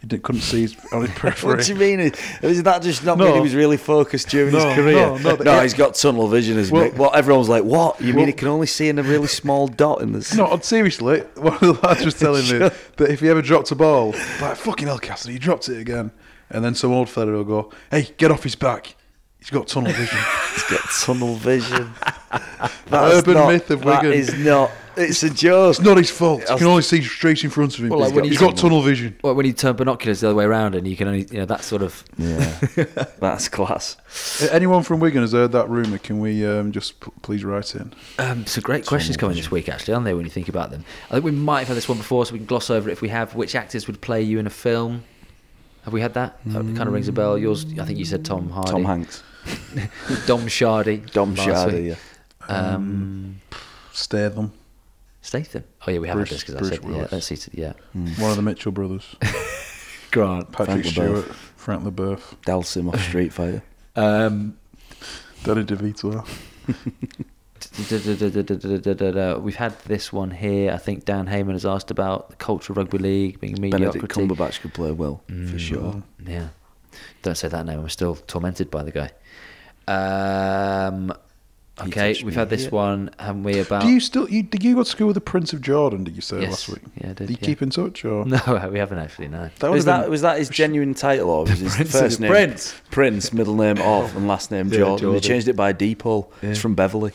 C: He didn't, couldn't see his, on his periphery.
B: What do you mean? Is that just not
C: No.
B: mean he was really focused during
C: No,
B: his career?
C: no, no, but-
B: he's got tunnel vision as
C: Well-
B: Mick. Well, everyone's like, what? You mean
C: Well-
B: he can only see in a really small dot in the...
C: No, on- seriously, one of the lads was telling me that if he ever dropped a ball, like fucking hell, Cassidy, he dropped it again. And then some old fella will go, "Hey, get off his back. He's got tunnel vision."
B: He's got tunnel vision.
C: Urban myth of
B: That
C: Wigan.
B: is not... It's a joke.
C: it's not his fault. He
B: That's-
C: can only see straight in front of him.
A: Well, like,
C: he's
A: when
C: got,
A: you-
C: he's got tunnel vision.
A: Well, when you turn binoculars the other way around and you can only, you know, that sort of.
B: Yeah, that's class.
C: If Anyone from Wigan has heard that rumor? Can we um, just p- please write in?
A: Um, some great questions coming this week, actually, aren't they, when you think about them? I think we might have had this one before, so we can gloss over it if we have. Which actors would play you in a film? Have we had that? That kind of rings a bell. Yours, I think you said Tom Hardy.
B: Tom Hanks.
A: Dom Shardy.
B: Dom
A: last
B: Shardy,
A: week.
B: yeah.
A: Um,
C: Stay them.
A: Statham. Oh, yeah, we have had
C: Bruce-
A: this because I
C: Bruce
A: said, yeah,
C: Willis.
A: that's it, yeah.
C: One of the Mitchell brothers,
A: Grant.
C: Patrick
B: Frank LaBeouf.
C: Stewart, Frank LeBeuf,
B: Dalsim off Street Fighter.
A: Um,
C: Danny DeVito.
A: da-da-da-da-da-da-da-da-da. We've had this one here. I think Dan Heyman has asked about the culture of rugby league being mediocrity. Mm.
B: Benedict Cumberbatch could play well, for sure.
A: Yeah. Don't say that name. I'm still tormented by the guy. Um,
B: He
A: okay,
B: touched
A: we've
B: me
A: had this
B: here.
A: one, haven't we?
B: Uh,
A: About
C: Do you still? You, did you go to school with the Prince of Jordan? Did you say
A: Yes.
C: last week?
A: Yeah, I did,
C: Do you
A: yeah.
C: keep in touch or?
A: no, we haven't actually. No.
C: That would've
B: was that
C: been-
B: was that his genuine title or was his
A: Prince is-
B: first name
A: Prince.
B: Prince, middle name off and last name Jordan.
A: Jordan.
B: He changed it by Deepole. It's from Beverly.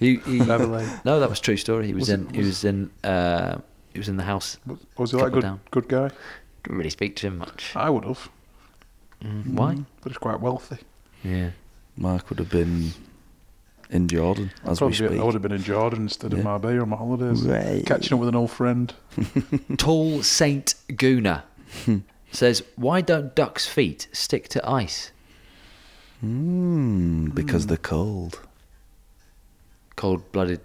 A: He, he,
C: Beverly.
A: no, that was true story. He was,
C: Was
A: in.
C: it-
A: he was in. Uh, he was in the house.
C: Was, was he like a
A: Couple
C: good,
A: down.
C: good guy?
A: Didn't really speak to him much.
C: I would have,
A: Mm, Why?
C: but he's quite wealthy.
A: Yeah.
B: Mark would have been in Jordan as we
C: Probably
B: speak.
C: I would have been in Jordan instead of
B: Yeah.
C: Marbella on my holidays,
B: Right.
C: catching up with an old friend.
A: Tall Saint Guna says, "Why don't ducks' feet stick to ice?
B: Mm, because
C: Hmm.
B: they're cold.
A: Cold-blooded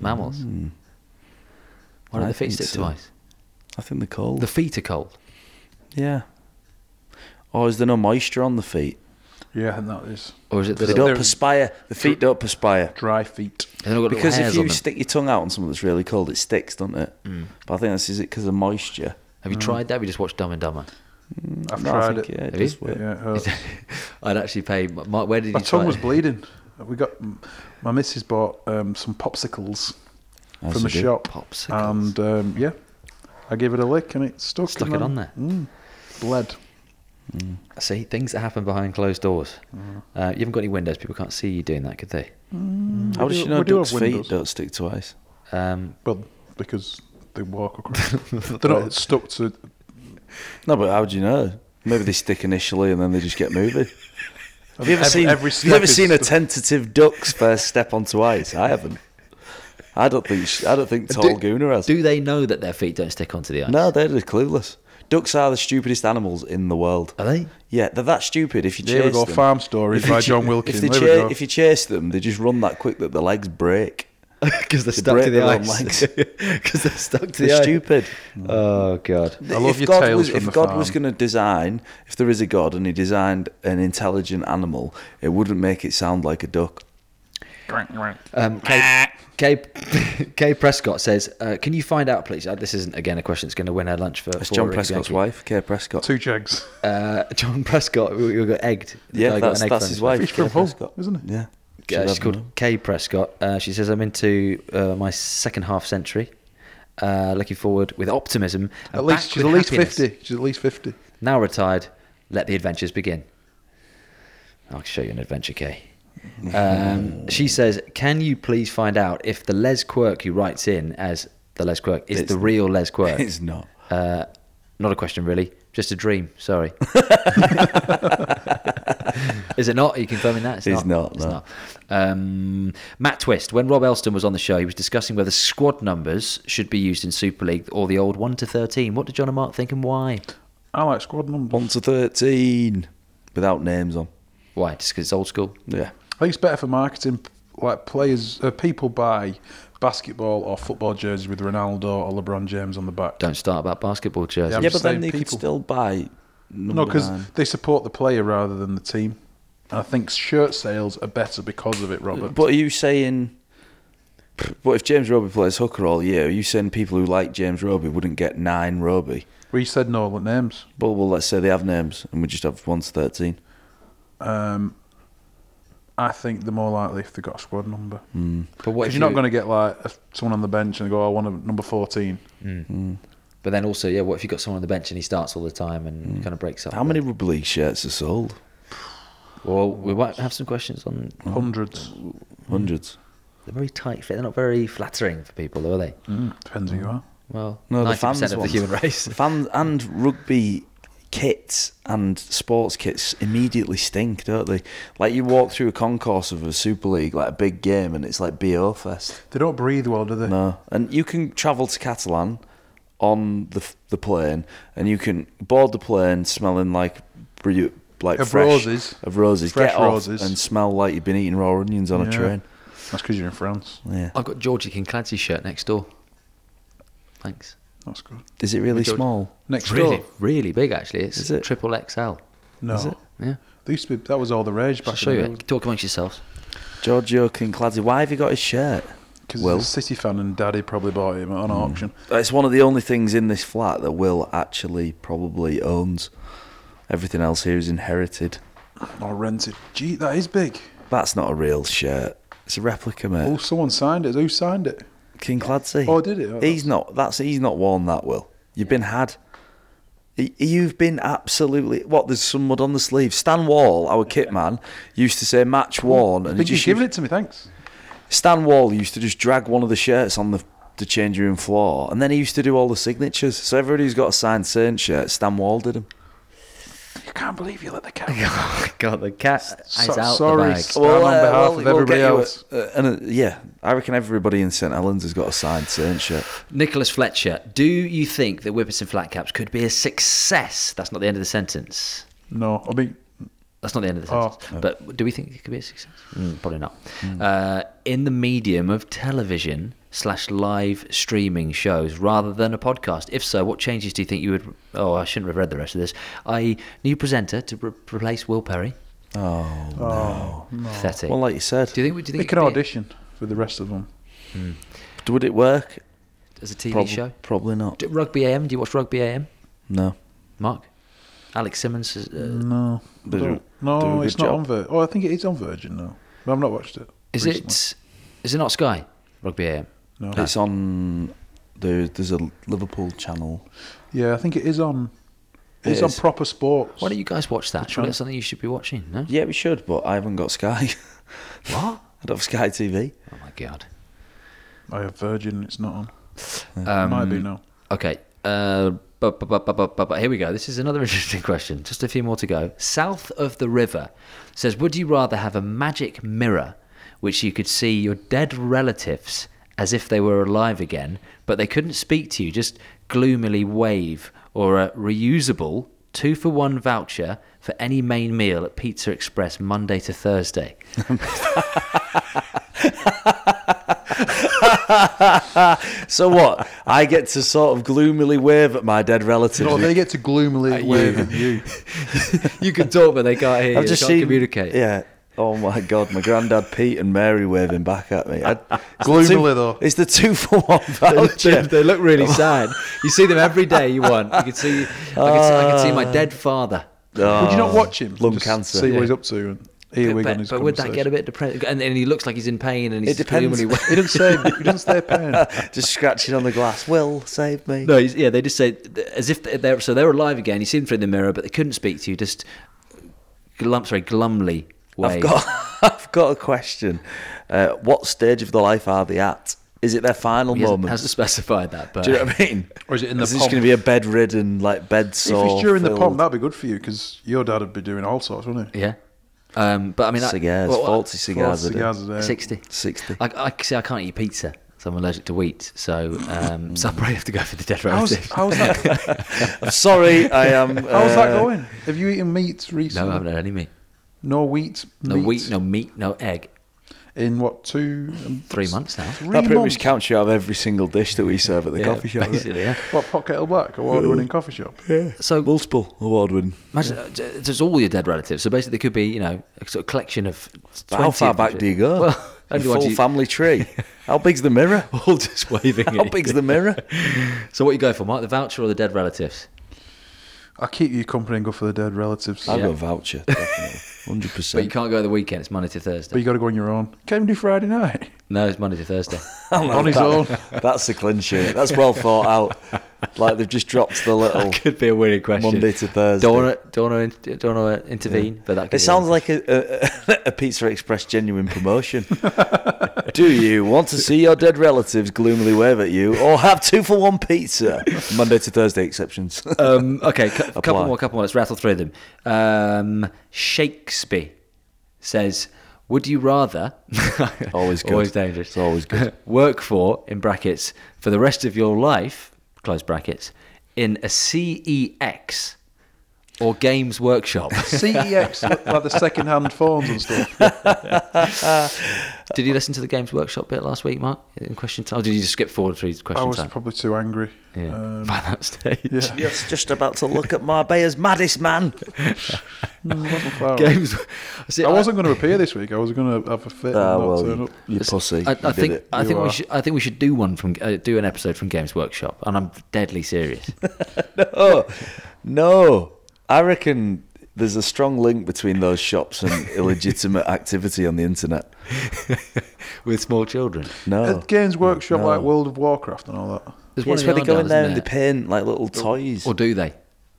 A: mammals." One of
B: I
A: the feet
B: think
A: stick
B: so.
A: twice.
B: I think they're cold.
A: The feet are cold.
B: yeah. Or is there no moisture on the feet?
C: Yeah, and that is
A: Or is it that
B: They
A: it-
B: don't
C: they're-
B: perspire. The feet don't perspire.
C: dry feet.
A: they've all got little
B: Because if
A: hairs on
B: you
A: them? Hmm.
B: stick your tongue out on something that's really cold, it sticks, doesn't it? But I think that's is it because of moisture.
A: Have you tried that? We just watched Dumb and Dumber.
C: I've
B: No, I
C: tried
B: think,
C: it.
B: Yeah, it
A: Have
B: does
A: you?
B: work.
C: Yeah, uh,
A: I'd actually pay. My, where did
C: my
A: you try
C: tongue was
A: it?
C: bleeding. We got my missus bought um, some popsicles
B: As
C: from
B: you
C: a
B: do.
C: shop,
A: Popsicles.
C: and um, yeah, I gave it a lick and it stuck.
A: Stuck
C: and
A: it
C: then-
A: on there.
C: Mm, bled.
A: See things that happen behind closed doors. Uh, you haven't got any windows. People can't see you doing that, could they?
B: How
C: We
B: does
C: do-
B: she know
C: we do have
B: ducks' feet
C: windows.
B: don't stick twice?
A: Um,
C: Well, because they walk across. They're not stuck to.
B: No, but how do you know? Maybe they stick initially and then they just get moving. Have you ever
C: Every-
B: seen?
C: every
B: have you ever
C: step is
B: seen a
C: the-
B: tentative duck's first step onto ice? I haven't. I don't think. sh I don't think Tall Gooner has.
A: do they know that their feet don't stick onto the ice?
B: No, they're just clueless. Ducks are the stupidest animals in the world.
A: Are they?
B: Yeah, they're that stupid. If you chase
C: Here we go,
B: them,
C: farm stories
B: If you
C: by
B: ch-
C: John Wilkin.
B: If, they
C: There we
B: cha-
C: go.
B: if you chase them, they just run that quick that their legs break.
A: Because they're
B: They
A: stuck
B: break
A: to the
B: their own
A: ice.
B: legs.
A: Because they're stuck to the
B: They're
A: ice.
B: stupid.
A: Oh god.
C: I love
B: if
C: your
B: God
C: tales
B: was,
C: from
B: if
C: the
B: God was
C: farm.
B: going to design, if there is a God and he designed an intelligent animal, it wouldn't make it sound like a duck.
A: Um, Kay, Kay, Kay Prescott says, uh, "Can you find out, please? Uh, this isn't again a question. It's going to win her lunch for."
B: That's
A: for
B: John
A: Ricky
B: Prescott's
A: Yankee.
B: wife, Kay Prescott.
C: Two jags.
A: Uh, John Prescott, who who got egged. The
B: yeah,
A: guy got
B: that's,
A: an egg
B: that's
A: from
B: his wife.
C: He's
B: Kay
C: from Hull,
B: Prescott.
C: isn't he?
B: Yeah.
A: Yeah, she's
B: Should have
A: called
B: known.
A: Kay Prescott. Uh, she says, "I'm into uh, my second half century. Uh, looking forward with optimism. and
C: At
A: back
C: least she's at
A: with
C: least
A: happiness.
C: fifty. She's at least fifty.
A: Now retired, let the adventures begin. I'll show you an adventure, Kay. Um, she says, "Can you please find out if the Les Quirk who writes in as the Les Quirk is
B: It's-
A: the real Les Quirk?"
B: It's not.
A: Uh, not a question, really. Just a dream. Sorry. is it not? Are you confirming that? It's,
B: It's not,
A: It's
B: no.
A: not. Um, Matt Twist. When Rob Elston was on the show, he was discussing whether squad numbers should be used in Super League or the old one to thirteen. What did John and Mark think, and why?
C: I like squad numbers.
B: One to 13 without names on.
A: Why? Just because it's old school.
B: Yeah.
C: I think it's better for marketing. Like players, uh, people buy basketball or football jerseys with Ronaldo or LeBron James on the back.
A: Don't start about basketball jerseys.
C: I'm
B: yeah, but
C: just
B: then
C: saying
B: they could
C: people-
B: still buy.
C: No,
B: Number
C: because
B: nine.
C: they support the player rather than the team. And I think shirt sales are better because of it,
A: Uh,
C: Robert.
B: But are you saying? But if James Roby plays hooker all year, are you saying people who like James Roby wouldn't get nine Roby?
C: we said no the names.
B: But well, let's say they have names, and we just have one to thirteen.
C: Um, I think they're more likely if they've got a squad number.
A: But Hmm. what
C: Because
A: if
C: you're
A: you-
C: not going to get like a- someone on the bench and go, "I want a number 14.
A: But then also, yeah, what if you have got someone on the bench and he starts all the time and kind of breaks up?
B: How many rugby league shirts are sold?
A: Well, we might have some questions on.
C: Hundreds.
B: Hundreds.
A: They're very tight fit. They're not very flattering for people, though, are they?
C: Mm, Depends who you are.
A: Well,
B: No, the
A: ninety
B: fans
A: percent of the
B: ones.
A: human race.
B: Fans and rugby kits and sports kits immediately stink, don't they? Like you walk through a concourse of a Super League, like a big game, and it's like BO fest.
C: They don't breathe well, do they?
B: No, and you can travel to Catalan on the f- the plane, and you can board the plane smelling like bru- like
C: Of
B: fresh-
C: roses.
B: of roses.
C: Fresh
B: Get off
C: roses.
B: and smell like you've been eating raw onions on
C: Yeah.
B: a train.
C: That's because you're in France.
B: Yeah,
A: I've got Georgie Kinclancy's shirt next door. Thanks.
C: That's good.
B: is it really
A: George-
B: small?
C: Next
A: really,
C: door.
A: really big actually. It's
B: Is it?
A: triple XL.
C: No.
B: Is it?
A: Yeah,
C: They used to be, that was all the rage
A: I'll
C: back
A: show
C: in
A: you
C: the day.
A: it. Talk amongst yourselves.
B: Giorgio Kincladze, why have you got his shirt?
C: Because
B: Will.
C: he's a City fan and Daddy probably bought him on auction.
B: It's one of the only things in this flat that Will actually probably owns. Everything else here is inherited.
C: Or rented. Gee, that is big.
B: That's not a real shirt. It's a replica, mate.
C: Oh, someone signed it. Who signed it?
B: King Clancy.
C: Oh, did he? Oh, that's-
B: he's not. That's he's not worn that well. You've been had. Y- You've been absolutely what? There's some mud on the sleeve. Stan Wall, our kit man, used to say match worn,
C: Oh, I
B: and he
C: think
B: just
C: he's giving
B: used-
C: it to me, thanks.
B: Stan Wall used to just drag one of the shirts on the the changing room floor, and then he used to do all the signatures. So everybody who's got a signed Saint shirt, Stan Wall did them.
C: I can't believe you let the cat.
A: God, the cat
C: So- sorry, Stan, on
B: uh,
C: behalf
B: well,
C: of
B: we'll
C: everybody
B: get you a-
C: else.
B: uh, and uh, yeah, I reckon everybody in St Helens has got a signed Saint shirt.
A: Nicholas Fletcher, do you think that Whippets and Flatcaps could be a success? That's not the end of the sentence.
C: No, I mean,
A: That's not the end of the
C: Oh.
A: sentence. Hmm, But do we think it could be a success? Mm, probably not. Uh, in the medium of television, slash live streaming shows rather than a podcast? If so, what changes do you think you would? Oh, I shouldn't have read the rest of this. I new presenter to re- replace Will Perry.
B: Oh,
C: Oh,
A: Pathetic.
B: well, like you said,
A: do you think? Do you think
C: they
A: it
C: can
A: could be
C: audition for the rest of them.
B: would it work?
A: a- as a TV
B: Prob-
A: show?
B: Probably not.
A: Do, rugby AM. Do you watch Rugby AM?
B: No.
A: Mark, Alex Simmons. is,
C: Mm,
A: Uh,
C: No,
B: They
C: Don't-
B: don't do a
C: no,
B: good
C: it's not
B: job.
C: on Virgin. Oh, I think it is on Virgin now. But I've not watched it.
A: is
C: recently.
A: it? Is it not Sky? Rugby AM.
C: No.
B: It's on. There, there's a Liverpool channel.
C: Yeah, I think it is on.
B: It
C: It's on
B: is.
C: proper sports.
A: Why don't you guys watch that? Surely
C: one?
A: that's something you should be watching. No.
B: Yeah, we should, but I haven't got Sky.
A: What?
B: I don't have Sky TV.
A: Oh my god.
C: I have Virgin. It's not on.
A: Um,
C: Might be no.
A: Okay. Uh, bu- bu- bu- bu- bu- bu- bu- here we go. This is another interesting question. Just a few more to go. South of the River says, Would you rather have a magic mirror which you could see your dead relatives as if they were alive again, but they couldn't speak to you, just gloomily wave, or a reusable two for one voucher for any main meal at Pizza Express Monday to Thursday?
B: So what? I get to sort of gloomily wave at my dead relatives.
C: No, they get to gloomily wave at you.
A: You can talk, but they can't hear you. They can't communicate.
B: Yeah. Oh my God, my granddad Pete and Mary waving back at me. I, it's the
C: Gloomily,
B: two-
C: though.
B: It's the two for one voucher.
A: they, they look really sad. You see them every day you want. You can see, I can see, I can see my dead father.
C: Would you not watch him?
B: Oh, Lung
C: Just
B: cancer.
C: See
B: Yeah.
C: what he's up to and earwig on
A: But,
C: his
A: but would that get a
C: conversation.
A: bit depressed? And, and he looks like he's in pain and he's
B: It depends.
A: gloomily-
C: He doesn't say. He doesn't say a pen.
B: Just scratching on the glass. Will save me.
A: No, he's, yeah, they just say as if they're so they're alive again. You see them through the mirror, but they couldn't speak to you. Just glum, sorry, glumly way.
B: I've got, I've got a question. Uh, what stage of the life are they at? Is it their final
A: he hasn't,
B: moment?
A: hasn't specified that, but
B: Do you know what I mean?
C: Or is it in the
B: Is this going to
C: pond?
B: be a bedridden, like bed sore?
C: if it's during the
B: filled-
C: pond, that'd be good for you because your dad would be doing all sorts, wouldn't he?
A: yeah. Um, but I mean,
B: cigars,
A: I, well,
B: faulty cigars,
C: Four
B: are
C: cigars a day.
A: sixty.
B: sixty.
A: I, I see. I can't eat pizza, so I'm allergic to wheat. So, um, so I probably have to go for the dead
C: How's,
A: relative.
C: how's that?
B: I'm sorry, I am.
C: How's that
B: uh,
C: going? Have you eaten meat recently?
A: No, I haven't had any meat.
C: No wheat.
A: No
C: meat
A: wheat, no meat, no egg.
C: In what two? um,
A: Three months now.
C: Three
B: That pretty
C: months.
B: much counts you out of every single dish that we serve at the coffee shop. isn't it?
A: Basically, yeah.
C: What pot kettle black? Award-winning coffee shop.
A: So
B: Multiple award winning.
A: imagine uh, d- there's all your dead relatives. So basically, there could be you know a sort of collection of. 20
B: How far
A: of
B: back
A: them.
B: do you go?
A: Well,
B: Your
A: only ones
B: full
A: you-
B: family tree. How big's the mirror?
A: all just waving.
B: How
A: at you.
B: big's the mirror?
A: So what you go for, Mark? The voucher or the dead relatives?
C: I'll keep you company and go for the dead relatives.
B: I've
A: Yeah.
B: got a voucher, definitely. Hundred
A: But you
B: percent.
A: can't go the weekend. It's Monday to
C: But
A: Thursday.
C: you got to go on your own. Can't even do Friday night.
A: No, it's Monday to Thursday.
C: on his own.
B: That's the clincher. That's well thought out. Like they've just dropped the little.
A: could be a weird question.
B: Oh. Monday to Thursday.
A: Don't want to don't want to don't want to intervene, but that could
B: It
A: be
B: sounds like a, a, a Pizza Express genuine promotion. Do you want to see your dead relatives gloomily wave at you, or have two for one pizza? Monday to Thursday exceptions.
A: Um, okay, a couple
B: Apply.
A: more, couple more. Let's rattle through them. Um, Shakespeare says, "Would you rather?"
B: Always good.
A: always dangerous.
B: It's always good.
A: work for in brackets for the rest of your life. Close brackets in a CEX or Games Workshop.
C: CEX, E like the second-hand phones and stuff.
A: did you listen to the Games Workshop bit last week, Mark? In question time, or did you just skip forward through
C: I
A: question
C: was
A: time?
C: probably too angry.
A: yeah,
C: Um,
A: by that stage.
C: yeah.
B: Just, just about to look at Marbella's maddest man.
C: Mm, wasn't far off.
A: Games. See,
C: I wasn't going to appear this week. I was going to have a fit
B: Ah,
C: and not
B: well,
C: turn
B: you,
C: up.
B: you
A: It's-
B: pussy.
A: I,
B: You
A: I
B: did
A: think
B: it.
A: I think
C: You
A: we
C: are.
A: should I think we should do one from uh, do an episode from Games Workshop, and I'm deadly serious.
B: Oh no! I reckon there's a strong link between those shops and illegitimate activity on the internet.
A: with small children.
B: No.
C: At Games Workshop,
B: no.
C: like World of Warcraft and all that.
A: There's
B: Yeah,
A: one
B: it's
A: in
B: where they go
A: Argyle,
B: in there
A: isn't
B: and they paint like little toys.
A: Or do they?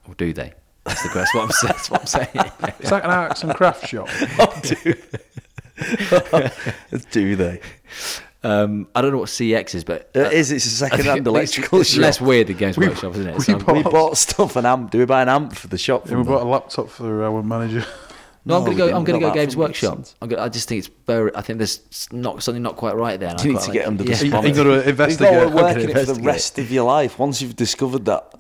A: Or do they? That's the question. what I'm, sa- that's what I'm saying.
C: It's like an arts and craft shop.
B: do they?
A: Um, I don't know what CX is, but uh,
B: It is. It's a
A: I think
B: second-hand
A: at least
B: electrical
A: it's
B: shop.
A: less weird than Games Workshop, isn't it?
C: we
A: So I'm-
C: bought-
B: we bought stuff an amp. Do we buy an amp for the shop?
C: and we bought a laptop for our manager.
A: no, I'm going
B: No, we
A: to go.
B: didn't.
A: I'm going
B: Got
A: to go
B: that
A: Games
B: from the
A: Workshop.
B: Simpsons.
A: I'm gonna, I just think it's very. I think there's s- not something not quite right there. and I
B: You need
A: quite
B: to
A: like
B: get
A: it.
B: under the
A: Yeah.
B: spot.
C: You've got to
B: We've
C: investigate.
B: got to
C: I'm gonna
B: work in it for the
A: investigate.
B: rest of your life. Once you've discovered that,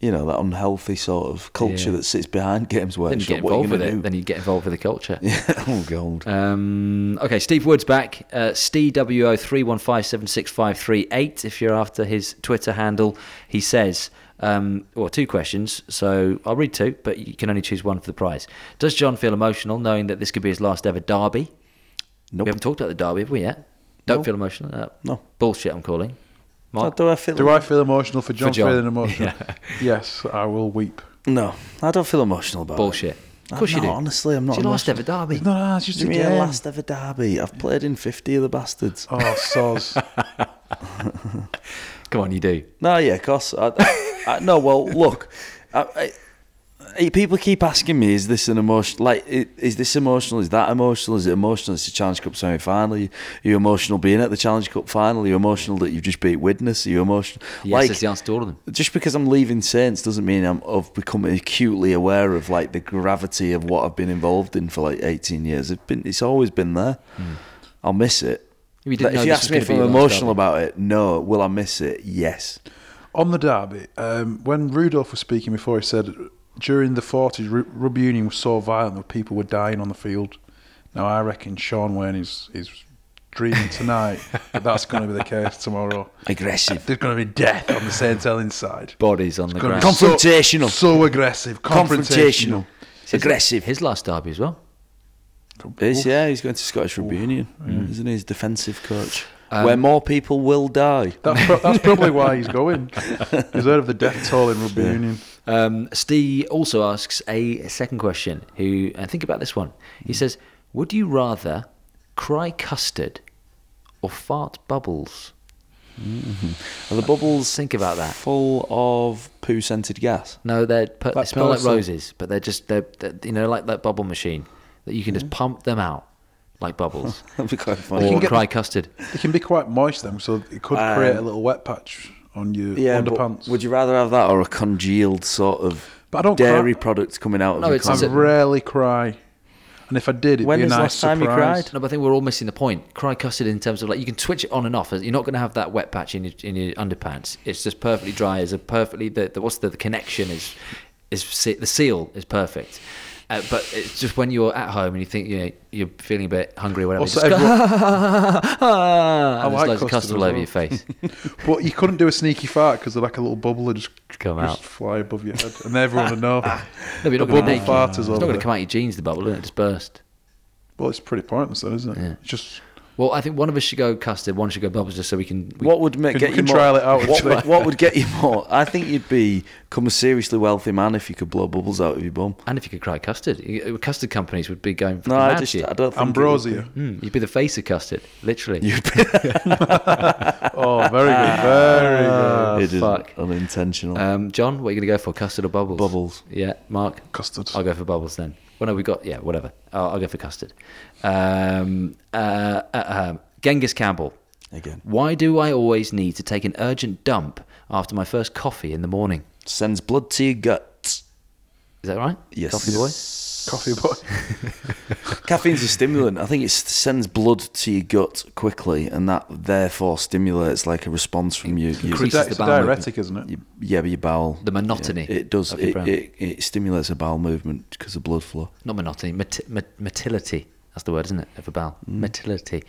B: you know that unhealthy sort of culture
A: Yeah.
B: that sits behind Games
A: Then you
B: Workshop.
A: get
B: what are you
A: involved with
B: gonna
A: it.
B: do?
A: Then you get involved with the culture.
B: yeah. Oh god.
A: Um, okay, Steve Wood's back. Uh, SteWO315765358, if you're after his Twitter handle. He says, um, well, two questions, so I'll read two, but you can only choose one for the prize. Does John feel emotional knowing that this could be his last ever derby?
B: Nope.
A: We haven't talked about the derby, have we yet? Don't
B: No.
A: feel emotional. Uh,
B: No.
A: Bullshit, I'm calling.
B: How
A: Mark?
B: do I feel?
C: Do I feel emotional for John,
A: John.
C: feeling emotional? Yes, I will weep.
B: No, I don't feel emotional about
A: Bullshit.
B: it.
A: Of course
B: I'm
A: you do.
B: not, Honestly, I'm
A: It's
B: not.
A: your last
B: emotional.
A: ever derby.
C: No, no, it's just
B: Give
C: a
B: me
C: game.
B: a last ever derby. I've played in 50 of the bastards.
C: Oh, soz.
A: Come on, you do.
B: No, yeah, of course. I, I, no, well, look, I, I, people keep asking me, is this an emotional? Like, i- is this emotional? Is that emotional? Is it emotional? It's a Challenge Cup semi final. You, you emotional being at the Challenge Cup final? Are you emotional that you've just beat Witness? Are you emotional?
A: Yes, that's the answer to all of them.
B: Just because I'm leaving Saints doesn't mean I'm, I've become acutely aware of like the gravity of what I've been involved in for like 18 years. It's been, it's always been there. I'll miss it.
A: Hmm. You didn't
B: Like,
A: know
B: if you
A: this
B: ask
A: was
B: me
A: gonna
B: if
A: be
B: I'm
A: your last
B: emotional
A: derby.
B: about it, no. Will I miss it? Yes.
C: On the derby, um, when Rudolph was speaking before, he said during the 40s, Ru- rugby union was so violent that people were dying on the field. Now, I reckon Sean Wayne is, is dreaming tonight that that's going to be the case tomorrow.
B: Aggressive.
C: There's going to be death on the Saint Ellen side.
A: Bodies on the
C: Gonna
A: ground.
C: be So,
B: Confrontational.
C: so aggressive. Confrontational.
B: Confrontational.
A: His-
B: Aggressive.
A: His last derby as well.
B: Is, yeah, he's going to Scottish Rugby Union,
C: Mm.
B: isn't he? He's defensive coach.
C: Um,
B: Where more people will die.
C: That's, pro- that's probably why he's going. He's heard of the death toll in rugby union.
A: Um, Steve also asks a second question. Who and think about this one. He says, "Would you rather cry custard or fart bubbles?"
B: Are the bubbles
A: Think about that.
B: full of poo scented gas?
A: No, they're put, they
B: Like
A: smell like
B: Persil.
A: roses, but they're just they're, they're you know like that bubble machine that you can just pump them out like bubbles.
B: That'd be quite funny.
A: or
C: get-
A: cry custard.
C: It can be quite moist, them, so it could create a little wet patch on your
B: Um, yeah, but
C: underpants.
B: would you rather have that or a congealed sort of
C: But I don't
B: dairy
C: cry-
B: product coming out of
A: No,
B: your
A: it's-
B: con-
A: it's
C: I
A: a-
C: rarely cry. And if I did, it'd
B: When
C: be a
B: is
C: nice
B: last time you
C: surprise.
B: cried?
A: No, but I think we're all missing the point. Cry custard in terms of like you can switch it on and off. You're not going to have that wet patch in your in your underpants. It's just perfectly dry. Is a perfectly the, the what's the, the connection is is se- the seal is perfect. Uh, but it's just when you're at home and you think you know, you're feeling a bit hungry or whatever.
C: Also,
A: just go,
C: everyone-
A: and there's
C: like
A: loads of
C: custard
A: custard
C: as
A: all over
C: well.
A: your face.
C: But you couldn't do a sneaky fart because they're like a little bubble that just
A: Come
C: just
A: out.
C: fly above your head, and everyone would know.
A: No, but you're not going
C: The
A: to
C: bubble
A: be naked.
C: farters
A: It's
C: over
A: not going
C: there.
A: to come out your jeans. The bubble, and it just burst.
C: Well, it's pretty pointless, then, isn't it?
A: Yeah.
C: It's just
A: Well, I think one of us should go custard, one should go bubbles, just so we can. We,
B: What would make,
C: Could-
B: get
C: we
B: you
C: can
B: more?
C: trial it out.
B: What,
C: Try-
B: would- what would get you more? I think you'd be become a seriously wealthy man if you could blow bubbles out of your bum.
A: and if you could cry custard, You- uh, custard companies would be going.
B: No,
A: fucking mad
B: I
A: at
B: just
A: you.
B: I don't think it would be.
C: ambrosia.
A: Mm, you'd be the face of custard, literally.
B: You'd be
C: Oh, very good, very good.
B: It is
A: fuck.
B: unintentional.
A: Um, John, what are you going to go for? Custard or bubbles?
B: Bubbles.
A: Yeah. Mark?
C: Custard.
A: I'll go for bubbles then. Well, no, we got, yeah, whatever. I'll, I'll go for custard. Um, uh, uh, um, Genghis Campbell.
B: Again.
A: Why do I always need to take an urgent dump after my first coffee in the morning?
B: Sends blood to your guts.
A: Is that right?
B: Yes.
A: Coffee boy?
C: Coffee boy.
B: Caffeine's a stimulant. I think it sends blood to your gut quickly, and that therefore stimulates like a response from you. you
A: Increases
C: It's
A: the
C: a
A: bowel
C: diuretic, isn't it?
B: you- yeah, but your bowel.
A: The monotony
B: Yeah, it does.
A: of your
B: It,
A: brain.
B: it, it stimulates a bowel movement because of blood flow.
A: Not monotony, mat- mat- motility. That's the word, isn't it? Of a bowel.
B: Mm.
A: Motility.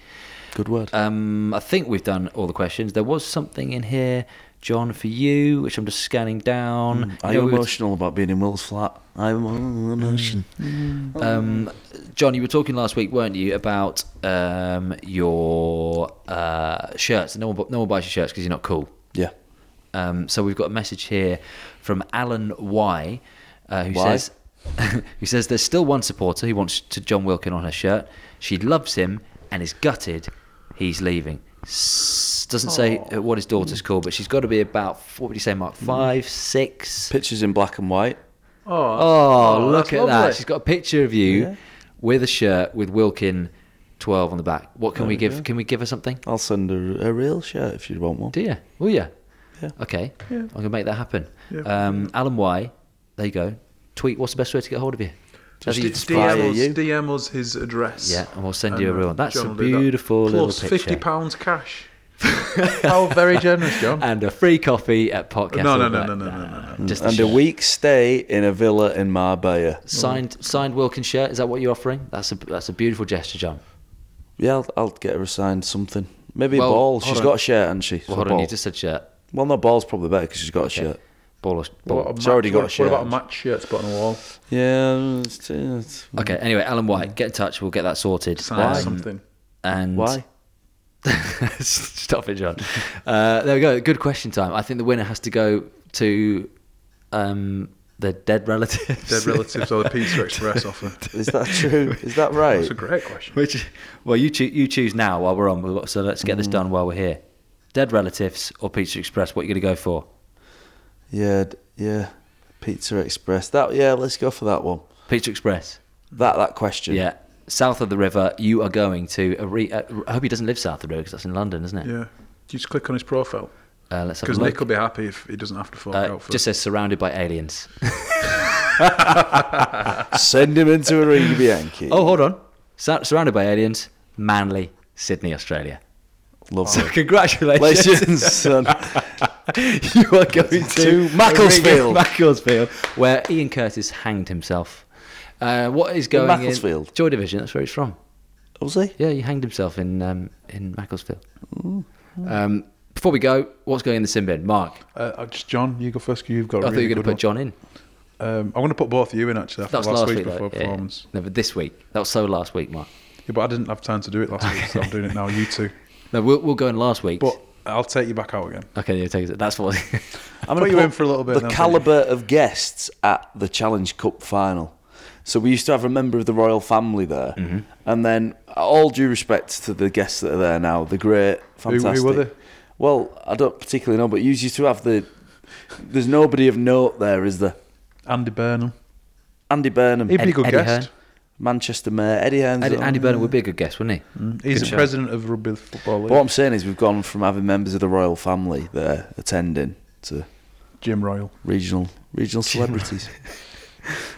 B: Good word.
A: Um, I think we've done all the questions. There was something in here, John, for you, which I'm just scanning down. You
B: Hmm, Are
A: know,
B: you
A: we were-
B: emotional about being in Will's flat? I'm emotional.
A: Um, John, you were talking last week, weren't you, about um, your uh, shirts? No one, bu- no one buys your shirts because you're not cool.
B: Yeah.
A: Um, so we've got a message here from Alan Y, uh, who
B: Why?
A: says, who says there's still one supporter who wants to John Wilkin on her shirt. She loves him and is gutted he's leaving. S- doesn't say uh, what his daughter's called, but she's got to be about what would you say, Mark? Five, six.
B: Pictures in black and white.
A: Oh, look
C: that's
A: at
C: lovely.
A: that. She's got a picture of you with a shirt with Wilkin 12 on the back. What can we give? Can we give her something?
B: I'll send her a real shirt if you want one.
A: Do you? Will you?
B: Yeah.
A: Okay. I'm going to make that happen. Um, Alan Y, there you go. Tweet, what's the best way to get hold of you? That's you
C: Just
A: subscribe.
B: DM us- you.
C: DM us his address. uh,
A: Yeah, and we'll send you a real one. That's a beautiful little picture.
C: pounds cash. How Oh, very generous, John.
A: and a free coffee at Podcast. Mm.
C: No, no, no, no, no, no, no,
A: Just
B: and a
A: shirt.
B: week stay in a villa in Marbella.
A: signed signed Wilkins shirt. Is that what you're offering? That's a that's a beautiful gesture, John.
B: Yeah, I'll, I'll get her assigned something. Maybe
A: Well,
B: a ball.
A: hold
B: She's
A: on.
B: got a shirt, hasn't she?
A: Well,
B: So a
A: hold on,
B: ball.
A: you just said shirt.
B: Well, no, ball's probably better because she's got a shirt.
A: Ball or ball.
C: What a
B: It's already
C: match-
B: got a
C: what, What about
B: shirt.
C: a match shirt spot on the wall?
B: Yeah. It's, it's,
A: Okay. Anyway, Alan White, get in touch. We'll get that sorted.
C: Sign
A: Um,
C: something.
A: And
B: why?
A: Stop it, John. Uh, there we go. Good question time. I think the winner has to go to um, the dead relatives.
C: Dead relatives or the Pizza Express offer?
B: Is that true? Is that right?
C: That's a great question.
A: Which, well, you choo- you choose now while we're on. We've got- So let's get this done while we're here. Dead relatives or Pizza Express? What are you going to go for?
B: Yeah. d- Yeah. Pizza Express. That. Yeah. Let's go for that one.
A: Pizza Express.
B: That. That question.
A: Yeah. South of the river, you are going to. A re- uh, I hope he doesn't live south of the river because that's in London, isn't it?
C: Yeah. Do you just click on his profile?
A: Uh, let's have a
C: Because
A: look.
C: Nick will be happy if he doesn't have to fork
A: uh,
C: out for
A: just says surrounded by aliens.
B: Send him into a ring, Bianchi.
A: Oh, hold on. Sur- surrounded by aliens, Manly, Sydney, Australia.
B: lovely.
A: So congratulations.
B: Congratulations, son.
A: you are going to,
B: To Macclesfield.
A: Macclesfield, where Ian Curtis hanged himself. Uh, what is going
B: Macclesfield?
A: Joy Division. That's where he's from.
B: Was he?
A: Yeah, he hanged himself in um, in Macclesfield. Um, before we go, what's going in the sin bin? Mark,
C: Uh, uh, just John, you go first. 'cause You've got.
A: I
C: a
A: thought you
C: really
A: were going
C: good
A: to put John in.
C: one. Um, I'm going to put both of you in actually. After
A: That was
C: last,
A: last, week.
C: week's
A: though.
C: perfor-
A: Yeah, yeah.
C: performance.
A: No, but this week. That was so last week, Mark.
C: Yeah. but I didn't have time to do it last week, so I'm doing it now. You two,
A: No, we'll, we'll go in last week.
C: but I'll take you back out again.
A: okay, yeah, take it. That's what.
B: I'm
C: Put
B: gonna
C: you in for a little bit,
B: The
C: then,
B: caliber of guests at the Challenge Cup final. So we used to have a member of the royal family there,
C: Mm-hmm.
B: and then all due respect to the guests that are there now, the great,
C: were
B: fantastic.
C: they?
B: Well, I don't particularly know, but you used to have the. There's nobody of note there, is there?
C: Andy Burnham.
B: Andy Burnham,
C: He'd be
A: Eddie-
C: a good
A: Eddie
C: guest.
B: Manchester Mayor, Eddie Hearns.
A: Andy,
B: oh,
A: Andy
B: yeah.
A: Burnham would be a good guest, wouldn't he?
C: He's
A: Good
C: the
A: shout.
C: president of Rugby Football League.
B: But What I'm saying is, we've gone from having members of the royal family there attending to
C: Jim Royal.
B: regional regional celebrities.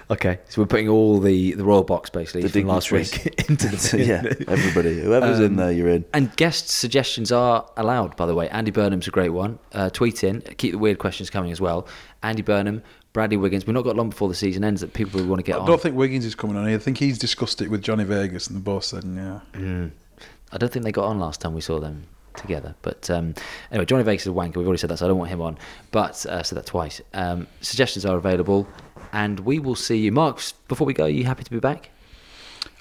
A: Okay, so we're putting all the the royal box basically
B: The
A: from last
B: dignitaries.
A: week into the bin.
B: yeah, everybody, whoever's in there, you're in.
A: And guest suggestions are allowed, by the way. Andy Burnham's a great one. Uh, tweet in, keep the weird questions coming as well. Andy Burnham, Bradley Wiggins. We've not got long before the season ends that people want to get
C: I
A: on.
C: don't think Wiggins is coming on. here. I think he's discussed it with Johnny Vegas, and the boss said, "Yeah."
A: Hmm. I don't think they got on last time we saw them together. But um, anyway, Johnny Vegas is a wanker. We've already said that, so I don't want him on. But uh, I said that twice. Um, suggestions are available, and we will see you. Mark, before we go, are you happy to be back?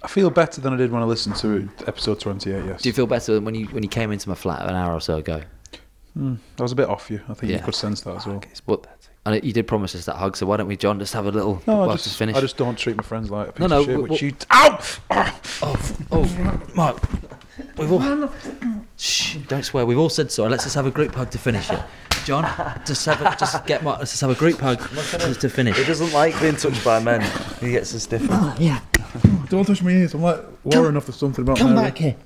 C: I feel better than I did when I listened to episode 28. Yes,
A: Do you feel better than when you when you came into my flat an hour or so ago?
C: I was a bit off you. I think
A: Yeah.
C: you could sense that as well.
A: Well, and you did promise us that hug, so why don't we, John, just have a little
C: No, I
A: whilst we
C: just,
A: finish?
C: I just don't treat my friends like a piece
A: no,
C: of shit,
A: w-
C: which
A: w-
C: you. Ow!
A: Oh, Mark, we've all. Shh, don't swear. We've all said sorry. Let's just have a group hug to finish it. John, just have a, just get Mark. Let's just have a group hug to, to finish.
B: doesn't like being touched by men. He gets a stiff.
F: Yeah,
C: Don't touch my ears. I'm like Warren off or something about
F: come
C: Mary.
F: back here.